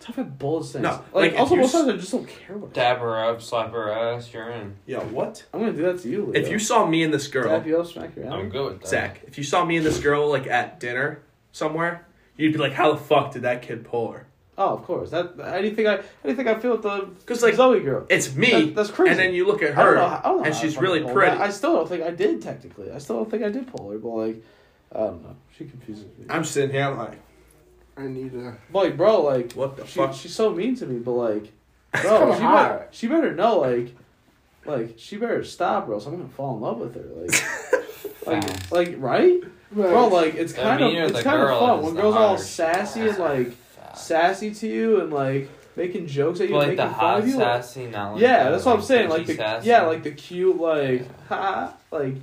[SPEAKER 2] talk about boldest things.
[SPEAKER 1] No, like,
[SPEAKER 2] like,
[SPEAKER 1] if
[SPEAKER 2] also
[SPEAKER 1] you
[SPEAKER 2] most
[SPEAKER 1] s-
[SPEAKER 2] times I just don't care what.
[SPEAKER 4] Dab her up, slap her ass, you're in.
[SPEAKER 1] Yeah, what?
[SPEAKER 2] I'm gonna do that to you. Leo.
[SPEAKER 1] If you saw me and this girl,
[SPEAKER 2] tap you up, smack your
[SPEAKER 4] I'm
[SPEAKER 2] ass.
[SPEAKER 4] good with that.
[SPEAKER 1] Zach, if you saw me and this girl like at dinner somewhere, you'd be like, "How the fuck did that kid pull her?"
[SPEAKER 2] Oh, of course. That anything I anything I feel with the
[SPEAKER 1] 'Cause, like,
[SPEAKER 2] Zoe girl.
[SPEAKER 1] It's me.
[SPEAKER 2] That- that's crazy.
[SPEAKER 1] And then you look at
[SPEAKER 2] I don't
[SPEAKER 1] her,
[SPEAKER 2] know how- I don't know
[SPEAKER 1] and
[SPEAKER 2] how I
[SPEAKER 1] she's
[SPEAKER 2] fucking
[SPEAKER 1] really
[SPEAKER 2] pulled
[SPEAKER 1] pretty.
[SPEAKER 2] that. I still don't think I did technically. I still don't think I did pull her, but like, I don't know. She confuses me.
[SPEAKER 1] I'm sitting here, I'm like,
[SPEAKER 3] I need to.
[SPEAKER 2] But, like, bro, like,
[SPEAKER 1] what the
[SPEAKER 2] she,
[SPEAKER 1] fuck?
[SPEAKER 2] she's so mean to me, but like,
[SPEAKER 3] kinda
[SPEAKER 2] bro, she
[SPEAKER 3] hot.
[SPEAKER 2] better, she better know, like, Like she better stop, or else I'm gonna fall in love with her. Like, like, like right? Bro, like it's
[SPEAKER 4] The
[SPEAKER 2] kind of
[SPEAKER 4] meaner
[SPEAKER 2] it's
[SPEAKER 4] the
[SPEAKER 2] kind of
[SPEAKER 4] girl
[SPEAKER 2] fun
[SPEAKER 4] is,
[SPEAKER 2] when
[SPEAKER 4] the
[SPEAKER 2] girls are all
[SPEAKER 4] hotter she
[SPEAKER 2] sassy and like sassy to you and like making jokes at
[SPEAKER 4] But
[SPEAKER 2] you,
[SPEAKER 4] like
[SPEAKER 2] making
[SPEAKER 4] the
[SPEAKER 2] fun
[SPEAKER 4] hot
[SPEAKER 2] of you. like-
[SPEAKER 4] sassy, not like
[SPEAKER 2] yeah,
[SPEAKER 4] the,
[SPEAKER 2] that's what I'm saying.
[SPEAKER 4] edgy
[SPEAKER 2] Like the
[SPEAKER 4] sassy.
[SPEAKER 2] yeah, like the cute like ha like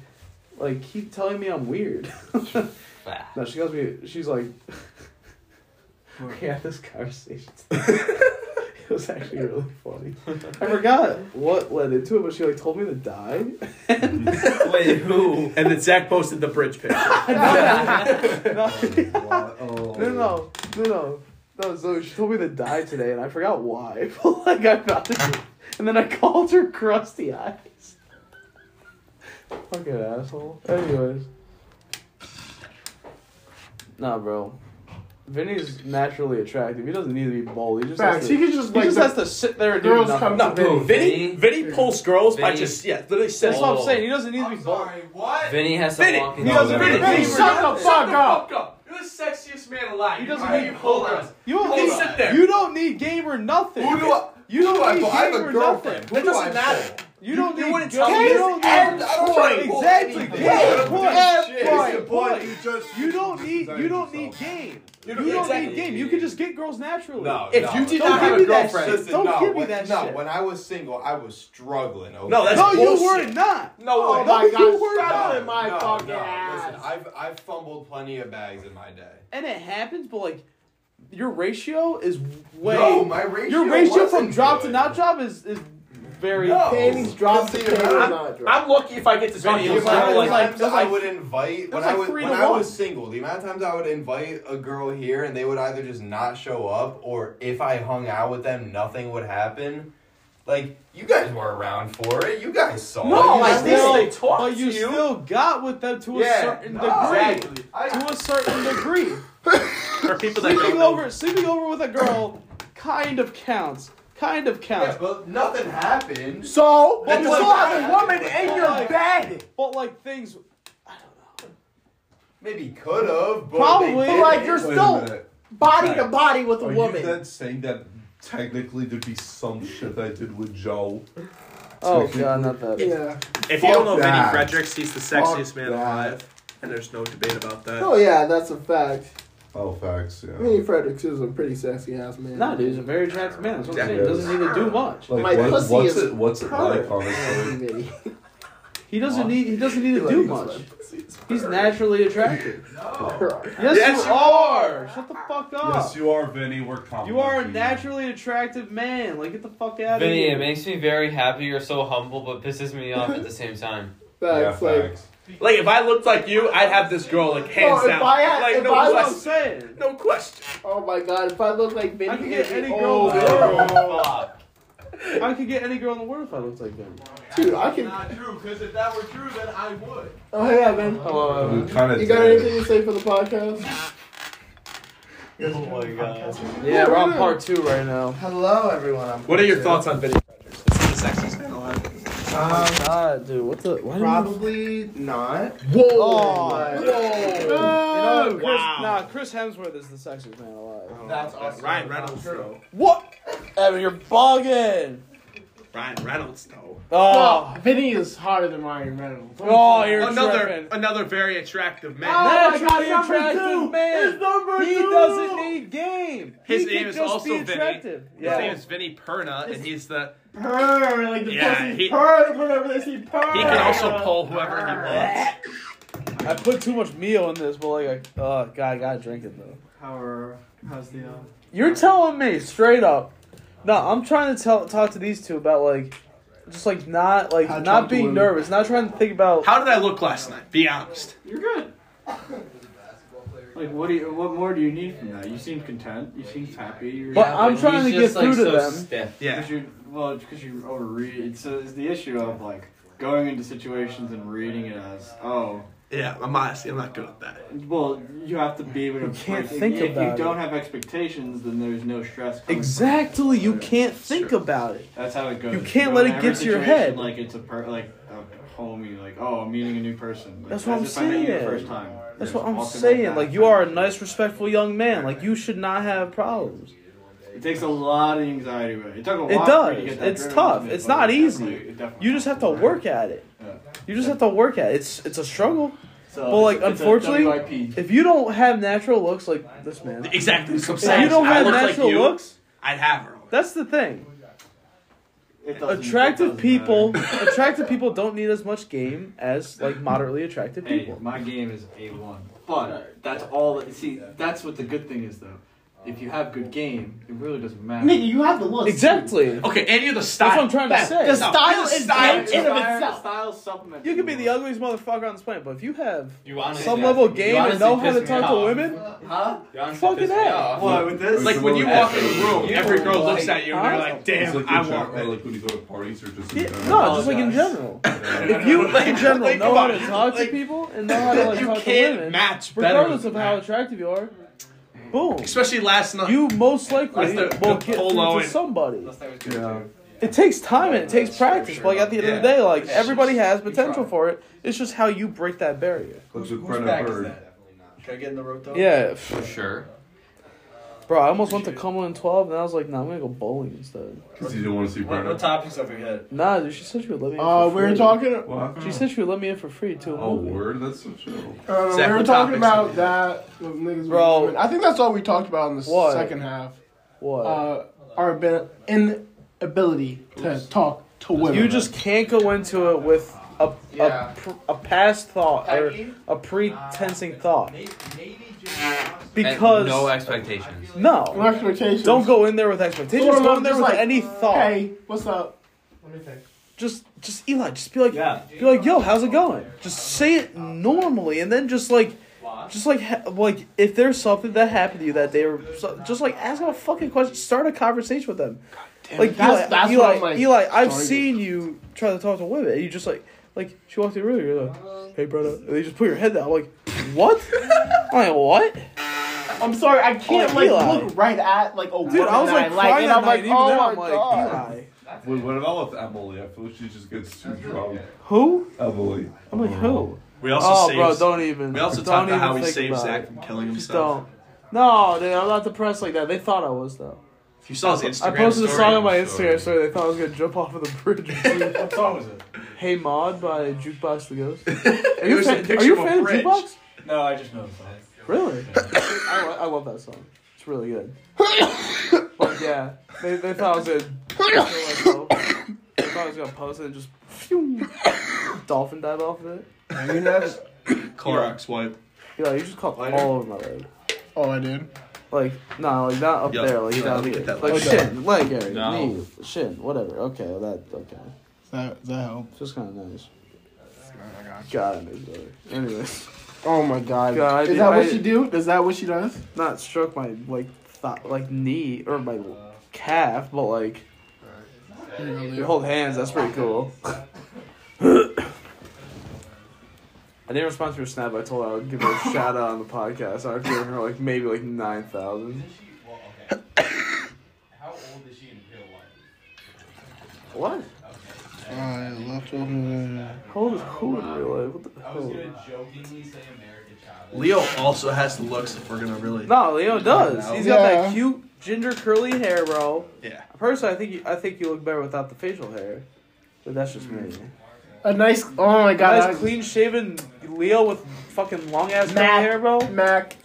[SPEAKER 2] like keep telling me I'm weird. no, she calls me. She's like, we had this conversation. it was actually really funny. I forgot what led into it, but she like told me to die.
[SPEAKER 1] Wait, who? And then Zach posted the bridge picture.
[SPEAKER 2] No, no, no, no, no. No, so she told me to die today, and I forgot why. But like I found it, and then I called her crusty eyes. Fucking asshole. Anyways, nah, bro. Vinny's naturally attractive. He doesn't need to be bald. He just
[SPEAKER 3] Facts.
[SPEAKER 2] has to,
[SPEAKER 3] He could just, like,
[SPEAKER 2] just
[SPEAKER 3] the
[SPEAKER 2] has to sit there and
[SPEAKER 3] girls
[SPEAKER 2] do nothing.
[SPEAKER 3] come to No,
[SPEAKER 1] Vinny,
[SPEAKER 3] Vinny.
[SPEAKER 1] Vinny pulls girls by
[SPEAKER 4] Vinny.
[SPEAKER 1] just yeah, literally says.
[SPEAKER 2] That's what I'm
[SPEAKER 4] Oh.
[SPEAKER 2] saying. He doesn't need to be bald.
[SPEAKER 4] Vinny has to
[SPEAKER 1] Vinny,
[SPEAKER 4] walk in.
[SPEAKER 1] he doesn't- Vinny,
[SPEAKER 3] Hey, shut the fuck up.
[SPEAKER 5] You're the sexiest man alive.
[SPEAKER 2] He doesn't
[SPEAKER 5] All right,
[SPEAKER 2] need
[SPEAKER 5] hold on.
[SPEAKER 2] You don't
[SPEAKER 5] Hold
[SPEAKER 2] need
[SPEAKER 5] on. Sit there.
[SPEAKER 2] You don't need game or nothing.
[SPEAKER 5] Who do I-
[SPEAKER 2] You
[SPEAKER 5] who do I
[SPEAKER 2] don't need
[SPEAKER 5] pull? I have
[SPEAKER 2] game
[SPEAKER 5] a
[SPEAKER 2] or
[SPEAKER 5] girlfriend.
[SPEAKER 2] nothing.
[SPEAKER 5] Who
[SPEAKER 1] It
[SPEAKER 5] do I
[SPEAKER 1] doesn't matter.
[SPEAKER 2] You don't need.
[SPEAKER 5] wouldn't
[SPEAKER 2] girl-
[SPEAKER 5] tell me
[SPEAKER 2] you
[SPEAKER 5] this
[SPEAKER 2] don't
[SPEAKER 5] end.
[SPEAKER 2] need-
[SPEAKER 5] I don't try to
[SPEAKER 2] Point.
[SPEAKER 5] pull
[SPEAKER 2] Exactly.
[SPEAKER 5] anything.
[SPEAKER 2] Yeah,
[SPEAKER 5] Point.
[SPEAKER 2] point.
[SPEAKER 5] Shit.
[SPEAKER 2] Point.
[SPEAKER 5] Good point.
[SPEAKER 2] Point. You don't need. You don't need game. You
[SPEAKER 5] don't-
[SPEAKER 2] don't
[SPEAKER 5] exactly.
[SPEAKER 2] need game. You can just get girls naturally.
[SPEAKER 5] No,
[SPEAKER 1] If
[SPEAKER 5] no,
[SPEAKER 1] you did
[SPEAKER 5] don't
[SPEAKER 1] not
[SPEAKER 5] give
[SPEAKER 1] have
[SPEAKER 5] me
[SPEAKER 1] a
[SPEAKER 5] that
[SPEAKER 1] girlfriend-
[SPEAKER 5] shit. Listen,
[SPEAKER 2] Don't
[SPEAKER 5] no,
[SPEAKER 2] give me
[SPEAKER 5] when-
[SPEAKER 2] that
[SPEAKER 5] no,
[SPEAKER 2] shit.
[SPEAKER 5] when I was single, I was struggling. Okay?
[SPEAKER 1] No, that's
[SPEAKER 2] No, you
[SPEAKER 1] bullshit.
[SPEAKER 2] were not.
[SPEAKER 5] no way.
[SPEAKER 3] Oh my
[SPEAKER 2] you
[SPEAKER 3] god,
[SPEAKER 2] were
[SPEAKER 3] shut
[SPEAKER 2] not.
[SPEAKER 3] in my
[SPEAKER 5] no,
[SPEAKER 3] fucking
[SPEAKER 5] no.
[SPEAKER 3] ass.
[SPEAKER 5] Listen, I've I've fumbled plenty of bags in my day.
[SPEAKER 2] And it happens, but like, your ratio is way.
[SPEAKER 5] no, my ratio.
[SPEAKER 2] your ratio
[SPEAKER 5] wasn't
[SPEAKER 2] from drop
[SPEAKER 5] good.
[SPEAKER 2] to not drop is is very.
[SPEAKER 5] No.
[SPEAKER 3] Panties dropped,
[SPEAKER 5] Listen,
[SPEAKER 3] panties
[SPEAKER 5] I'm-
[SPEAKER 3] not dropped.
[SPEAKER 1] I'm lucky if I get this
[SPEAKER 5] Vinny,
[SPEAKER 1] video.
[SPEAKER 5] the amount of
[SPEAKER 2] like-
[SPEAKER 5] times
[SPEAKER 2] it was like-
[SPEAKER 5] I would invite
[SPEAKER 2] was
[SPEAKER 5] when I
[SPEAKER 2] like
[SPEAKER 5] was
[SPEAKER 2] three
[SPEAKER 5] when
[SPEAKER 2] to
[SPEAKER 5] I
[SPEAKER 2] one.
[SPEAKER 5] was single. The amount of times I would invite a girl here and they would either just not show up, or if I hung out with them, nothing would happen. Like you guys were around for it. You guys saw.
[SPEAKER 1] No,
[SPEAKER 5] it.
[SPEAKER 1] I think
[SPEAKER 5] You saw-
[SPEAKER 2] still-
[SPEAKER 1] they talk
[SPEAKER 2] but you,
[SPEAKER 1] to you.
[SPEAKER 2] still got with them to a
[SPEAKER 5] Yeah,
[SPEAKER 2] certain
[SPEAKER 5] no,
[SPEAKER 2] degree.
[SPEAKER 5] exactly.
[SPEAKER 2] To a certain degree.
[SPEAKER 1] For people that don't
[SPEAKER 2] sleeping
[SPEAKER 1] know,
[SPEAKER 2] over sleeping over with a girl kind of counts. Kind of counts.
[SPEAKER 5] Yeah, but nothing happened.
[SPEAKER 3] So,
[SPEAKER 5] But
[SPEAKER 3] you
[SPEAKER 5] what-
[SPEAKER 3] still have a woman in your
[SPEAKER 2] Like-
[SPEAKER 3] bed.
[SPEAKER 2] But like things
[SPEAKER 5] Maybe could have, but
[SPEAKER 2] Probably.
[SPEAKER 5] they
[SPEAKER 3] But
[SPEAKER 5] didn't.
[SPEAKER 3] like, you're
[SPEAKER 12] Wait a
[SPEAKER 3] still
[SPEAKER 12] minute.
[SPEAKER 3] body to body with a
[SPEAKER 12] Are
[SPEAKER 3] woman.
[SPEAKER 12] you then saying that technically there'd be some shit that I did with Joe?
[SPEAKER 2] Oh god, not that.
[SPEAKER 3] yeah.
[SPEAKER 1] if you don't know
[SPEAKER 12] Fuck that.
[SPEAKER 1] Vinny Fredericks, he's the sexiest
[SPEAKER 12] Fuck
[SPEAKER 1] man
[SPEAKER 12] that.
[SPEAKER 1] alive, and there's no debate about that.
[SPEAKER 13] Oh yeah, that's a fact.
[SPEAKER 12] Oh, facts, yeah.
[SPEAKER 13] Vinny Fredericks is a pretty sexy ass man.
[SPEAKER 2] No, dude, he's a very attractive man. That's what I'm saying. He doesn't need to do much.
[SPEAKER 12] Like,
[SPEAKER 13] My
[SPEAKER 12] what,
[SPEAKER 13] pussy
[SPEAKER 12] what's
[SPEAKER 13] is
[SPEAKER 12] it? What's it like, honestly?
[SPEAKER 13] Vinny.
[SPEAKER 2] He doesn't need he doesn't need to do much. He's naturally attractive. Yes,
[SPEAKER 1] Yes,
[SPEAKER 2] you
[SPEAKER 1] you
[SPEAKER 2] are. Shut the fuck up.
[SPEAKER 12] yes, you are, Vinny. We're complimenting
[SPEAKER 2] You are a naturally attractive man. Like get the fuck out of
[SPEAKER 4] Vinny,
[SPEAKER 2] here.
[SPEAKER 4] it makes me very happy. You're so humble, but pisses me off at the same time.
[SPEAKER 12] Yeah,
[SPEAKER 13] Facts, like
[SPEAKER 12] facts.
[SPEAKER 1] Like if I looked like you, I'd have this girl like hands
[SPEAKER 3] No, if
[SPEAKER 1] down.
[SPEAKER 3] I had-
[SPEAKER 1] like
[SPEAKER 3] if
[SPEAKER 1] no
[SPEAKER 2] That's
[SPEAKER 3] I
[SPEAKER 2] what I'm
[SPEAKER 1] question.
[SPEAKER 2] saying.
[SPEAKER 1] No question.
[SPEAKER 13] oh my god, if I look like Vinny,
[SPEAKER 2] I could get
[SPEAKER 13] it'd be-
[SPEAKER 2] any girl
[SPEAKER 13] oh,
[SPEAKER 2] in the world.
[SPEAKER 4] Fuck.
[SPEAKER 2] I could get any girl in the world if I looked like him.
[SPEAKER 13] dude, I
[SPEAKER 6] It's
[SPEAKER 13] can.
[SPEAKER 6] not true, because if that were true, then I would.
[SPEAKER 13] Oh yeah, man.
[SPEAKER 12] You kind of
[SPEAKER 13] You got anything to say for the podcast?
[SPEAKER 4] Oh my god.
[SPEAKER 2] Yeah, we're on part two right now.
[SPEAKER 5] Hello, everyone. I'm
[SPEAKER 1] What are your thoughts on Vinny Fredericks? Is he the sexiest man alive?
[SPEAKER 5] Um,
[SPEAKER 2] God, dude, what the? Why
[SPEAKER 5] probably not.
[SPEAKER 2] Whoa!
[SPEAKER 1] Whoa!
[SPEAKER 2] You know, Chris,
[SPEAKER 1] Wow.
[SPEAKER 2] Nah, Chris Hemsworth is the sexiest man alive.
[SPEAKER 5] That's awesome.
[SPEAKER 1] Ryan Reynolds, though.
[SPEAKER 2] What? Evan, you're bugging.
[SPEAKER 1] Ryan Reynolds, though.
[SPEAKER 2] Oh,
[SPEAKER 3] Well, Vinny is hotter than Ryan Reynolds.
[SPEAKER 2] oh, you're
[SPEAKER 1] another
[SPEAKER 2] tripping.
[SPEAKER 1] another very attractive man.
[SPEAKER 3] Oh my God,
[SPEAKER 2] Naturally
[SPEAKER 3] number
[SPEAKER 2] attractive
[SPEAKER 3] two.
[SPEAKER 2] man.
[SPEAKER 3] It's number
[SPEAKER 2] he
[SPEAKER 3] two.
[SPEAKER 2] doesn't need game.
[SPEAKER 1] His
[SPEAKER 2] he can
[SPEAKER 1] name is
[SPEAKER 2] just
[SPEAKER 1] also
[SPEAKER 2] be
[SPEAKER 1] Vinny.
[SPEAKER 2] attractive.
[SPEAKER 1] His
[SPEAKER 2] Yeah.
[SPEAKER 1] name is Vinny Perna, and he's the
[SPEAKER 3] purr, like the
[SPEAKER 1] Yeah,
[SPEAKER 3] pussy
[SPEAKER 1] he-
[SPEAKER 3] purr whenever they see purr.
[SPEAKER 1] he can also pull whoever he wants.
[SPEAKER 2] I put too much meal in this, but like, I, oh god, I gotta drink it though.
[SPEAKER 6] How are, how's the, uh,
[SPEAKER 2] You're telling me straight up. No, I'm trying to tell talk to these two about like, just like not like
[SPEAKER 3] How to talk
[SPEAKER 2] not
[SPEAKER 3] to
[SPEAKER 2] being
[SPEAKER 3] women.
[SPEAKER 2] nervous, not trying to think about.
[SPEAKER 1] How did I look last night? Be honest.
[SPEAKER 6] You're good. Like what do you? What more do you need from that? You seem content. You seem happy. You're
[SPEAKER 2] But I'm
[SPEAKER 4] He's
[SPEAKER 2] trying to
[SPEAKER 4] just,
[SPEAKER 2] get through to
[SPEAKER 4] so
[SPEAKER 2] them.
[SPEAKER 4] stiff.
[SPEAKER 1] Yeah.
[SPEAKER 6] Cause you're, well, because you're overreading. It's, it's the issue of like going into situations and reading it as oh.
[SPEAKER 1] Yeah, I'm honestly, I'm not good at that.
[SPEAKER 6] Well, you have to be able to.
[SPEAKER 2] You can't
[SPEAKER 6] break-
[SPEAKER 2] think
[SPEAKER 6] if
[SPEAKER 2] about it.
[SPEAKER 6] you don't have expectations, then there's no stress. coming
[SPEAKER 2] Exactly, you
[SPEAKER 6] Yeah,
[SPEAKER 2] can't think about it.
[SPEAKER 6] That's how it goes.
[SPEAKER 2] You can't
[SPEAKER 6] Go
[SPEAKER 2] let
[SPEAKER 6] in
[SPEAKER 2] it
[SPEAKER 6] every
[SPEAKER 2] get to your
[SPEAKER 6] situation
[SPEAKER 2] head.
[SPEAKER 6] Like it's a per- like a homie. Like oh, I'm meeting a new person. Like,
[SPEAKER 2] That's what
[SPEAKER 6] as
[SPEAKER 2] I'm
[SPEAKER 6] if I met you the
[SPEAKER 2] saying.
[SPEAKER 6] first time.
[SPEAKER 2] That's
[SPEAKER 6] Just
[SPEAKER 2] what I'm
[SPEAKER 6] walking
[SPEAKER 2] saying.
[SPEAKER 6] that.
[SPEAKER 2] Like you are a nice, respectful young man. Like you should not have problems.
[SPEAKER 6] It takes a lot of anxiety away. It took a
[SPEAKER 2] It
[SPEAKER 6] while for me to
[SPEAKER 2] does.
[SPEAKER 6] get that
[SPEAKER 2] It's
[SPEAKER 6] driven,
[SPEAKER 2] tough.
[SPEAKER 6] but
[SPEAKER 2] It's
[SPEAKER 6] but
[SPEAKER 2] not
[SPEAKER 6] it
[SPEAKER 2] easy.
[SPEAKER 6] definitely- it definitely
[SPEAKER 2] You just have to
[SPEAKER 6] helps.
[SPEAKER 2] work at it.
[SPEAKER 6] Yeah.
[SPEAKER 2] You just have to work at it. It's it's a struggle.
[SPEAKER 6] So
[SPEAKER 2] But like
[SPEAKER 6] it's- it's a
[SPEAKER 2] unfortunately,
[SPEAKER 6] WIP.
[SPEAKER 2] if you don't have natural looks like this man,
[SPEAKER 1] Exactly.
[SPEAKER 2] If you
[SPEAKER 1] saying.
[SPEAKER 2] don't
[SPEAKER 1] I
[SPEAKER 2] have
[SPEAKER 1] look like
[SPEAKER 2] natural
[SPEAKER 1] you,
[SPEAKER 2] looks,
[SPEAKER 1] I'd have her.
[SPEAKER 2] that's the thing.
[SPEAKER 6] It doesn't- it
[SPEAKER 2] Attractive
[SPEAKER 6] doesn't
[SPEAKER 2] people,
[SPEAKER 6] matter.
[SPEAKER 2] attractive people don't need as much game as like moderately attractive
[SPEAKER 6] Hey,
[SPEAKER 2] people.
[SPEAKER 6] my game is a one, but that's all. That, see, that's what the good thing is though. If you have good game, it really doesn't matter.
[SPEAKER 10] Nigga, you have the looks.
[SPEAKER 2] Exactly.
[SPEAKER 1] Okay, and you're the style.
[SPEAKER 2] That's what I'm trying to say.
[SPEAKER 10] The style
[SPEAKER 1] the
[SPEAKER 10] is
[SPEAKER 1] style-
[SPEAKER 10] in and of
[SPEAKER 6] Style-
[SPEAKER 10] itself.
[SPEAKER 6] Style supplement.
[SPEAKER 2] You can be the ugliest motherfucker on this planet, but if you have
[SPEAKER 4] You honestly-
[SPEAKER 2] some level of
[SPEAKER 4] you
[SPEAKER 2] game and
[SPEAKER 4] honestly
[SPEAKER 2] know how to
[SPEAKER 4] pissed me
[SPEAKER 2] talk to
[SPEAKER 4] off.
[SPEAKER 2] women,
[SPEAKER 6] Huh?
[SPEAKER 2] fucking that.
[SPEAKER 6] What with this?
[SPEAKER 1] Like when you walk in a room, every girl looks at you and they're
[SPEAKER 2] Huh?
[SPEAKER 1] like,
[SPEAKER 5] It's
[SPEAKER 1] "Damn,
[SPEAKER 5] like
[SPEAKER 1] I
[SPEAKER 5] in
[SPEAKER 1] want
[SPEAKER 5] general,
[SPEAKER 1] that."
[SPEAKER 5] like when you go to parties or just in
[SPEAKER 2] Yeah,
[SPEAKER 5] general.
[SPEAKER 2] no, just like in general. If you, in general,
[SPEAKER 1] Like,
[SPEAKER 2] know
[SPEAKER 1] come
[SPEAKER 2] how
[SPEAKER 1] on.
[SPEAKER 2] to talk
[SPEAKER 1] Like,
[SPEAKER 2] to people and know how to like
[SPEAKER 1] you
[SPEAKER 2] talk to
[SPEAKER 1] can't
[SPEAKER 2] women,
[SPEAKER 1] match better
[SPEAKER 2] regardless
[SPEAKER 1] than
[SPEAKER 2] of how attractive you are, boom.
[SPEAKER 1] Especially last night.
[SPEAKER 2] You most likely
[SPEAKER 1] That's the-
[SPEAKER 2] will
[SPEAKER 1] the
[SPEAKER 2] get
[SPEAKER 1] Cole
[SPEAKER 2] through to
[SPEAKER 1] Owen.
[SPEAKER 2] somebody.
[SPEAKER 5] Yeah.
[SPEAKER 2] It takes time and it takes practice, but like at the end of the
[SPEAKER 1] Yeah.
[SPEAKER 2] day, like everybody has potential for it. It's just how you break that barrier.
[SPEAKER 5] Like with Brenna Bird.
[SPEAKER 6] Can I get in the road dog?
[SPEAKER 2] Yeah,
[SPEAKER 4] For sure.
[SPEAKER 2] bro. I almost went to Cumberland twelve, and I was like, nah, I'm gonna go bowling instead.
[SPEAKER 5] Because you didn't want to see
[SPEAKER 6] What, what
[SPEAKER 5] Brenna.
[SPEAKER 6] topics have we hit?
[SPEAKER 2] Nah, dude, she said she would let me. In
[SPEAKER 3] Uh,
[SPEAKER 2] for
[SPEAKER 3] we were
[SPEAKER 2] free.
[SPEAKER 3] talking.
[SPEAKER 5] What?
[SPEAKER 2] She said she would let me in for free too.
[SPEAKER 5] Oh, word? That's so chill.
[SPEAKER 3] Uh,
[SPEAKER 1] Zach,
[SPEAKER 3] we were
[SPEAKER 1] what
[SPEAKER 3] talking
[SPEAKER 1] topics
[SPEAKER 3] about
[SPEAKER 1] are
[SPEAKER 3] that with niggas.
[SPEAKER 2] Bro.
[SPEAKER 3] Bro, I think that's all we talked about in the
[SPEAKER 2] What?
[SPEAKER 3] second half.
[SPEAKER 2] What?
[SPEAKER 3] Uh, our abi- inability to talk to women.
[SPEAKER 2] You just can't go into it with a
[SPEAKER 8] Yeah.
[SPEAKER 2] a, pr- a past thought or
[SPEAKER 8] Peggy?
[SPEAKER 2] a pre-tensing
[SPEAKER 3] Uh,
[SPEAKER 2] thought
[SPEAKER 4] And
[SPEAKER 2] because
[SPEAKER 4] no expectations.
[SPEAKER 3] no
[SPEAKER 2] no,
[SPEAKER 3] expectations.
[SPEAKER 2] don't go in there with expectations.
[SPEAKER 3] Sort of
[SPEAKER 2] Go in there
[SPEAKER 3] just
[SPEAKER 2] with
[SPEAKER 3] like,
[SPEAKER 2] any thought.
[SPEAKER 3] Hey, what's up?
[SPEAKER 2] Just just Eli, just be like,
[SPEAKER 6] Yeah.
[SPEAKER 2] be like, yo, how's it going? Just say it normally, and then just like. Just like ha- like if there's something that happened to you that day, or so, just like ask them a fucking question, start a conversation with them.
[SPEAKER 3] Damn,
[SPEAKER 2] Like Eli,
[SPEAKER 3] that's, that's
[SPEAKER 2] Eli,
[SPEAKER 3] what I'm like.
[SPEAKER 2] Eli, I've
[SPEAKER 3] starting-
[SPEAKER 2] seen you try to talk to women, and you just like, like she walked in the room, you're like, hey, brother, and they just put your head down. I'm like, what? I'm like, what?
[SPEAKER 3] I'm sorry, I can't
[SPEAKER 2] Oh,
[SPEAKER 3] like
[SPEAKER 2] Eli.
[SPEAKER 3] look right at like a
[SPEAKER 2] Dude,
[SPEAKER 3] woman
[SPEAKER 2] I was like
[SPEAKER 3] that I like,
[SPEAKER 2] crying
[SPEAKER 3] and I'm like,
[SPEAKER 2] even
[SPEAKER 3] oh
[SPEAKER 2] though
[SPEAKER 3] my
[SPEAKER 2] I'm like,
[SPEAKER 3] god.
[SPEAKER 2] Eli,
[SPEAKER 5] Wait, what about with Emily? I feel like she just gets too drunk.
[SPEAKER 2] who?
[SPEAKER 5] Emily.
[SPEAKER 2] I'm like, who?
[SPEAKER 1] We also
[SPEAKER 2] oh,
[SPEAKER 1] saved.
[SPEAKER 2] bro, don't even.
[SPEAKER 1] we also
[SPEAKER 2] don't
[SPEAKER 1] talked about
[SPEAKER 2] even
[SPEAKER 1] how we
[SPEAKER 2] think
[SPEAKER 1] saved
[SPEAKER 2] about
[SPEAKER 1] Zach
[SPEAKER 2] it.
[SPEAKER 1] from killing
[SPEAKER 2] Just
[SPEAKER 1] himself.
[SPEAKER 2] don't. No, dude, I'm not depressed like that. They thought I was though.
[SPEAKER 1] If you saw his Instagram
[SPEAKER 2] I posted a
[SPEAKER 1] story,
[SPEAKER 2] song on my
[SPEAKER 5] story.
[SPEAKER 2] Instagram story. They thought I was gonna jump off of the bridge.
[SPEAKER 6] What song was it?
[SPEAKER 2] hey, Maud by Jukebox the Ghost. Are
[SPEAKER 1] It
[SPEAKER 2] you,
[SPEAKER 1] was
[SPEAKER 2] a
[SPEAKER 1] a
[SPEAKER 2] fan,
[SPEAKER 1] picture
[SPEAKER 2] are you
[SPEAKER 1] of
[SPEAKER 2] a
[SPEAKER 1] a
[SPEAKER 2] fan of
[SPEAKER 1] bridge.
[SPEAKER 2] Jukebox?
[SPEAKER 6] No, I just know the song.
[SPEAKER 2] Really? I, lo- I love that song. It's really good. but yeah, they, they thought I was gonna kill myself. They thought I was gonna post it and just phew, dolphin dive off of it.
[SPEAKER 3] You know-
[SPEAKER 1] Clorox wipe.
[SPEAKER 2] Yeah, you just caught
[SPEAKER 6] Lighter?
[SPEAKER 2] all over my leg.
[SPEAKER 3] Oh, I did.
[SPEAKER 2] Like nah, like not up
[SPEAKER 1] Yeah,
[SPEAKER 2] there, like
[SPEAKER 1] yeah,
[SPEAKER 2] down
[SPEAKER 1] let me
[SPEAKER 2] here.
[SPEAKER 1] get that
[SPEAKER 2] like
[SPEAKER 1] light.
[SPEAKER 2] shin, leg area,
[SPEAKER 4] No.
[SPEAKER 2] knee, shin, whatever. Okay, that okay.
[SPEAKER 3] Does that, does that help?
[SPEAKER 2] It's just kind of nice. God, I miss brother. Anyways,
[SPEAKER 3] Oh my god.
[SPEAKER 2] God, I
[SPEAKER 3] is
[SPEAKER 2] did-
[SPEAKER 3] that
[SPEAKER 2] I-
[SPEAKER 3] what she do? Is that what she does?
[SPEAKER 2] not struck my like thought, like knee or my calf, but like we hold hands. That's pretty cool. I didn't respond to her snap. I told her I would give her a shout out on the podcast. I would give her like maybe like nine thousand.
[SPEAKER 7] How old is she in real life?
[SPEAKER 2] What?
[SPEAKER 3] I left over.
[SPEAKER 2] How old is who in real life? What the hell?
[SPEAKER 7] jokingly say American Child.
[SPEAKER 1] Leo also has the looks if we're gonna really.
[SPEAKER 2] No, Leo does. He's got
[SPEAKER 3] Yeah.
[SPEAKER 2] that cute ginger curly hair, bro.
[SPEAKER 1] Yeah.
[SPEAKER 2] Personally, I think you, I think you look better without the facial hair, but that's just
[SPEAKER 1] Mm.
[SPEAKER 2] me.
[SPEAKER 3] A nice. Oh my god.
[SPEAKER 2] Guys, clean shaven Leo with fucking long ass
[SPEAKER 3] Matt.
[SPEAKER 2] hair, bro.
[SPEAKER 3] Mac.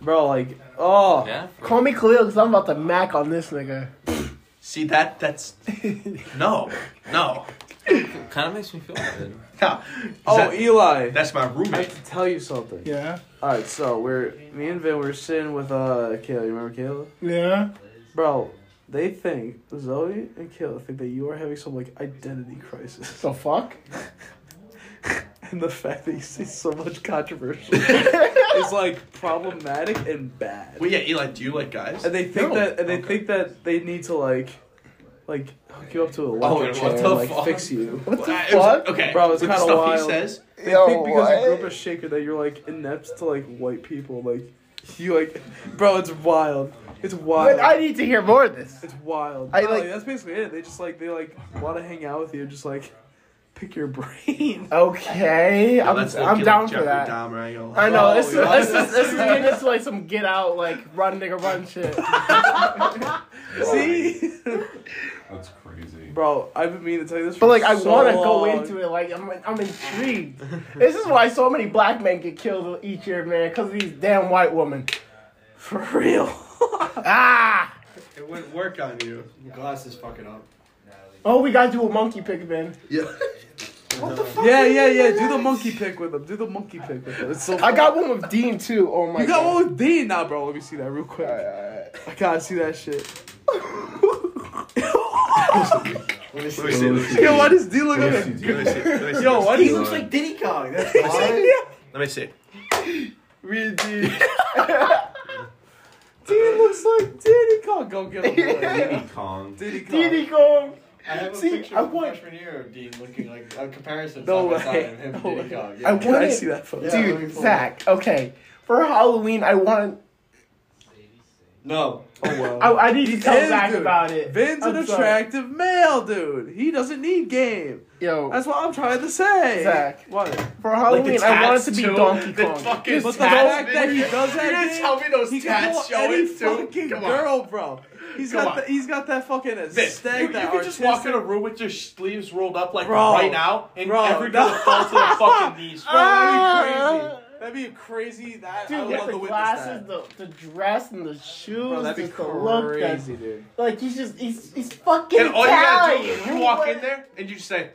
[SPEAKER 2] Bro, like, oh,
[SPEAKER 4] Yeah.
[SPEAKER 3] Call me Khalil because I'm about to Mac on this nigga.
[SPEAKER 1] See that? That's no, no,
[SPEAKER 4] Kind of makes me feel good.
[SPEAKER 1] no.
[SPEAKER 2] oh,
[SPEAKER 1] That-
[SPEAKER 2] Eli.
[SPEAKER 1] that's my
[SPEAKER 2] I
[SPEAKER 1] roommate.
[SPEAKER 2] have to tell you something.
[SPEAKER 3] Yeah.
[SPEAKER 2] All right, so we're me and Vin were sitting with uh Kayla. You remember Kayla?
[SPEAKER 3] Yeah.
[SPEAKER 2] Bro, they think Zoe and Kayla think that you are having some like identity crisis,
[SPEAKER 3] The fuck?
[SPEAKER 2] and the fact that you see so much controversial is like problematic and bad.
[SPEAKER 1] Well, yeah, Eli, do you like guys?
[SPEAKER 2] and they think
[SPEAKER 3] No.
[SPEAKER 2] that and they think that they need to like like hook you up to a
[SPEAKER 1] Oh,
[SPEAKER 2] electric
[SPEAKER 1] and
[SPEAKER 2] chair
[SPEAKER 1] what
[SPEAKER 2] and
[SPEAKER 1] the
[SPEAKER 2] like
[SPEAKER 1] fuck?
[SPEAKER 2] fix you.
[SPEAKER 3] What the
[SPEAKER 1] Well, I- it was-
[SPEAKER 3] fuck?
[SPEAKER 1] okay,
[SPEAKER 2] Bro, it's
[SPEAKER 1] with the
[SPEAKER 2] kinda
[SPEAKER 1] stuff
[SPEAKER 2] wild.
[SPEAKER 1] He says
[SPEAKER 2] They
[SPEAKER 3] Yo,
[SPEAKER 2] think because you grew up
[SPEAKER 3] what?
[SPEAKER 2] a shaker that you're like inept to like white people. Like you like, bro, it's wild. It's wild.
[SPEAKER 3] Wait, I need to hear more of this.
[SPEAKER 2] it's wild.
[SPEAKER 3] I,
[SPEAKER 2] No,
[SPEAKER 3] like-
[SPEAKER 2] that's basically it. They just like they like want to hang out with you, just like Pick your brain.
[SPEAKER 3] Okay,
[SPEAKER 1] Yeah,
[SPEAKER 3] I'm,
[SPEAKER 1] let's look
[SPEAKER 3] I'm
[SPEAKER 1] at
[SPEAKER 3] down for
[SPEAKER 1] Jeffrey
[SPEAKER 3] that.
[SPEAKER 1] Dahmer, I ain't gonna lie.
[SPEAKER 3] I know
[SPEAKER 1] Oh,
[SPEAKER 3] this is
[SPEAKER 1] yeah.
[SPEAKER 3] this is this is getting into like some get out like run nigga run shit.
[SPEAKER 2] See,
[SPEAKER 5] That's crazy.
[SPEAKER 2] bro, I've been meaning to tell you this.
[SPEAKER 3] But like I want to
[SPEAKER 2] to
[SPEAKER 3] go into it like I'm I'm intrigued. this is why so many black men get killed each year, man, because of these damn white women. For real. ah.
[SPEAKER 1] It wouldn't work on you.
[SPEAKER 6] Glasses fucking up.
[SPEAKER 3] Oh, we gotta do a monkey pick, man.
[SPEAKER 1] Yeah.
[SPEAKER 2] Yeah, yeah, yeah. Do the monkey pick with him. Do the monkey pick with him. It's so.
[SPEAKER 3] I got one with Dean too. Oh my
[SPEAKER 2] You got
[SPEAKER 3] god.
[SPEAKER 2] one with Dean now, bro. Let me see that real quick. I gotta see that shit.
[SPEAKER 1] Let me see. Let me see.
[SPEAKER 2] Yo, why does Dean look
[SPEAKER 5] Let
[SPEAKER 2] like
[SPEAKER 5] me
[SPEAKER 2] a
[SPEAKER 5] see,
[SPEAKER 1] Let me see. Let me see.
[SPEAKER 2] Yo, why
[SPEAKER 1] Let me
[SPEAKER 2] do
[SPEAKER 1] see.
[SPEAKER 2] you-
[SPEAKER 6] like Diddy Kong. That's
[SPEAKER 1] Let me see.
[SPEAKER 2] Reed Dean? Dean looks like Diddy Kong. Go get him.
[SPEAKER 5] Diddy Kong.
[SPEAKER 2] Diddy Kong.
[SPEAKER 3] Dean Kong.
[SPEAKER 6] I have a
[SPEAKER 3] See,
[SPEAKER 6] picture
[SPEAKER 3] I
[SPEAKER 6] of
[SPEAKER 3] want-
[SPEAKER 6] freshman year of Dean looking like a comparison
[SPEAKER 2] No
[SPEAKER 6] side by side
[SPEAKER 2] way.
[SPEAKER 6] of him and
[SPEAKER 2] No way.
[SPEAKER 6] Diddy Cog.
[SPEAKER 3] I
[SPEAKER 6] Yeah.
[SPEAKER 2] Can I
[SPEAKER 3] want
[SPEAKER 2] see that photo?
[SPEAKER 6] Yeah, let me
[SPEAKER 3] Dude,
[SPEAKER 6] pull
[SPEAKER 3] Zach. Okay, for Halloween, I want.
[SPEAKER 6] No.
[SPEAKER 2] Oh wow.
[SPEAKER 3] I, I need to tell
[SPEAKER 2] is
[SPEAKER 3] Zach
[SPEAKER 2] good.
[SPEAKER 3] about it.
[SPEAKER 2] Vin's
[SPEAKER 3] I'm
[SPEAKER 2] an
[SPEAKER 3] sorry.
[SPEAKER 2] attractive male, dude. He doesn't need game.
[SPEAKER 3] Yo,
[SPEAKER 2] That's what I'm trying to say.
[SPEAKER 3] Zach.
[SPEAKER 2] What?
[SPEAKER 3] for Halloween, I want it to be
[SPEAKER 1] tats, too.
[SPEAKER 3] Donkey
[SPEAKER 1] The
[SPEAKER 3] Kong.
[SPEAKER 1] fucking
[SPEAKER 2] But the
[SPEAKER 1] tats,
[SPEAKER 2] fact
[SPEAKER 1] nigga.
[SPEAKER 2] that he does
[SPEAKER 1] You're
[SPEAKER 2] that
[SPEAKER 1] gonna
[SPEAKER 2] game,
[SPEAKER 1] tell me those
[SPEAKER 2] he can
[SPEAKER 1] tats
[SPEAKER 2] pull
[SPEAKER 1] show
[SPEAKER 2] any
[SPEAKER 1] it, too?
[SPEAKER 2] fucking
[SPEAKER 1] Come on.
[SPEAKER 2] girl, bro. He's
[SPEAKER 1] Come
[SPEAKER 2] got
[SPEAKER 1] on.
[SPEAKER 2] the, he's got that fucking
[SPEAKER 1] Vince,
[SPEAKER 2] aesthetic.
[SPEAKER 1] you, you
[SPEAKER 2] that
[SPEAKER 1] could just walk in
[SPEAKER 2] artistic-
[SPEAKER 1] a room with your sleeves rolled up like
[SPEAKER 2] Bro.
[SPEAKER 1] right now, and
[SPEAKER 2] Bro, Ah.
[SPEAKER 1] every girl
[SPEAKER 2] no.
[SPEAKER 1] would fall to their fucking knees.
[SPEAKER 2] Bro, that'd be crazy. That'd be a crazy. That I
[SPEAKER 3] Dude,
[SPEAKER 2] would
[SPEAKER 3] with
[SPEAKER 2] love
[SPEAKER 3] the
[SPEAKER 2] to
[SPEAKER 3] glasses,
[SPEAKER 2] witness that.
[SPEAKER 3] the, the dress, and the shoes,
[SPEAKER 2] Bro, that'd be
[SPEAKER 3] just the look. That,
[SPEAKER 2] crazy, oh, dude.
[SPEAKER 3] like he's just he's he's fucking
[SPEAKER 1] And all you gotta
[SPEAKER 3] Italian.
[SPEAKER 1] do is you walk in there and you just say,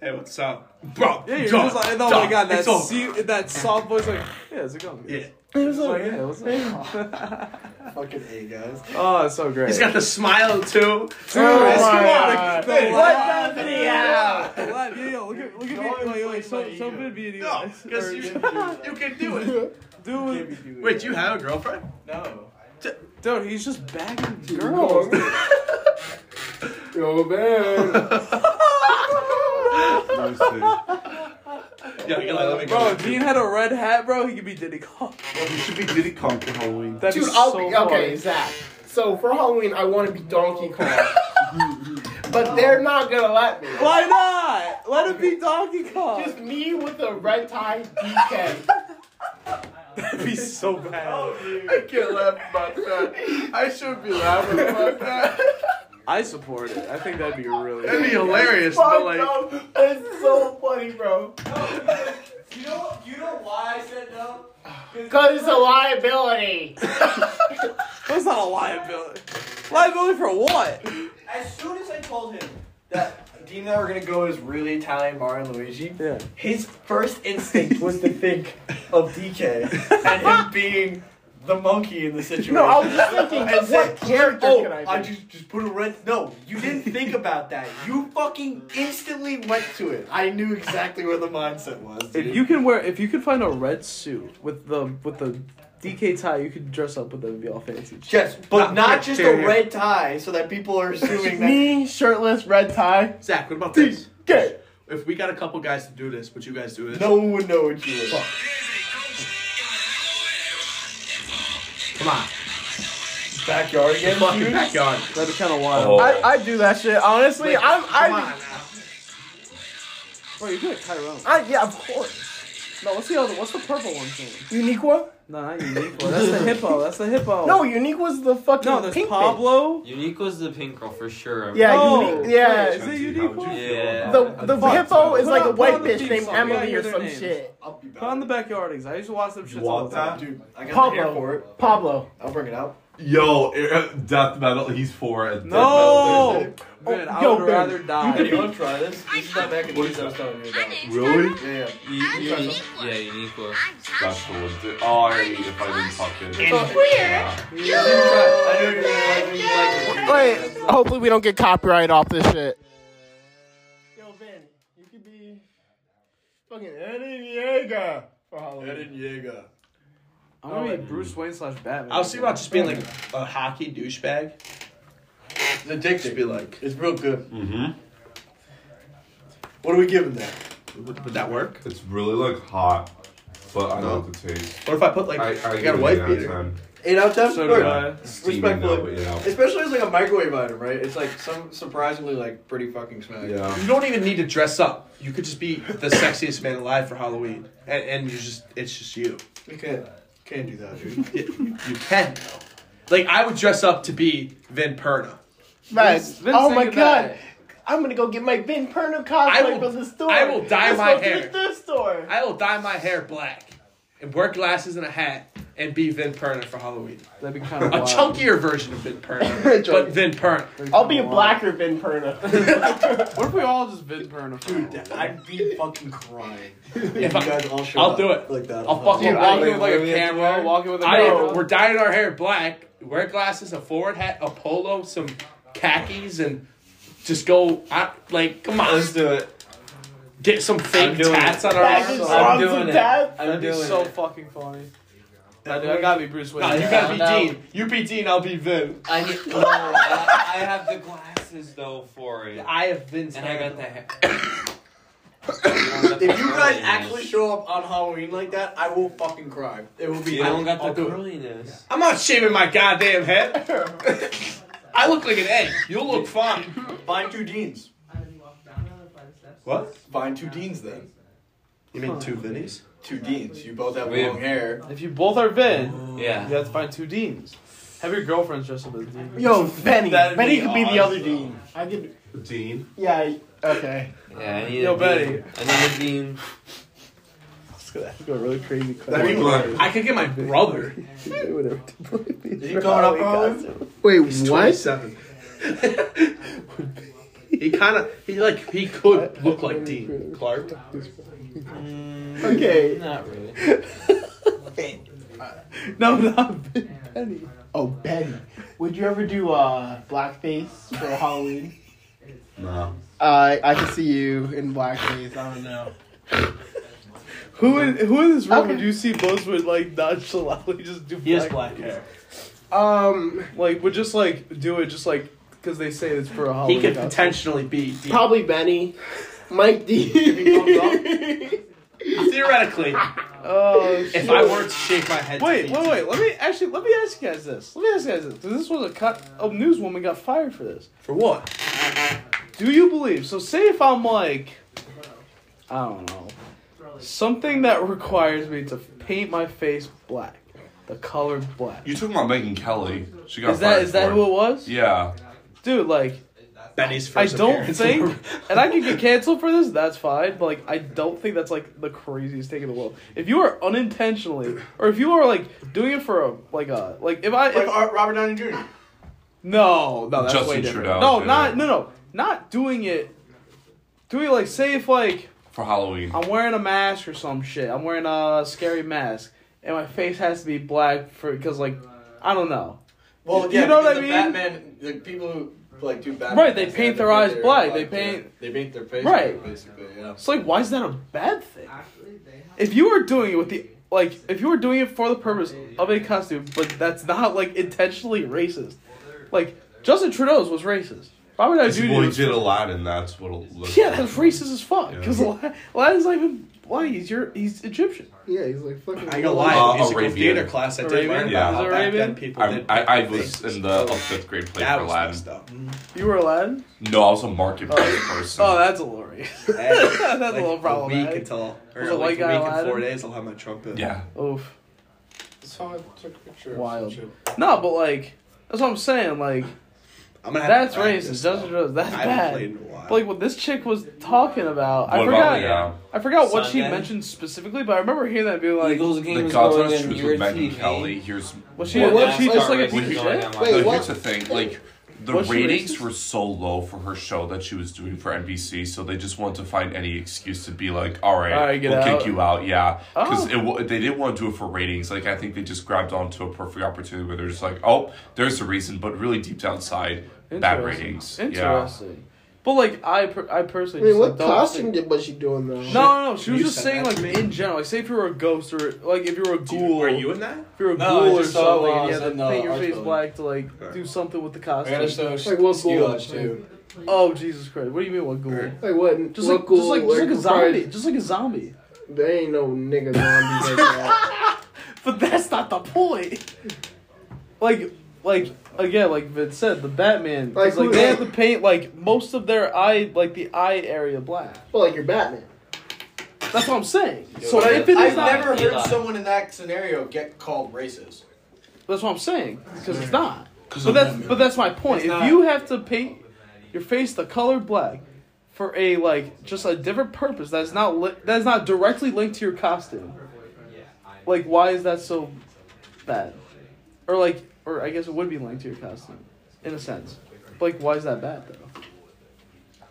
[SPEAKER 1] "Hey, what's up, bro?"
[SPEAKER 2] Yeah, you're
[SPEAKER 1] done,
[SPEAKER 2] just like, oh my
[SPEAKER 1] done,
[SPEAKER 2] god, that
[SPEAKER 1] it's over."
[SPEAKER 2] se- that soft voice, like, yeah, how's it going?
[SPEAKER 1] Yeah.
[SPEAKER 3] It was
[SPEAKER 2] It's like,
[SPEAKER 3] like,
[SPEAKER 2] yeah, what's up?
[SPEAKER 6] Fucking A, guys.
[SPEAKER 2] oh, it's so great.
[SPEAKER 1] He's got the smile too.
[SPEAKER 3] Oh
[SPEAKER 1] Vince,
[SPEAKER 3] my
[SPEAKER 1] come on.
[SPEAKER 3] God.
[SPEAKER 1] Vince.
[SPEAKER 2] The
[SPEAKER 3] What
[SPEAKER 2] laugh.
[SPEAKER 3] the hell?
[SPEAKER 2] The laugh. Yeah, yeah, look at, look at me.
[SPEAKER 6] Don't
[SPEAKER 2] Wait, wait,
[SPEAKER 6] inflate
[SPEAKER 2] so,
[SPEAKER 6] my
[SPEAKER 2] so
[SPEAKER 6] ego.
[SPEAKER 2] good be you.
[SPEAKER 1] No, because you, you can do it.
[SPEAKER 2] Dude,
[SPEAKER 1] Wait, you have a girlfriend?
[SPEAKER 6] No.
[SPEAKER 2] dude, he's just bagging girls. dude.
[SPEAKER 10] Yo, man.
[SPEAKER 5] Let me see.
[SPEAKER 1] Yeah, Eli, let me
[SPEAKER 2] Bro,
[SPEAKER 1] go.
[SPEAKER 2] if Dean had a red hat, bro, he could be Diddy Kong.
[SPEAKER 5] It should be Diddy Kong for Halloween.
[SPEAKER 2] That'd
[SPEAKER 3] Dude,
[SPEAKER 2] be
[SPEAKER 3] I'll
[SPEAKER 2] so
[SPEAKER 3] be
[SPEAKER 2] funny.
[SPEAKER 3] okay, Zach. So for Halloween, I want to be Donkey Kong, but they're not gonna let me.
[SPEAKER 2] Why not? Let him be Donkey Kong.
[SPEAKER 3] Just me with a red tie DK.
[SPEAKER 2] That'd be so bad.
[SPEAKER 1] I can't laugh about that. I shouldn't be laughing about that.
[SPEAKER 2] I support it. I think that'd be really.
[SPEAKER 1] That'd be hilarious,
[SPEAKER 3] Fuck,
[SPEAKER 1] but like,
[SPEAKER 3] bro. It's so funny, bro.
[SPEAKER 8] You know, you know why I said no?
[SPEAKER 3] Cause it's a liability.
[SPEAKER 2] That's not a liability. Liability for what?
[SPEAKER 8] As soon as I told him,
[SPEAKER 6] That Dean and I were gonna go as really Italian Mario and Luigi.
[SPEAKER 2] Yeah.
[SPEAKER 6] His first instinct was to think of DK and him being the monkey in the situation.
[SPEAKER 3] No, I was just thinking,
[SPEAKER 6] And
[SPEAKER 3] what
[SPEAKER 6] said,
[SPEAKER 3] character
[SPEAKER 6] oh,
[SPEAKER 3] can I be?
[SPEAKER 6] I just just put a red. No, you didn't think about that. You fucking instantly went to it. I knew exactly where the mindset was. Dude.
[SPEAKER 2] If you can wear, if you could find a red suit with the with the DK tie, you could dress up with it and be all fancy.
[SPEAKER 6] yes, but
[SPEAKER 1] Not
[SPEAKER 6] not
[SPEAKER 1] here,
[SPEAKER 6] just
[SPEAKER 1] here,
[SPEAKER 6] a
[SPEAKER 1] here.
[SPEAKER 6] red tie, so that people are assuming that.
[SPEAKER 3] me shirtless, red tie.
[SPEAKER 1] Zach, what about this?
[SPEAKER 3] Okay.
[SPEAKER 1] If we got a couple guys to do this, would you guys do this?
[SPEAKER 6] No one would know what you were.
[SPEAKER 1] Come on.
[SPEAKER 6] Backyard again,
[SPEAKER 1] Fucking
[SPEAKER 6] dude?
[SPEAKER 1] backyard.
[SPEAKER 2] That'd be kind of wild.
[SPEAKER 5] Oh.
[SPEAKER 3] I, I do that shit. Honestly, I'm
[SPEAKER 1] Come
[SPEAKER 3] I,
[SPEAKER 1] on.
[SPEAKER 2] Bro, you're good, Tyrone.
[SPEAKER 3] I yeah, of course.
[SPEAKER 2] No, what's the other? What's the purple one? Thing?
[SPEAKER 3] Uniqua?
[SPEAKER 2] No, not Uniqua. That's the hippo. That's the hippo.
[SPEAKER 3] No, Uniqua's the fucking
[SPEAKER 2] Oh. no, there's
[SPEAKER 3] pink
[SPEAKER 2] Pablo.
[SPEAKER 4] Unique was the pink girl for sure.
[SPEAKER 3] bitch. Yeah,
[SPEAKER 2] Oh,
[SPEAKER 3] Unique. Yeah.
[SPEAKER 2] Is it
[SPEAKER 5] Chauncey,
[SPEAKER 2] Unique
[SPEAKER 5] how would you
[SPEAKER 2] one?
[SPEAKER 5] feel
[SPEAKER 4] Yeah.
[SPEAKER 5] about
[SPEAKER 3] The
[SPEAKER 5] it?
[SPEAKER 3] the
[SPEAKER 5] Fuck,
[SPEAKER 3] hippo is
[SPEAKER 2] Put
[SPEAKER 3] like
[SPEAKER 2] on-
[SPEAKER 3] a
[SPEAKER 2] put
[SPEAKER 3] white
[SPEAKER 2] on the
[SPEAKER 3] bitch
[SPEAKER 2] theme
[SPEAKER 3] named
[SPEAKER 2] song. We gotta
[SPEAKER 3] Emily
[SPEAKER 2] hear
[SPEAKER 3] or
[SPEAKER 2] their
[SPEAKER 3] some
[SPEAKER 2] names.
[SPEAKER 3] shit.
[SPEAKER 6] I'll be back.
[SPEAKER 2] Put on the backyardings. I used to watch them shits all
[SPEAKER 5] want
[SPEAKER 2] the time.
[SPEAKER 5] that?
[SPEAKER 6] Dude, I got the hair for
[SPEAKER 3] Pablo.
[SPEAKER 6] it.
[SPEAKER 3] Pablo.
[SPEAKER 6] I'll bring it out.
[SPEAKER 5] Yo, er, death metal. He's for it. Death metal,
[SPEAKER 2] No,
[SPEAKER 5] dude.
[SPEAKER 2] man, I
[SPEAKER 3] yo,
[SPEAKER 2] would
[SPEAKER 3] Ben,
[SPEAKER 2] rather
[SPEAKER 6] Hey, you
[SPEAKER 2] die.
[SPEAKER 6] want to try this? This is that mac and cheese I was telling you about.
[SPEAKER 5] Really?
[SPEAKER 6] Yeah,
[SPEAKER 4] You, you, yeah, Unique was.
[SPEAKER 5] That's the one, dude. Oh, I already. If I didn't fuck it.
[SPEAKER 11] Weird.
[SPEAKER 5] Yeah.
[SPEAKER 11] You
[SPEAKER 6] I know you're gonna like it, you like it.
[SPEAKER 3] Wait, hopefully we don't get copyright off this shit. Yo, Ben, you could be fucking Eddie Yeager for Halloween.
[SPEAKER 6] Eden Yeager.
[SPEAKER 2] I'm gonna be Bruce Wayne slash Batman.
[SPEAKER 1] I was thinking about just being like a hockey douchebag.
[SPEAKER 6] It's addictive.
[SPEAKER 1] Just be like,
[SPEAKER 6] It's real good.
[SPEAKER 5] Mhm.
[SPEAKER 6] What are we giving that?
[SPEAKER 1] would, would that work?
[SPEAKER 5] It's really like hot, but I like the taste.
[SPEAKER 1] What if I put like,
[SPEAKER 5] I,
[SPEAKER 1] I,
[SPEAKER 5] I,
[SPEAKER 1] got a
[SPEAKER 5] give it
[SPEAKER 1] white
[SPEAKER 5] an out of
[SPEAKER 1] beater.
[SPEAKER 5] 10.
[SPEAKER 6] Eight out of ten.
[SPEAKER 4] So
[SPEAKER 6] Or-
[SPEAKER 4] do I.
[SPEAKER 5] Steaming though,
[SPEAKER 6] Respectfully,
[SPEAKER 5] you know.
[SPEAKER 6] especially as like a microwave item, right? It's like some surprisingly like pretty fucking smack.
[SPEAKER 5] Yeah.
[SPEAKER 1] You don't even need to dress up. You could just be the sexiest man alive for Halloween, and, and you just it's just you.
[SPEAKER 6] You can't can't do that, dude.
[SPEAKER 1] It- you can though. Like I would dress up to be Vin Perna.
[SPEAKER 3] Right.
[SPEAKER 2] Vince,
[SPEAKER 3] oh
[SPEAKER 2] say
[SPEAKER 3] my
[SPEAKER 2] goodbye.
[SPEAKER 3] god. I'm gonna go get my Ben Perno
[SPEAKER 1] I
[SPEAKER 3] cosplay
[SPEAKER 1] will-
[SPEAKER 3] from the store.
[SPEAKER 1] I will dye
[SPEAKER 3] Let's
[SPEAKER 1] my
[SPEAKER 3] go to
[SPEAKER 1] hair.
[SPEAKER 3] the thrift store.
[SPEAKER 1] I will dye my hair black, and wear glasses and a hat, and be Vin Perna for Halloween.
[SPEAKER 2] That'd be kind of
[SPEAKER 1] A chunkier version of Vin Perna, but Vin Perna.
[SPEAKER 3] I'll be a blacker Ben Perno.
[SPEAKER 2] What if we all just Vin Perna?
[SPEAKER 6] Dude, that- I'd be fucking crying. if you
[SPEAKER 1] If I-
[SPEAKER 6] guys all show
[SPEAKER 1] I'll
[SPEAKER 6] up
[SPEAKER 1] do it.
[SPEAKER 6] like that.
[SPEAKER 1] I'll fucking
[SPEAKER 2] Dude,
[SPEAKER 1] walk
[SPEAKER 2] walking with like
[SPEAKER 14] what do we
[SPEAKER 2] a
[SPEAKER 14] have to
[SPEAKER 2] camera,
[SPEAKER 14] wear?
[SPEAKER 2] walking with a
[SPEAKER 1] I
[SPEAKER 2] camera.
[SPEAKER 1] we're dyeing our hair black, wear glasses, a forward hat, a polo, some khakis, and just go. I, like, come on,
[SPEAKER 14] Let's do it.
[SPEAKER 1] get some fake
[SPEAKER 4] I'm doing
[SPEAKER 1] tats on our
[SPEAKER 3] Back
[SPEAKER 1] arms.
[SPEAKER 3] in
[SPEAKER 4] Baggage. I'm
[SPEAKER 3] songs
[SPEAKER 4] doing
[SPEAKER 3] of
[SPEAKER 4] it.
[SPEAKER 3] death.
[SPEAKER 4] I'm
[SPEAKER 2] That'd be
[SPEAKER 4] doing
[SPEAKER 2] so
[SPEAKER 4] it.
[SPEAKER 2] fucking funny. I, do- I gotta be Bruce Wayne.
[SPEAKER 1] Nah, you gotta be
[SPEAKER 4] Yeah.
[SPEAKER 1] Dean. You be Dean. I'll be Vin.
[SPEAKER 4] I need, no, I, I have the glasses though for it,
[SPEAKER 1] I have Vin's
[SPEAKER 4] and I got the hair.
[SPEAKER 6] If you guys actually show up on Halloween like that, I will fucking cry. It will be.
[SPEAKER 4] you don't got the
[SPEAKER 6] I'll do it.
[SPEAKER 4] curliness.
[SPEAKER 1] I'm not shaving my goddamn head. I look like an egg. You'll look fine.
[SPEAKER 6] Find two deans.
[SPEAKER 1] What?
[SPEAKER 6] Find two deans then.
[SPEAKER 1] You mean two Vinnies?
[SPEAKER 6] Two deans. You both have
[SPEAKER 4] We-
[SPEAKER 6] long hair.
[SPEAKER 2] If you both are Vin, you
[SPEAKER 4] Yeah.
[SPEAKER 2] have to find two Deans. Have your girlfriends dressed up as Dean.
[SPEAKER 3] Yo, Benny.
[SPEAKER 4] That'd
[SPEAKER 3] Benny
[SPEAKER 4] be
[SPEAKER 3] could be the other
[SPEAKER 4] awesome.
[SPEAKER 3] Dean. I could.
[SPEAKER 5] Dean.
[SPEAKER 3] Yeah. I- Okay.
[SPEAKER 4] Yeah, I need
[SPEAKER 2] Yo,
[SPEAKER 4] a
[SPEAKER 2] Betty.
[SPEAKER 4] Dean. I need a Dean.
[SPEAKER 3] That's gonna that's gonna really crazy.
[SPEAKER 5] I mean, look,
[SPEAKER 1] I could get my brother.
[SPEAKER 6] Is he coming up Halloween?
[SPEAKER 15] Wait,
[SPEAKER 1] He's
[SPEAKER 15] what?
[SPEAKER 1] 27. he kind of he like he could look like Dean Clark.
[SPEAKER 3] Okay.
[SPEAKER 4] Not really.
[SPEAKER 3] No, not Benny. Oh, Benny. Would you ever do uh, blackface for Halloween?
[SPEAKER 5] No.
[SPEAKER 3] Uh, I can see you in blackface. I don't know.
[SPEAKER 2] Who in who in this room
[SPEAKER 3] Okay.
[SPEAKER 2] would you see most would like nonchalantly just do?
[SPEAKER 1] He has black hair.
[SPEAKER 3] Um,
[SPEAKER 2] Like would just like do it just like because they say it's for a holiday.
[SPEAKER 1] He could
[SPEAKER 2] costume.
[SPEAKER 1] potentially be Dean.
[SPEAKER 3] probably Benny, Mike D.
[SPEAKER 1] Theoretically,
[SPEAKER 2] Oh,
[SPEAKER 1] if
[SPEAKER 2] shit.
[SPEAKER 1] I were to shave my head, to
[SPEAKER 2] Wait,
[SPEAKER 1] be
[SPEAKER 2] wait,
[SPEAKER 1] Dean.
[SPEAKER 2] wait. Let me actually let me ask you guys this. Let me ask you guys this. 'cause This was a cut. A newswoman got fired for this.
[SPEAKER 1] For what?
[SPEAKER 2] Do you believe? So say if I'm like, I don't know, something that requires me to paint my face black, the color black.
[SPEAKER 5] You talking about Megan Kelly? She got
[SPEAKER 2] Is that
[SPEAKER 5] fired
[SPEAKER 2] is that
[SPEAKER 5] for
[SPEAKER 2] who it was?
[SPEAKER 5] Yeah.
[SPEAKER 2] Dude, like
[SPEAKER 1] Benny's
[SPEAKER 2] I
[SPEAKER 1] first.
[SPEAKER 2] don't
[SPEAKER 1] appearance.
[SPEAKER 2] think, and I could get canceled for this. That's fine. But like, I don't think that's like the craziest thing in the world. If you are unintentionally, or if you are like doing it for a like a like if I if,
[SPEAKER 6] Like Ar- uh, Robert Downey Jr.
[SPEAKER 2] No, no, that's
[SPEAKER 5] Justin
[SPEAKER 2] way different.
[SPEAKER 5] Trudeau,
[SPEAKER 2] no,
[SPEAKER 5] too.
[SPEAKER 2] not no, no, not doing it. Doing like say if like
[SPEAKER 5] For Halloween.
[SPEAKER 2] I'm wearing a mask or some shit. I'm wearing a scary mask, and my face has to be black for because like I don't know.
[SPEAKER 6] Well,
[SPEAKER 2] You
[SPEAKER 6] yeah,
[SPEAKER 2] know
[SPEAKER 6] because
[SPEAKER 2] what I
[SPEAKER 6] the
[SPEAKER 2] mean?
[SPEAKER 6] Batman, the people who like do Batman.
[SPEAKER 2] Right, they
[SPEAKER 6] masks,
[SPEAKER 2] paint their eyes black, they paint-
[SPEAKER 6] They paint their face.
[SPEAKER 2] Right.
[SPEAKER 6] Right. Basically, yeah.
[SPEAKER 2] It's like why is that a bad thing? If you are doing it with the like if you are doing it for the purpose of a costume, but that's not like intentionally racist. Like Justin Trudeau's was racist. Robert Downey
[SPEAKER 5] His
[SPEAKER 2] Jr.
[SPEAKER 5] boy
[SPEAKER 2] was-
[SPEAKER 5] did Aladdin. That's what. it looks
[SPEAKER 2] Yeah,
[SPEAKER 5] like.
[SPEAKER 2] that's racist as fuck.
[SPEAKER 5] Yeah.
[SPEAKER 2] Because Aladdin's not even black. He's your he's Egyptian.
[SPEAKER 3] yeah, he's like fucking.
[SPEAKER 1] I ain't gonna lie. in
[SPEAKER 5] Uh,
[SPEAKER 1] musical
[SPEAKER 5] Arabian.
[SPEAKER 1] theater class, I did
[SPEAKER 2] Arabian?
[SPEAKER 1] learn
[SPEAKER 5] Yeah.
[SPEAKER 1] about how
[SPEAKER 2] Is it
[SPEAKER 1] back
[SPEAKER 2] Arabian?
[SPEAKER 1] then people
[SPEAKER 5] I,
[SPEAKER 1] did.
[SPEAKER 5] I, I was in the up fifth grade play
[SPEAKER 1] that
[SPEAKER 5] for
[SPEAKER 1] was
[SPEAKER 5] Aladdin.
[SPEAKER 1] messed up.
[SPEAKER 2] You were Aladdin?
[SPEAKER 5] No, I was a marketplace person.
[SPEAKER 2] Oh, that's hilarious. that's a little
[SPEAKER 1] A week
[SPEAKER 2] problematic.
[SPEAKER 1] until, or like
[SPEAKER 2] Was a
[SPEAKER 1] a
[SPEAKER 2] white
[SPEAKER 1] week
[SPEAKER 2] guy
[SPEAKER 1] and four
[SPEAKER 2] Aladdin?
[SPEAKER 1] days, I'll have my trumpet.
[SPEAKER 5] yeah.
[SPEAKER 2] Oof.
[SPEAKER 6] So I took a picture.
[SPEAKER 2] Wild.
[SPEAKER 6] Of some shit.
[SPEAKER 2] No, but like, that's what I'm saying. Like,
[SPEAKER 1] I'm gonna have
[SPEAKER 2] that's
[SPEAKER 1] to practice,
[SPEAKER 2] racist.
[SPEAKER 1] though.
[SPEAKER 2] Justin Trudeau's that's
[SPEAKER 1] I haven't played
[SPEAKER 2] bad.
[SPEAKER 1] in a while.
[SPEAKER 2] But, like what this chick was talking about, I
[SPEAKER 5] What
[SPEAKER 2] forgot.
[SPEAKER 5] about yeah?
[SPEAKER 2] I forgot what she
[SPEAKER 4] Sunday?
[SPEAKER 2] mentioned specifically, but I remember hearing that and being like,
[SPEAKER 4] Eagles
[SPEAKER 5] The
[SPEAKER 4] game is
[SPEAKER 5] God's
[SPEAKER 4] going
[SPEAKER 5] honest
[SPEAKER 4] on
[SPEAKER 5] truth
[SPEAKER 4] your
[SPEAKER 5] with Megan
[SPEAKER 4] TV.
[SPEAKER 5] Kelly. Here's
[SPEAKER 2] was she?
[SPEAKER 4] Well,
[SPEAKER 2] was she
[SPEAKER 4] that's
[SPEAKER 2] just like a
[SPEAKER 4] not
[SPEAKER 2] piece of
[SPEAKER 5] racist.
[SPEAKER 2] shit?
[SPEAKER 5] No,
[SPEAKER 3] Wait,
[SPEAKER 5] here's the thing. Like the
[SPEAKER 2] Was she
[SPEAKER 5] ratings
[SPEAKER 2] racist?
[SPEAKER 5] were so low for her show that she was doing for NBC, so they just wanted to find any excuse to be like, "All right,
[SPEAKER 2] All right, get
[SPEAKER 5] we'll
[SPEAKER 2] out."
[SPEAKER 5] kick you out." Yeah,
[SPEAKER 2] Oh.
[SPEAKER 5] because they didn't want to do it for ratings. Like I think they just grabbed onto a perfect opportunity where they're just like, "Oh, there's a reason," but really deep down inside, bad
[SPEAKER 2] Interesting.
[SPEAKER 5] ratings. Yeah.
[SPEAKER 2] Interesting. But like, I per- I personally
[SPEAKER 3] I mean,
[SPEAKER 2] just
[SPEAKER 3] what
[SPEAKER 2] like, don't think-
[SPEAKER 3] costume did was she doing though?
[SPEAKER 2] No, no, no. She was
[SPEAKER 1] You
[SPEAKER 2] just
[SPEAKER 1] said
[SPEAKER 2] saying
[SPEAKER 1] that
[SPEAKER 2] like
[SPEAKER 1] to me.
[SPEAKER 2] in general. Like, say if you were a ghost or like if you were
[SPEAKER 1] Do
[SPEAKER 2] a ghoul,
[SPEAKER 1] you, are you in that?
[SPEAKER 2] if you were a
[SPEAKER 6] No, I
[SPEAKER 2] ghoul or
[SPEAKER 6] just saw,
[SPEAKER 2] something,
[SPEAKER 6] uh,
[SPEAKER 2] you had to
[SPEAKER 6] it's in, uh,
[SPEAKER 2] paint your
[SPEAKER 6] Art
[SPEAKER 2] face
[SPEAKER 6] Building.
[SPEAKER 2] black to like do something with the
[SPEAKER 6] I gotta
[SPEAKER 2] costume.
[SPEAKER 6] show
[SPEAKER 3] Like, what
[SPEAKER 6] skill
[SPEAKER 3] goal?
[SPEAKER 6] edge, too.
[SPEAKER 2] Oh Jesus Christ! What do you mean what ghoul?
[SPEAKER 3] Like what?
[SPEAKER 2] Just
[SPEAKER 3] what
[SPEAKER 2] like,
[SPEAKER 3] cool,
[SPEAKER 2] just like, just like a
[SPEAKER 3] required-
[SPEAKER 2] zombie, just like a zombie.
[SPEAKER 3] There ain't no nigga zombies like that.
[SPEAKER 2] But that's not the point. like like again, like Vince said, the Batman. Like,
[SPEAKER 3] Like,
[SPEAKER 2] like
[SPEAKER 3] who-
[SPEAKER 2] they have to paint like most of their eye, like the eye area, black.
[SPEAKER 3] Well, like your Batman.
[SPEAKER 2] That's what I'm saying. So
[SPEAKER 6] So I,
[SPEAKER 2] if it is
[SPEAKER 6] I've
[SPEAKER 2] not,
[SPEAKER 6] never heard
[SPEAKER 2] Eli,
[SPEAKER 6] someone in that scenario get called racist.
[SPEAKER 2] that's what I'm saying because it's not.
[SPEAKER 6] 'Cause
[SPEAKER 2] But
[SPEAKER 6] of
[SPEAKER 2] that's
[SPEAKER 6] Batman.
[SPEAKER 2] but that's my point.
[SPEAKER 6] It's
[SPEAKER 2] If
[SPEAKER 6] not.
[SPEAKER 2] you have to paint your face the color black for a like just a different purpose that's not li- that's not directly linked to your costume, like why is that so bad? Or like or I guess it would be linked to your costume in a sense. Like why is that bad though?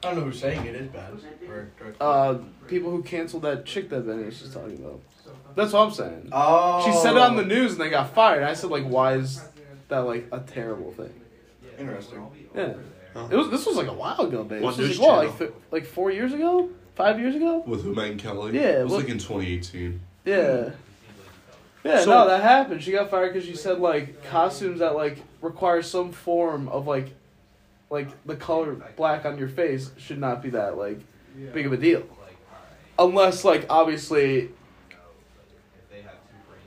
[SPEAKER 6] I don't know who's saying it is bad. Or- or-
[SPEAKER 2] uh, people who canceled that chick that Benny was just talking about. That's what I'm saying.
[SPEAKER 6] Oh.
[SPEAKER 2] She said it on the news and they got fired. I said like, why is that like a terrible thing?
[SPEAKER 6] Interesting.
[SPEAKER 2] Yeah. It was. This was like a while ago, babe.
[SPEAKER 5] What
[SPEAKER 2] This was
[SPEAKER 5] news
[SPEAKER 2] like, what, like,
[SPEAKER 5] channel?
[SPEAKER 2] th- like four years ago, five years ago.
[SPEAKER 5] With Huma and Kelly?
[SPEAKER 2] Yeah,
[SPEAKER 5] It was
[SPEAKER 2] what-
[SPEAKER 5] like in 2018.
[SPEAKER 2] Yeah. Yeah,
[SPEAKER 5] So-
[SPEAKER 2] no, that happened. She got fired because she said like costumes that like require some form of like, like the color black on your face should not be that like big of a deal, unless like obviously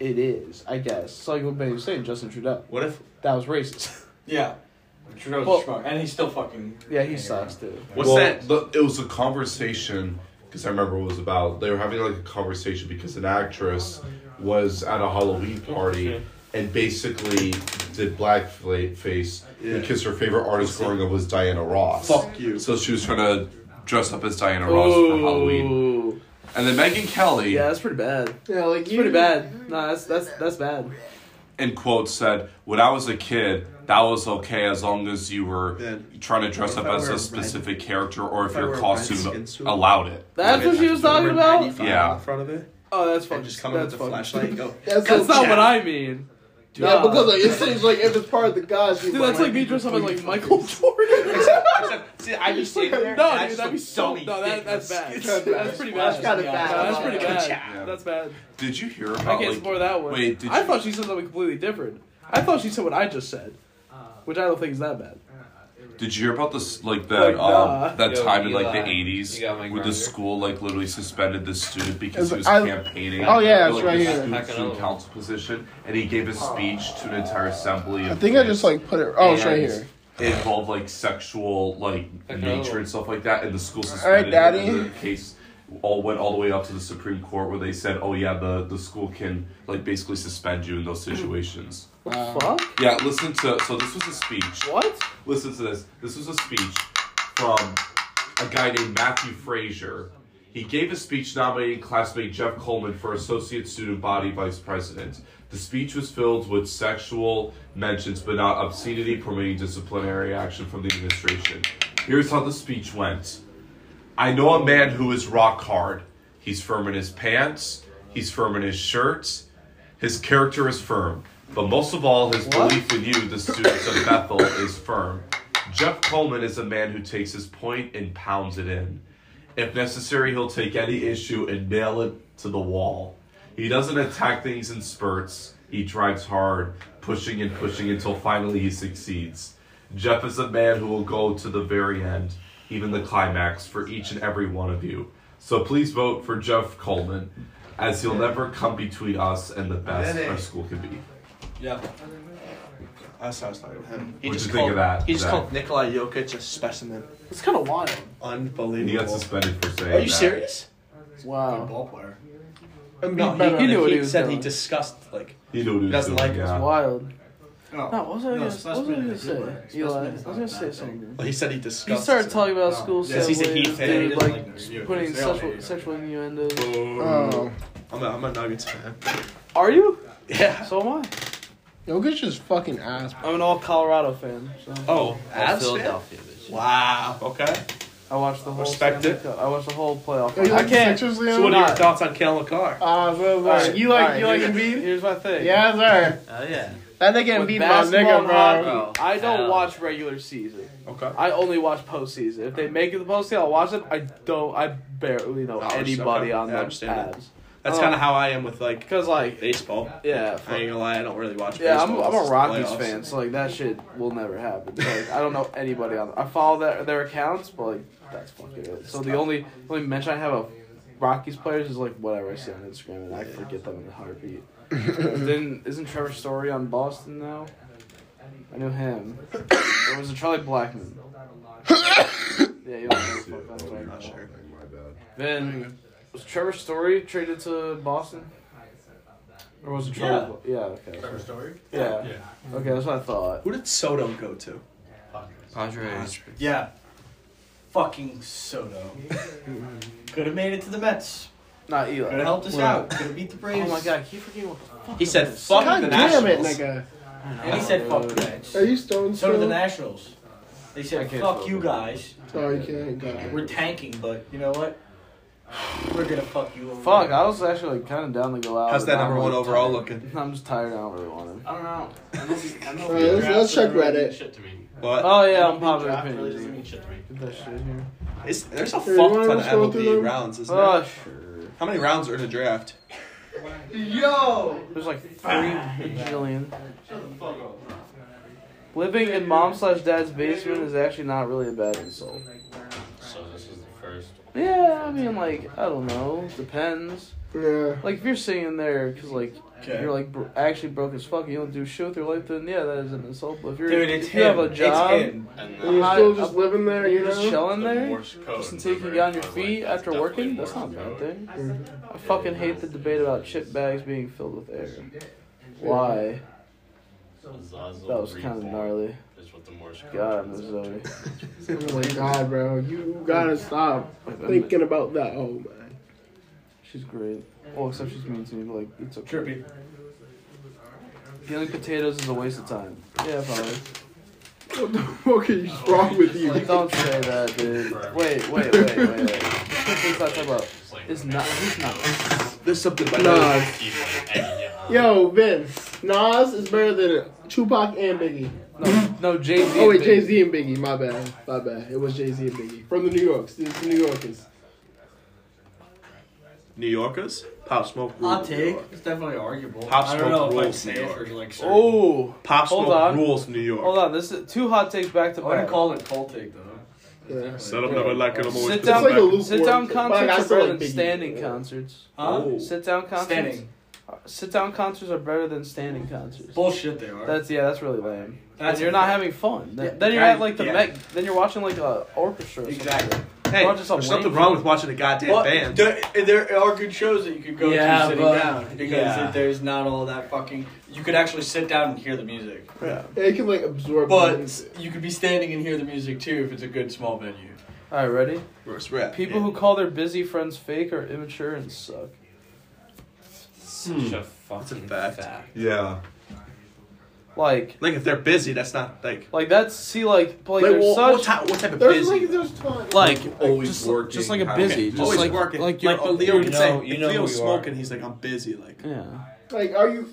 [SPEAKER 2] it is. I guess. So like what Benny was saying, Justin Trudeau.
[SPEAKER 1] What if
[SPEAKER 2] that was racist?
[SPEAKER 6] Yeah. Trudeau's
[SPEAKER 2] Well-
[SPEAKER 6] a schmuck, and he's still fucking.
[SPEAKER 2] yeah, he sucks too.
[SPEAKER 5] What's that? it was a conversation because I remember what it was about. They were having like a conversation because an actress was at a Halloween
[SPEAKER 1] Oh,
[SPEAKER 5] party and basically did blackface
[SPEAKER 1] Yeah.
[SPEAKER 5] because her favorite artist growing up was Diana Ross.
[SPEAKER 1] Fuck you.
[SPEAKER 5] So she was trying to dress up as Diana Ross for Halloween. And then Megan Kelly,
[SPEAKER 2] Yeah, that's pretty bad.
[SPEAKER 3] Yeah, like
[SPEAKER 2] It's pretty bad. No, that's that's that's bad.
[SPEAKER 5] in quotes, said, "When I was a kid." That was okay as long as you were trying to dress up
[SPEAKER 1] I
[SPEAKER 5] as
[SPEAKER 1] were
[SPEAKER 5] a
[SPEAKER 1] red-
[SPEAKER 5] specific character or if,
[SPEAKER 1] if I were
[SPEAKER 5] your
[SPEAKER 1] a
[SPEAKER 5] costume
[SPEAKER 1] redskin suit."
[SPEAKER 5] allowed it.
[SPEAKER 2] That's what she was talking about.
[SPEAKER 5] Yeah.
[SPEAKER 1] in front of it.
[SPEAKER 2] Oh, that's fucking.
[SPEAKER 1] Just coming with
[SPEAKER 2] that's
[SPEAKER 1] the
[SPEAKER 2] fucking-
[SPEAKER 1] flashlight and go.
[SPEAKER 2] That's,
[SPEAKER 3] That's
[SPEAKER 2] not
[SPEAKER 3] okay.
[SPEAKER 2] what I mean.
[SPEAKER 3] Yeah,
[SPEAKER 2] Nah.
[SPEAKER 3] because like it seems like if it's part of the gods,
[SPEAKER 2] Dude, that's like me dressed up as like Michael Jordan.
[SPEAKER 1] See, I just sit there. and
[SPEAKER 2] no,
[SPEAKER 1] I just
[SPEAKER 2] dude, that'd be
[SPEAKER 1] look
[SPEAKER 2] so.
[SPEAKER 1] dummy
[SPEAKER 2] No, that,
[SPEAKER 1] thick
[SPEAKER 2] that's
[SPEAKER 1] with
[SPEAKER 2] bad.
[SPEAKER 1] skins.
[SPEAKER 2] That's pretty bad.
[SPEAKER 3] That's kinda bad.
[SPEAKER 2] No, that's pretty bad.
[SPEAKER 1] Yeah.
[SPEAKER 2] That's bad.
[SPEAKER 5] Did you hear
[SPEAKER 2] I
[SPEAKER 5] about
[SPEAKER 2] can't
[SPEAKER 5] like,
[SPEAKER 2] support that one.
[SPEAKER 5] Wait, did
[SPEAKER 2] I
[SPEAKER 5] you-
[SPEAKER 2] thought she said something completely different. I thought she said what I just said,
[SPEAKER 3] Uh,
[SPEAKER 2] which I don't think is that bad.
[SPEAKER 5] Did you hear about this like
[SPEAKER 2] Like,
[SPEAKER 5] that um,
[SPEAKER 2] nah.
[SPEAKER 5] that
[SPEAKER 2] Yo,
[SPEAKER 5] time in like the
[SPEAKER 2] Eli,
[SPEAKER 5] eighties
[SPEAKER 2] you got
[SPEAKER 5] where
[SPEAKER 2] my
[SPEAKER 5] the
[SPEAKER 2] grinder?
[SPEAKER 5] school like literally suspended this student because he was
[SPEAKER 3] It's- I-
[SPEAKER 5] campaigning
[SPEAKER 3] oh, yeah, it's
[SPEAKER 5] for, like,
[SPEAKER 3] right
[SPEAKER 5] the
[SPEAKER 3] here.
[SPEAKER 5] Student, student council position and he gave a speech to an entire assembly. Of
[SPEAKER 3] I think I just like put it. Oh, it's right
[SPEAKER 5] and
[SPEAKER 3] here.
[SPEAKER 5] It involved like sexual like
[SPEAKER 3] another
[SPEAKER 5] nature and stuff like that, and the school
[SPEAKER 3] All right,
[SPEAKER 5] suspended
[SPEAKER 3] Daddy.
[SPEAKER 5] it. And the case all went all the way up to the Supreme Court where they said, "Oh yeah, the the school can like basically suspend you in those situations."
[SPEAKER 2] What the fuck?
[SPEAKER 5] Yeah, listen to. So this was a speech.
[SPEAKER 2] What?
[SPEAKER 5] Listen to this. This was a speech from a guy named Matthew Frazier. He gave a speech nominating classmate Jeff Coleman for associate student body vice president. The speech was filled with sexual mentions, but not obscenity, permitting disciplinary action from the administration. Here's how the speech went. I know a man who is rock hard. He's firm in his pants, he's firm in his shirts, his character is firm. But most of all, his belief in you, the students of Bethel, is firm. Jeff Coleman is a man who takes his point and pounds it in. If necessary, he'll take any issue and nail it to the wall. He doesn't attack things in spurts. He drives hard, pushing and pushing until finally he succeeds. Jeff is a man who will go to the very end, even the climax, for each and every one of you. So please vote for Jeff Coleman, as he'll never come between us and the best our school can be.
[SPEAKER 1] Yeah. That's how I started him.
[SPEAKER 5] What'd you think of that,
[SPEAKER 1] He just
[SPEAKER 5] Zach?
[SPEAKER 1] called Nikolai Jokic a specimen.
[SPEAKER 2] It's kind of wild.
[SPEAKER 1] Unbelievable.
[SPEAKER 5] He got suspended for saying
[SPEAKER 1] Are you
[SPEAKER 5] that.
[SPEAKER 1] serious?
[SPEAKER 2] Wow.
[SPEAKER 6] Ball player.
[SPEAKER 1] No, he, he,
[SPEAKER 2] better. Oh. He knew what he was
[SPEAKER 1] said
[SPEAKER 2] doing.
[SPEAKER 1] he discussed like
[SPEAKER 5] He knew what he was
[SPEAKER 1] doesn't
[SPEAKER 5] doing,
[SPEAKER 1] like
[SPEAKER 5] yeah.
[SPEAKER 1] us.
[SPEAKER 2] Wild.
[SPEAKER 6] No,
[SPEAKER 2] No, what was I
[SPEAKER 6] no,
[SPEAKER 2] gonna, what was I
[SPEAKER 6] specimen
[SPEAKER 2] gonna
[SPEAKER 6] is a good
[SPEAKER 2] say?
[SPEAKER 6] word.
[SPEAKER 2] Eli, I
[SPEAKER 6] Specimen
[SPEAKER 2] was
[SPEAKER 6] is
[SPEAKER 2] gonna
[SPEAKER 6] not
[SPEAKER 2] say
[SPEAKER 6] bad.
[SPEAKER 2] something.
[SPEAKER 1] Well, he said he
[SPEAKER 2] He
[SPEAKER 1] discussed.
[SPEAKER 2] started talking about school
[SPEAKER 1] Yes, he's a he
[SPEAKER 2] siblings,
[SPEAKER 1] fan.
[SPEAKER 2] dude,
[SPEAKER 1] He doesn't
[SPEAKER 2] like
[SPEAKER 1] like nerds.
[SPEAKER 2] putting
[SPEAKER 1] They all
[SPEAKER 2] sexual,
[SPEAKER 1] hate us.
[SPEAKER 2] sexual innuendos.
[SPEAKER 3] Oh.
[SPEAKER 1] I'm a, I'm a Nuggets fan.
[SPEAKER 2] Are you?
[SPEAKER 1] Yeah.
[SPEAKER 2] So am I.
[SPEAKER 3] Jokic is fucking ass.
[SPEAKER 2] I'm an all Colorado fan. So.
[SPEAKER 1] Oh,
[SPEAKER 4] All
[SPEAKER 1] Avs fan?
[SPEAKER 4] Philadelphia.
[SPEAKER 1] Wow. Okay.
[SPEAKER 2] I watched the whole.
[SPEAKER 1] Respect
[SPEAKER 2] Stanley
[SPEAKER 1] it.
[SPEAKER 2] Cup- I watched the whole playoff.
[SPEAKER 3] Are you
[SPEAKER 2] I
[SPEAKER 3] like
[SPEAKER 2] can't.
[SPEAKER 3] Sixers,
[SPEAKER 1] So,
[SPEAKER 3] Leon?
[SPEAKER 1] what are your
[SPEAKER 2] Not-
[SPEAKER 1] thoughts on Kellen Carr?
[SPEAKER 3] Ah, bro, bro.
[SPEAKER 2] Alright,
[SPEAKER 3] you like
[SPEAKER 2] alright,
[SPEAKER 3] you like
[SPEAKER 2] here's-
[SPEAKER 3] Embiid?
[SPEAKER 2] Here's my thing.
[SPEAKER 3] Yes, sir.
[SPEAKER 4] Oh yeah.
[SPEAKER 3] That nigga
[SPEAKER 2] With
[SPEAKER 3] Embiid, my
[SPEAKER 2] basketball
[SPEAKER 3] nigga,
[SPEAKER 2] and
[SPEAKER 3] bro.
[SPEAKER 2] hockey, I don't
[SPEAKER 4] Hell.
[SPEAKER 2] watch regular season.
[SPEAKER 1] Okay.
[SPEAKER 2] I only watch postseason. If they make it the postseason, I'll watch them. I don't. I barely know
[SPEAKER 1] Oh, it's- okay.
[SPEAKER 2] anybody on
[SPEAKER 1] Yeah, I
[SPEAKER 2] them
[SPEAKER 1] understand that.
[SPEAKER 2] abs.
[SPEAKER 1] That's
[SPEAKER 2] Oh.
[SPEAKER 1] kind of how I am with like
[SPEAKER 2] Because like,
[SPEAKER 1] baseball.
[SPEAKER 2] yeah,
[SPEAKER 1] I ain't gonna lie, I don't really watch.
[SPEAKER 2] Yeah, I'm,
[SPEAKER 1] baseball.
[SPEAKER 2] I'm
[SPEAKER 1] This
[SPEAKER 2] a
[SPEAKER 1] is
[SPEAKER 2] Rockies
[SPEAKER 1] playoffs.
[SPEAKER 2] fan, so like that shit will never happen. Like, I don't know anybody on. I follow their their accounts, but like that's fucking it. So the only only mention I have of Rockies players is like whatever I see on Instagram, and I forget them in a heartbeat. then isn't Trevor Story on Boston now? I knew him. there was a Charlie Blackman. yeah, you don't know. Fuck, that's what I know. Then was Trevor Story traded to Boston? Or was it
[SPEAKER 1] Yeah.
[SPEAKER 2] Trevor? Yeah. okay.
[SPEAKER 1] Trevor Story?
[SPEAKER 2] Yeah.
[SPEAKER 1] Yeah.
[SPEAKER 2] Okay, that's what I thought.
[SPEAKER 1] Who did Soto go to?
[SPEAKER 4] Padres.
[SPEAKER 6] Yeah. Fucking Soto. Could have made it to the Mets.
[SPEAKER 2] Not Eli.
[SPEAKER 6] Could have helped us
[SPEAKER 2] Well-
[SPEAKER 6] out. Could have beat the Braves.
[SPEAKER 2] Oh my god, I keep forgetting what the fuck.
[SPEAKER 1] He
[SPEAKER 2] it
[SPEAKER 1] said,
[SPEAKER 2] was.
[SPEAKER 1] "Fuck
[SPEAKER 3] God
[SPEAKER 1] the
[SPEAKER 3] damn it,
[SPEAKER 1] Nationals."
[SPEAKER 3] nigga.
[SPEAKER 6] And he said, fuck the Mets.
[SPEAKER 3] Are you stoned
[SPEAKER 6] So did the
[SPEAKER 3] still?
[SPEAKER 6] Nationals. They
[SPEAKER 2] I
[SPEAKER 6] said,
[SPEAKER 2] can't
[SPEAKER 6] fuck
[SPEAKER 2] vote.
[SPEAKER 6] you guys.
[SPEAKER 3] Oh, you can't. Got it.
[SPEAKER 6] We're tanking, but you know what? We're gonna fuck you over.
[SPEAKER 2] Fuck, I was actually like, kind of down to go out.
[SPEAKER 1] How's
[SPEAKER 2] but
[SPEAKER 1] that
[SPEAKER 2] I'm
[SPEAKER 1] number one
[SPEAKER 2] really
[SPEAKER 1] overall
[SPEAKER 2] tired.
[SPEAKER 1] looking?
[SPEAKER 2] I'm just tired. I don't really want him.
[SPEAKER 8] I don't know. I know I know
[SPEAKER 3] Alright, let's-
[SPEAKER 8] drafts
[SPEAKER 3] let's check
[SPEAKER 8] don't really mean
[SPEAKER 3] Reddit.
[SPEAKER 8] Shit to me.
[SPEAKER 1] What?
[SPEAKER 2] Oh yeah,
[SPEAKER 8] Everything
[SPEAKER 2] I'm popular
[SPEAKER 8] draft really
[SPEAKER 2] opinion.
[SPEAKER 8] doesn't mean shit to me.
[SPEAKER 2] Get that shit here.
[SPEAKER 1] It's, there's a
[SPEAKER 3] Hey,
[SPEAKER 1] fuck
[SPEAKER 3] you wanna
[SPEAKER 1] ton of
[SPEAKER 3] scroll through
[SPEAKER 1] MLB
[SPEAKER 3] them?
[SPEAKER 1] rounds, isn't there?
[SPEAKER 2] Oh sure.
[SPEAKER 1] How many rounds are in a draft?
[SPEAKER 6] Yo!
[SPEAKER 2] There's like three bajillion. Living in mom slash dad's basement is actually not really a bad insult.
[SPEAKER 4] So this is the first.
[SPEAKER 2] Yeah, I mean like I don't know, depends.
[SPEAKER 3] Yeah.
[SPEAKER 2] Like if you're sitting there because like
[SPEAKER 6] Okay.
[SPEAKER 2] you're like bro- actually broke as fuck, and you don't do shit with your life, then yeah, that is an insult. But if you're
[SPEAKER 6] Dude, it's
[SPEAKER 2] if
[SPEAKER 6] him.
[SPEAKER 2] you have a job,
[SPEAKER 6] It's him.
[SPEAKER 4] And
[SPEAKER 3] And you're
[SPEAKER 2] Hi,
[SPEAKER 3] still just
[SPEAKER 2] up-
[SPEAKER 3] living there, you
[SPEAKER 2] you're just
[SPEAKER 3] know?
[SPEAKER 2] chilling there.
[SPEAKER 5] code.
[SPEAKER 2] Just until you can get on your feet after working, that's not a bad thing. I fucking hate the debate about chip bags being filled with air. Why? That was kind of gnarly.
[SPEAKER 4] Is what the Morse code
[SPEAKER 2] God, I'm Zoe.
[SPEAKER 3] Oh my god, bro. You gotta stop thinking about that. Oh, man.
[SPEAKER 2] She's great. Well, except she's mean to me, but like, it's okay. Peeling potatoes is a waste of time. Yeah, probably.
[SPEAKER 3] What the fuck is wrong with you?
[SPEAKER 2] Don't say that, dude. Wait, wait, wait, wait, wait. Please not talk about. It's not. It's not.
[SPEAKER 1] There's something about
[SPEAKER 3] Nas.
[SPEAKER 4] Yeah.
[SPEAKER 3] Yo, Ben. Nas is better than Tupac and Biggie.
[SPEAKER 2] No, no Jay Z.
[SPEAKER 3] Oh, wait, Jay Z and Biggie. My bad. My bad. It was Jay Z and Biggie. From the New Yorks. These are New Yorkers.
[SPEAKER 1] New Yorkers? Pop Smoke rules.
[SPEAKER 6] Hot take. It's definitely arguable.
[SPEAKER 1] Pop
[SPEAKER 6] I don't know
[SPEAKER 1] smoke
[SPEAKER 6] if I'd
[SPEAKER 1] rules
[SPEAKER 6] say
[SPEAKER 1] New
[SPEAKER 6] it
[SPEAKER 1] York.
[SPEAKER 6] for like certain.
[SPEAKER 2] Oh,
[SPEAKER 1] Pop
[SPEAKER 2] Hold
[SPEAKER 1] Smoke
[SPEAKER 2] on.
[SPEAKER 1] rules New York.
[SPEAKER 2] hold on. This is two hot takes back to
[SPEAKER 6] I wouldn't
[SPEAKER 2] back.
[SPEAKER 6] call it cold take though.
[SPEAKER 3] Yeah.
[SPEAKER 1] Set up never like it. I'm always
[SPEAKER 2] Sit
[SPEAKER 1] pissed
[SPEAKER 2] down,
[SPEAKER 1] back.
[SPEAKER 3] like a loop-
[SPEAKER 2] sit down
[SPEAKER 3] But I got
[SPEAKER 2] concerts are
[SPEAKER 3] still
[SPEAKER 2] better
[SPEAKER 3] like
[SPEAKER 2] than
[SPEAKER 3] Biggie.
[SPEAKER 2] standing concerts.
[SPEAKER 6] Huh?
[SPEAKER 2] Sit down concerts.
[SPEAKER 6] Standing.
[SPEAKER 2] Sit down concerts are better than standing concerts.
[SPEAKER 6] Bullshit they are.
[SPEAKER 2] That's yeah, that's really lame.
[SPEAKER 6] That's
[SPEAKER 2] and you're not having fun. Then,
[SPEAKER 6] Yeah,
[SPEAKER 2] then you're
[SPEAKER 6] guys,
[SPEAKER 2] at like the
[SPEAKER 6] yeah.
[SPEAKER 2] Met. Then you're watching like a orchestra. Or something.
[SPEAKER 6] Exactly.
[SPEAKER 1] Hey,
[SPEAKER 2] Watch us on
[SPEAKER 1] there's something
[SPEAKER 2] Wayne.
[SPEAKER 1] wrong with watching a goddamn
[SPEAKER 6] Well,
[SPEAKER 1] band.
[SPEAKER 6] There, there are good shows that you could go
[SPEAKER 8] Yeah,
[SPEAKER 6] to sitting
[SPEAKER 8] but-
[SPEAKER 6] down because
[SPEAKER 8] yeah.
[SPEAKER 6] it- there's not all that fucking. You could actually sit down and hear the music,
[SPEAKER 3] Yeah, it can, like, absorb.
[SPEAKER 6] but
[SPEAKER 3] things.
[SPEAKER 6] you could be standing and hear the music too if it's a good small venue.
[SPEAKER 2] All right, ready?
[SPEAKER 1] Verse rap.
[SPEAKER 2] People who call their busy friends fake are immature and suck.
[SPEAKER 4] Such a fucking
[SPEAKER 1] fact.
[SPEAKER 5] Yeah.
[SPEAKER 2] Like,
[SPEAKER 1] Like, if they're busy, that's not like.
[SPEAKER 2] like that's see, like,
[SPEAKER 1] Like,
[SPEAKER 2] like, they're
[SPEAKER 1] what, what,
[SPEAKER 2] such
[SPEAKER 1] type, what type of
[SPEAKER 3] There's, like,
[SPEAKER 1] busy?
[SPEAKER 3] there's time.
[SPEAKER 2] like
[SPEAKER 5] Always
[SPEAKER 2] just,
[SPEAKER 5] working,
[SPEAKER 2] just like a
[SPEAKER 5] having-
[SPEAKER 2] busy, just
[SPEAKER 1] always
[SPEAKER 2] like
[SPEAKER 1] working.
[SPEAKER 2] like
[SPEAKER 1] Like,
[SPEAKER 2] you're
[SPEAKER 1] but Leo
[SPEAKER 4] you
[SPEAKER 1] can
[SPEAKER 4] know-
[SPEAKER 1] say,
[SPEAKER 4] you
[SPEAKER 1] if
[SPEAKER 4] know who
[SPEAKER 1] Leo's
[SPEAKER 4] you are.
[SPEAKER 1] smoking, he's like, I'm busy. Like,
[SPEAKER 2] yeah,
[SPEAKER 3] Like, are you.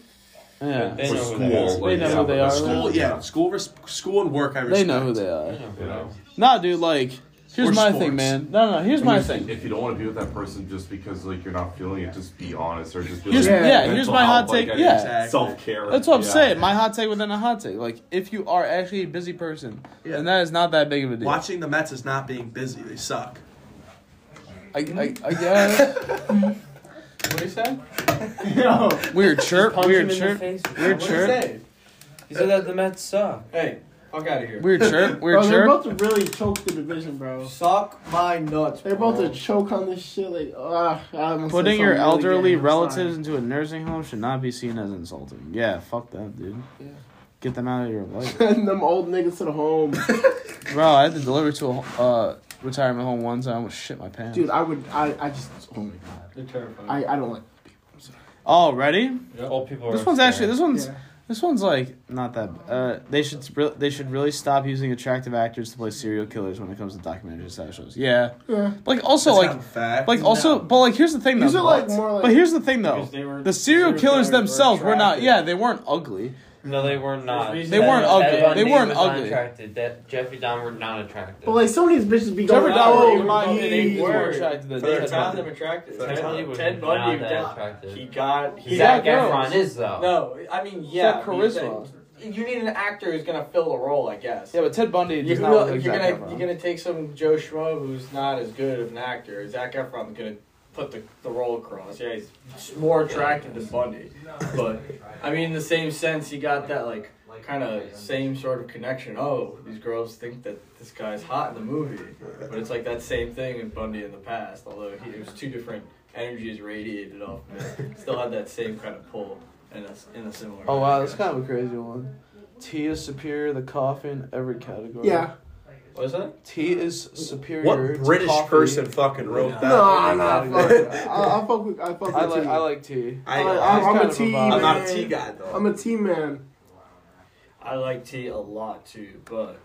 [SPEAKER 2] yeah.
[SPEAKER 4] They
[SPEAKER 5] For
[SPEAKER 4] know who
[SPEAKER 5] school.
[SPEAKER 4] they are.
[SPEAKER 5] like,
[SPEAKER 2] They know
[SPEAKER 5] yeah,
[SPEAKER 2] who they
[SPEAKER 5] for
[SPEAKER 2] are.
[SPEAKER 1] school, yeah, school, res- school and work. I respect.
[SPEAKER 2] They know who they are.
[SPEAKER 5] You know?
[SPEAKER 2] Nah, dude, like, here's
[SPEAKER 1] Or
[SPEAKER 2] my
[SPEAKER 1] sports.
[SPEAKER 2] thing, man. No, no, here's my thing.
[SPEAKER 5] If you don't want to be with that person just because like you're not feeling it, just be honest or just be
[SPEAKER 2] Here's-
[SPEAKER 5] like,
[SPEAKER 2] yeah, here's my hot take, yeah.
[SPEAKER 5] self care.
[SPEAKER 2] That's what I'm saying. My hot take within a hot take. Like, if you are actually a busy person,
[SPEAKER 1] Yeah.
[SPEAKER 2] and that is not that big of a deal.
[SPEAKER 1] Watching the Mets is not being busy. They suck.
[SPEAKER 2] I, I, I guess.
[SPEAKER 6] What do you say?
[SPEAKER 8] Yo.
[SPEAKER 2] Weird chirp.
[SPEAKER 8] Punch
[SPEAKER 2] Weird
[SPEAKER 8] him in the
[SPEAKER 2] chirp.
[SPEAKER 8] face.
[SPEAKER 2] Weird
[SPEAKER 6] What do you
[SPEAKER 2] chirp.
[SPEAKER 6] say?
[SPEAKER 4] He said that the Mets suck.
[SPEAKER 6] Hey, fuck out of here.
[SPEAKER 2] Weird chirp. Weird
[SPEAKER 3] Bro, Oh, they're
[SPEAKER 2] chirp.
[SPEAKER 3] about to really choke the division, bro.
[SPEAKER 6] Suck my nuts.
[SPEAKER 3] They're about
[SPEAKER 6] bro.
[SPEAKER 3] to choke on this shit. Like, ah, I'm
[SPEAKER 2] Putting your elderly relatives into a nursing home should not be seen as insulting. Yeah, fuck that, dude.
[SPEAKER 3] Yeah.
[SPEAKER 2] Get them out of your life.
[SPEAKER 3] Send them old niggas to the home.
[SPEAKER 2] Bro, I had to deliver to a uh, retirement home once and I almost shit my pants.
[SPEAKER 3] Dude, I would. I, I just. Oh my god.
[SPEAKER 6] They're terrifying.
[SPEAKER 3] I, I don't like.
[SPEAKER 2] Oh, ready?
[SPEAKER 4] Old people are.
[SPEAKER 2] This one's actually this one's
[SPEAKER 3] Yeah.
[SPEAKER 2] this one's like not that. Uh, they should re- they should really stop using attractive actors to play serial killers when it comes to documentaries and side shows. Yeah,
[SPEAKER 3] Yeah.
[SPEAKER 2] like also
[SPEAKER 1] That's
[SPEAKER 2] like
[SPEAKER 1] not a fact.
[SPEAKER 2] like also but like here's the thing though.
[SPEAKER 3] These are like more like.
[SPEAKER 2] but here's the thing though.
[SPEAKER 6] Because they were-
[SPEAKER 2] The serial killers
[SPEAKER 6] were
[SPEAKER 2] themselves were not.
[SPEAKER 6] attractive.
[SPEAKER 2] Yeah, they weren't ugly.
[SPEAKER 4] No, they were not.
[SPEAKER 6] There's
[SPEAKER 2] They weren't
[SPEAKER 4] Ted
[SPEAKER 2] ugly.
[SPEAKER 4] Bundy
[SPEAKER 2] They weren't
[SPEAKER 4] was not
[SPEAKER 2] ugly.
[SPEAKER 4] Attracted. That Jeffrey Dahmer were not attractive.
[SPEAKER 3] But like some of these bitches be
[SPEAKER 2] Jeffrey
[SPEAKER 3] going.
[SPEAKER 2] Dahmer,
[SPEAKER 3] Oh,
[SPEAKER 2] in my opinion,
[SPEAKER 3] geez.
[SPEAKER 2] they were attracted to
[SPEAKER 6] They
[SPEAKER 2] Ted
[SPEAKER 6] found them
[SPEAKER 2] Bundy.
[SPEAKER 6] attractive.
[SPEAKER 4] Ted Bundy was
[SPEAKER 6] Ted
[SPEAKER 4] not
[SPEAKER 6] Bundy,
[SPEAKER 4] that
[SPEAKER 6] yeah,
[SPEAKER 4] attractive.
[SPEAKER 6] he got. He
[SPEAKER 4] Zac
[SPEAKER 2] Yeah,
[SPEAKER 6] got
[SPEAKER 2] girls.
[SPEAKER 4] Efron is though.
[SPEAKER 6] No, I mean,
[SPEAKER 2] He's
[SPEAKER 6] yeah.
[SPEAKER 2] got
[SPEAKER 6] but
[SPEAKER 2] charisma.
[SPEAKER 6] then You need an actor who's gonna fill the role, I guess.
[SPEAKER 2] Yeah, but Ted Bundy
[SPEAKER 6] You
[SPEAKER 2] does not look
[SPEAKER 6] are
[SPEAKER 2] like Zac
[SPEAKER 6] gonna
[SPEAKER 2] Efron.
[SPEAKER 6] you're gonna take some Joe Schmo who's not as good of an actor. Zac Efron's gonna put the, the role across. Yeah, he's more attractive than Bundy, but I mean, in the same sense, he got that like kind of same sort of connection. Oh, these girls think that this guy's hot in the movie, but it's like that same thing in Bundy in the past. Although he, it was two different energies radiated off, him. still had that same kind of pull in a in a similar.
[SPEAKER 16] Oh wow, that's kind of a crazy one. T is superior to coffee in every category.
[SPEAKER 3] Yeah.
[SPEAKER 6] What is that?
[SPEAKER 16] T is superior.
[SPEAKER 1] What
[SPEAKER 16] to
[SPEAKER 1] British
[SPEAKER 16] coffee.
[SPEAKER 1] person fucking wrote that?
[SPEAKER 3] Nah, nah, fuck it. I, I fuck with, I fuck with
[SPEAKER 16] I like
[SPEAKER 3] tea.
[SPEAKER 16] I like tea.
[SPEAKER 1] I-
[SPEAKER 16] like-
[SPEAKER 3] I'm,
[SPEAKER 16] it's
[SPEAKER 3] I'm
[SPEAKER 16] kind
[SPEAKER 3] a
[SPEAKER 16] of
[SPEAKER 3] tea man.
[SPEAKER 16] vibe.
[SPEAKER 1] I'm not a tea guy though.
[SPEAKER 3] I'm a tea man.
[SPEAKER 6] I like tea a lot too, but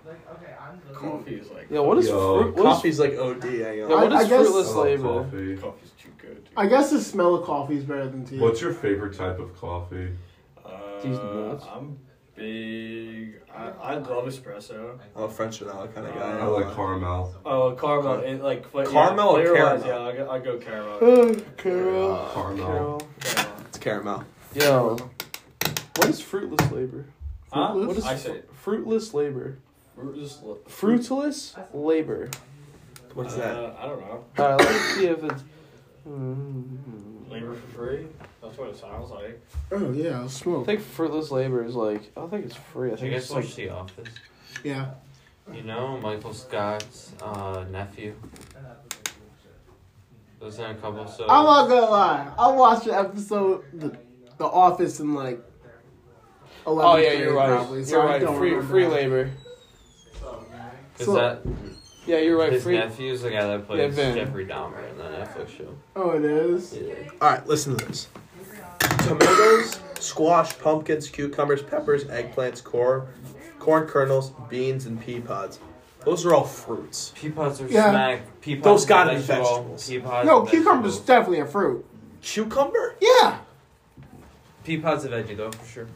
[SPEAKER 6] coffee is like
[SPEAKER 16] Yeah, what is
[SPEAKER 5] Yo,
[SPEAKER 16] fruit? What is,
[SPEAKER 1] Coffee's like Oh, OD. I
[SPEAKER 16] yeah,
[SPEAKER 1] know.
[SPEAKER 16] what
[SPEAKER 3] I- I
[SPEAKER 16] is
[SPEAKER 3] guess-
[SPEAKER 16] fruitless
[SPEAKER 5] I love
[SPEAKER 16] labor?
[SPEAKER 5] coffee.
[SPEAKER 6] coffee's too good. Dude.
[SPEAKER 3] I guess the smell of coffee is better than tea.
[SPEAKER 5] What's your favorite type of coffee?
[SPEAKER 6] Uh,
[SPEAKER 16] These nuts.
[SPEAKER 6] I'm big. I, I love espresso.
[SPEAKER 1] I'm a French vanilla kind of guy.
[SPEAKER 5] I like caramel.
[SPEAKER 6] Oh, caramel. It, like fla-
[SPEAKER 1] Caramel or
[SPEAKER 6] yeah, flavor-wise,
[SPEAKER 1] caramel?
[SPEAKER 6] Yeah, I go, I go caramel.
[SPEAKER 16] Oh,
[SPEAKER 1] Uh,
[SPEAKER 16] Carol.
[SPEAKER 5] Caramel.
[SPEAKER 16] Carol.
[SPEAKER 6] caramel.
[SPEAKER 1] It's caramel.
[SPEAKER 16] Yo, what is fruitless labor?
[SPEAKER 6] Huh?
[SPEAKER 3] Fruitless?
[SPEAKER 16] What is
[SPEAKER 6] I
[SPEAKER 16] fr-
[SPEAKER 6] say uh,
[SPEAKER 16] fruitless labor?
[SPEAKER 6] fruitless. li-
[SPEAKER 16] Fruitless labor.
[SPEAKER 1] What's that?
[SPEAKER 6] Uh, I don't know.
[SPEAKER 16] All right, let's see if it's. Mm.
[SPEAKER 6] Labor for free. That's what it sounds like.
[SPEAKER 3] Oh yeah, I'll
[SPEAKER 16] I
[SPEAKER 3] smoke.
[SPEAKER 16] think fruitless labor is like I don't think it's free. I
[SPEAKER 4] Did you
[SPEAKER 16] think
[SPEAKER 4] guys
[SPEAKER 16] it's
[SPEAKER 4] watch
[SPEAKER 16] like
[SPEAKER 4] The Office?
[SPEAKER 3] Yeah.
[SPEAKER 4] You know Michael Scott's uh, nephew. Those are a couple episodes.
[SPEAKER 3] I'm not gonna lie. I watched an episode the, the Office in like. 11th
[SPEAKER 16] Oh yeah,
[SPEAKER 3] grade
[SPEAKER 16] you're right.
[SPEAKER 3] Probably, so
[SPEAKER 16] you're
[SPEAKER 3] I
[SPEAKER 16] right.
[SPEAKER 3] don't
[SPEAKER 16] Free
[SPEAKER 3] remember
[SPEAKER 16] free
[SPEAKER 3] that.
[SPEAKER 16] labor.
[SPEAKER 4] Is
[SPEAKER 3] So-
[SPEAKER 4] that
[SPEAKER 16] Yeah, you're right.
[SPEAKER 4] his
[SPEAKER 16] Free.
[SPEAKER 4] nephew's the guy that plays
[SPEAKER 16] Vin.
[SPEAKER 4] Jeffrey Dahmer in the Netflix show?
[SPEAKER 3] Oh, it is.
[SPEAKER 4] Yeah.
[SPEAKER 1] All right, listen to this. Tomatoes, squash, pumpkins, cucumbers, peppers, eggplants, corn, corn kernels, beans, and pea pods. Those are all fruits.
[SPEAKER 4] Pea pods are
[SPEAKER 3] Yeah.
[SPEAKER 4] smack. Pea pods
[SPEAKER 1] Those
[SPEAKER 4] are
[SPEAKER 1] gotta be
[SPEAKER 4] vegetable.
[SPEAKER 1] vegetables.
[SPEAKER 4] Pea pods
[SPEAKER 3] No,
[SPEAKER 4] are
[SPEAKER 3] cucumber's
[SPEAKER 4] vegetable.
[SPEAKER 3] definitely a fruit.
[SPEAKER 1] Cucumber?
[SPEAKER 3] Yeah.
[SPEAKER 4] Pea pod's a veggie though, for sure.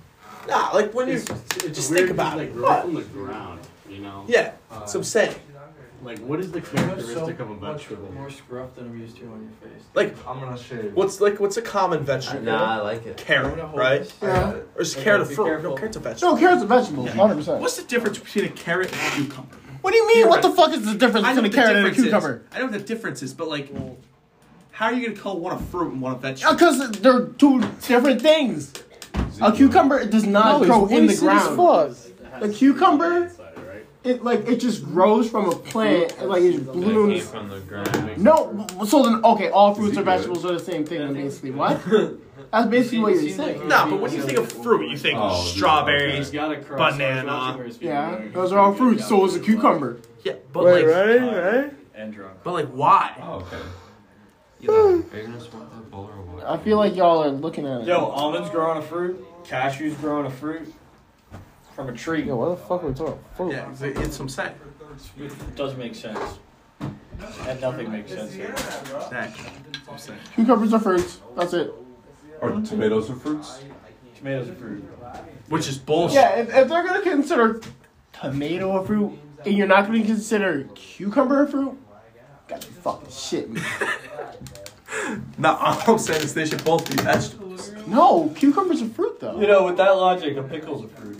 [SPEAKER 1] Nah, like when you
[SPEAKER 17] It's, it's
[SPEAKER 1] just
[SPEAKER 17] weird
[SPEAKER 1] think about
[SPEAKER 17] because
[SPEAKER 1] it.
[SPEAKER 17] they grow from the ground, you know.
[SPEAKER 1] yeah,
[SPEAKER 6] Uh,
[SPEAKER 1] so I'm saying
[SPEAKER 17] Like, what is the characteristic of a vegetable?
[SPEAKER 6] More scruff than I'm used to on your face.
[SPEAKER 1] like
[SPEAKER 7] I'm gonna shave.
[SPEAKER 1] what's like what's a common vegetable?
[SPEAKER 4] Nah, I like it.
[SPEAKER 1] Carrot, right?
[SPEAKER 3] Yeah.
[SPEAKER 1] Or is
[SPEAKER 6] Okay,
[SPEAKER 1] carrot a
[SPEAKER 6] be
[SPEAKER 1] fruit?
[SPEAKER 6] careful.
[SPEAKER 1] No, carrot's a vegetable.
[SPEAKER 3] No, carrots are vegetables. Hundred percent.
[SPEAKER 17] What's the difference between a carrot and a cucumber?
[SPEAKER 3] What do you mean? What the fuck is the difference
[SPEAKER 17] I know
[SPEAKER 3] between a
[SPEAKER 17] what the
[SPEAKER 3] carrot and a
[SPEAKER 17] difference is.
[SPEAKER 3] cucumber?
[SPEAKER 17] I know what the difference is, but like, how are you gonna call one a fruit and one a vegetable?
[SPEAKER 3] Because Uh, they're two different things. A cucumber does not
[SPEAKER 16] No,
[SPEAKER 3] grow
[SPEAKER 16] he's
[SPEAKER 3] in the
[SPEAKER 16] wasted as
[SPEAKER 3] ground.
[SPEAKER 16] fuck.
[SPEAKER 3] The cucumber, it like it just grows from a plant. and, Like it
[SPEAKER 4] That came
[SPEAKER 3] blooms.
[SPEAKER 4] from the ground.
[SPEAKER 3] No, so then okay, all fruits
[SPEAKER 5] he
[SPEAKER 3] or vegetables are the same thing. Then basically, what? That's basically what you're saying.
[SPEAKER 17] No, but when you think of fruit, you think
[SPEAKER 5] Oh, dude,
[SPEAKER 17] strawberries.
[SPEAKER 5] okay.
[SPEAKER 6] got a crush.
[SPEAKER 17] Banana.
[SPEAKER 3] Yeah, those are all fruits. So is a cucumber.
[SPEAKER 17] Yeah, but
[SPEAKER 16] Wait,
[SPEAKER 17] like,
[SPEAKER 16] right,
[SPEAKER 6] tired.
[SPEAKER 16] right.
[SPEAKER 6] And drunk.
[SPEAKER 17] but like, why?
[SPEAKER 5] Oh, okay.
[SPEAKER 4] You like, are you gonna swap that bowl or what?
[SPEAKER 3] I feel like y'all are looking at it.
[SPEAKER 6] Yo, almonds grow on a fruit. Cashews grow on a fruit. From a tree.
[SPEAKER 16] Yo, why the fuck are we talking? about fruit?
[SPEAKER 17] Yeah, it's, it's some sack.
[SPEAKER 6] It does make sense. And nothing makes sense. Here.
[SPEAKER 17] Sack. Some sack.
[SPEAKER 3] cucumbers are fruits. That's it.
[SPEAKER 5] Are tomatoes or fruits?
[SPEAKER 6] Tomatoes are fruit.
[SPEAKER 17] Which is bullshit.
[SPEAKER 3] Yeah, if, if they're gonna consider tomato a fruit, and you're not gonna consider cucumber a fruit, got you fucking shit. Man.
[SPEAKER 1] No, all I'm saying is they should both be vegetables.
[SPEAKER 3] No, cucumber's a fruit
[SPEAKER 6] You
[SPEAKER 3] though.
[SPEAKER 6] know, with that logic, a pickle's a fruit.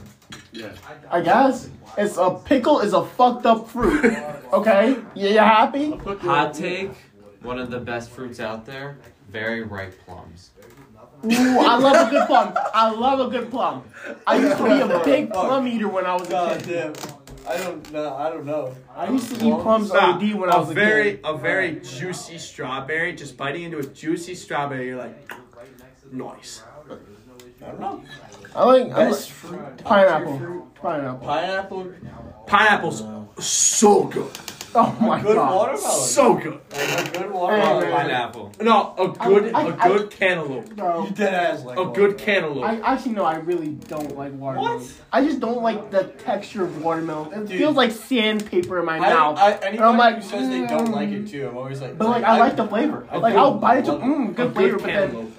[SPEAKER 3] I guess it's a pickle is a fucked up fruit. Okay, yeah, you happy?
[SPEAKER 4] Hot take: one of the best fruits out there. Very ripe plums.
[SPEAKER 3] Ooh, I love a good plum. I love a good plum. I used to be a big plum eater when I was a
[SPEAKER 6] God
[SPEAKER 3] kid.
[SPEAKER 6] damn. I don't know. I don't know.
[SPEAKER 3] I used to eat plums OD when I was a
[SPEAKER 1] very,
[SPEAKER 3] kid.
[SPEAKER 1] a very juicy strawberry. Just biting into a juicy strawberry, you're like, nice.
[SPEAKER 3] I like I like
[SPEAKER 6] Best fruit.
[SPEAKER 3] pineapple. Pineapple.
[SPEAKER 6] Pineapple.
[SPEAKER 1] Pineapples, so good,
[SPEAKER 3] Oh my
[SPEAKER 6] Good
[SPEAKER 3] god.
[SPEAKER 6] watermelon.
[SPEAKER 1] so good.
[SPEAKER 6] Like a good
[SPEAKER 3] Hey,
[SPEAKER 6] watermelon.
[SPEAKER 3] man.
[SPEAKER 4] Pineapple.
[SPEAKER 1] No, a good,
[SPEAKER 3] I-
[SPEAKER 1] a
[SPEAKER 3] I-
[SPEAKER 1] good cantaloupe,
[SPEAKER 3] Bro.
[SPEAKER 6] You dead ass like
[SPEAKER 1] a
[SPEAKER 3] Oh,
[SPEAKER 6] watermelon.
[SPEAKER 1] good cantaloupe.
[SPEAKER 3] I actually no, I really don't like watermelon.
[SPEAKER 6] What?
[SPEAKER 3] I just don't like the texture of watermelon. It
[SPEAKER 6] Dude.
[SPEAKER 3] feels like sandpaper in my
[SPEAKER 6] I,
[SPEAKER 3] mouth.
[SPEAKER 6] I, anybody
[SPEAKER 3] I'm like,
[SPEAKER 6] who says they don't
[SPEAKER 3] mm.
[SPEAKER 6] like it too, I'm always like.
[SPEAKER 3] but like, I, like the flavor. like
[SPEAKER 6] do
[SPEAKER 3] I'll bite it to
[SPEAKER 6] love it.
[SPEAKER 3] mmm, good flavor, but then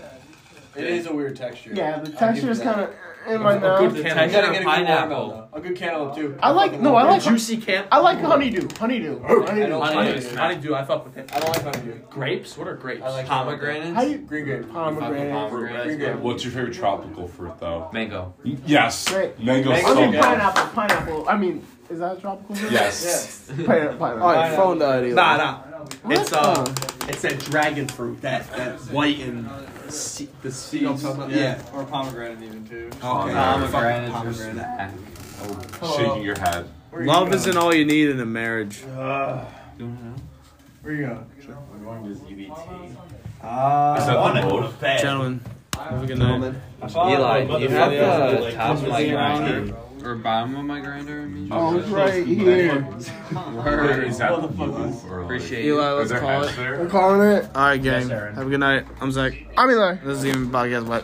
[SPEAKER 6] It is a weird texture.
[SPEAKER 3] yeah, the
[SPEAKER 6] I'll
[SPEAKER 3] texture
[SPEAKER 6] give
[SPEAKER 3] is
[SPEAKER 6] you that.
[SPEAKER 3] kind of in my mouth.
[SPEAKER 4] The
[SPEAKER 6] You gotta
[SPEAKER 4] texture
[SPEAKER 6] get
[SPEAKER 4] of
[SPEAKER 6] a good
[SPEAKER 4] pineapple.
[SPEAKER 6] watermelon. though. A good cantaloupe too.
[SPEAKER 3] I like no, I like
[SPEAKER 1] juicy can.
[SPEAKER 3] I like honeydew, honeydew,
[SPEAKER 6] I
[SPEAKER 3] honeydew.
[SPEAKER 6] don't like
[SPEAKER 4] Honeydew.
[SPEAKER 6] honeydew.
[SPEAKER 1] Honeydew, I fuck with it.
[SPEAKER 6] I don't like honeydew.
[SPEAKER 1] Grapes? What are grapes?
[SPEAKER 6] I like
[SPEAKER 4] Pomegranates.
[SPEAKER 3] How do you
[SPEAKER 6] Green grape.
[SPEAKER 3] pomegranate?
[SPEAKER 4] Pomegranate.
[SPEAKER 5] What's your favorite tropical fruit, though?
[SPEAKER 4] Mango.
[SPEAKER 5] Yes.
[SPEAKER 3] Right.
[SPEAKER 5] Mango's
[SPEAKER 3] I
[SPEAKER 5] so
[SPEAKER 3] mean
[SPEAKER 5] good.
[SPEAKER 3] pineapple, pineapple. I mean, is that a tropical? fruit?
[SPEAKER 5] Yes.
[SPEAKER 6] Yes.
[SPEAKER 3] Pine- pineapple.
[SPEAKER 16] All right, phone died.
[SPEAKER 1] Nah, nah. It's uh, It's that dragon fruit, that, that white and se- the seeds. Yeah.
[SPEAKER 2] Or pomegranate even too.
[SPEAKER 1] Okay.
[SPEAKER 2] Pomegranate.
[SPEAKER 1] Fucking
[SPEAKER 2] Pomegranate.
[SPEAKER 5] Oh, shaking your head.
[SPEAKER 2] Where you
[SPEAKER 3] Love
[SPEAKER 2] going?
[SPEAKER 3] isn't all you need in a marriage.
[SPEAKER 2] Uh, where you going? We're going to EBT. Ah,
[SPEAKER 5] Is that the
[SPEAKER 1] Uh,
[SPEAKER 2] wanna
[SPEAKER 5] mode?
[SPEAKER 3] Gentlemen, have a good night.
[SPEAKER 4] Eli, do you have the
[SPEAKER 3] Like,
[SPEAKER 4] top of my
[SPEAKER 3] zero.
[SPEAKER 4] grinder? Or bottom of my grinder? I mean,
[SPEAKER 6] Oh, it's right here.
[SPEAKER 5] Where is that? Appreciate
[SPEAKER 3] Eli, let's call it.
[SPEAKER 5] there?
[SPEAKER 6] We're calling it.
[SPEAKER 3] All right, gang. have a good night. I'm Zach.
[SPEAKER 6] I mean, like.
[SPEAKER 3] This is even podcast. What?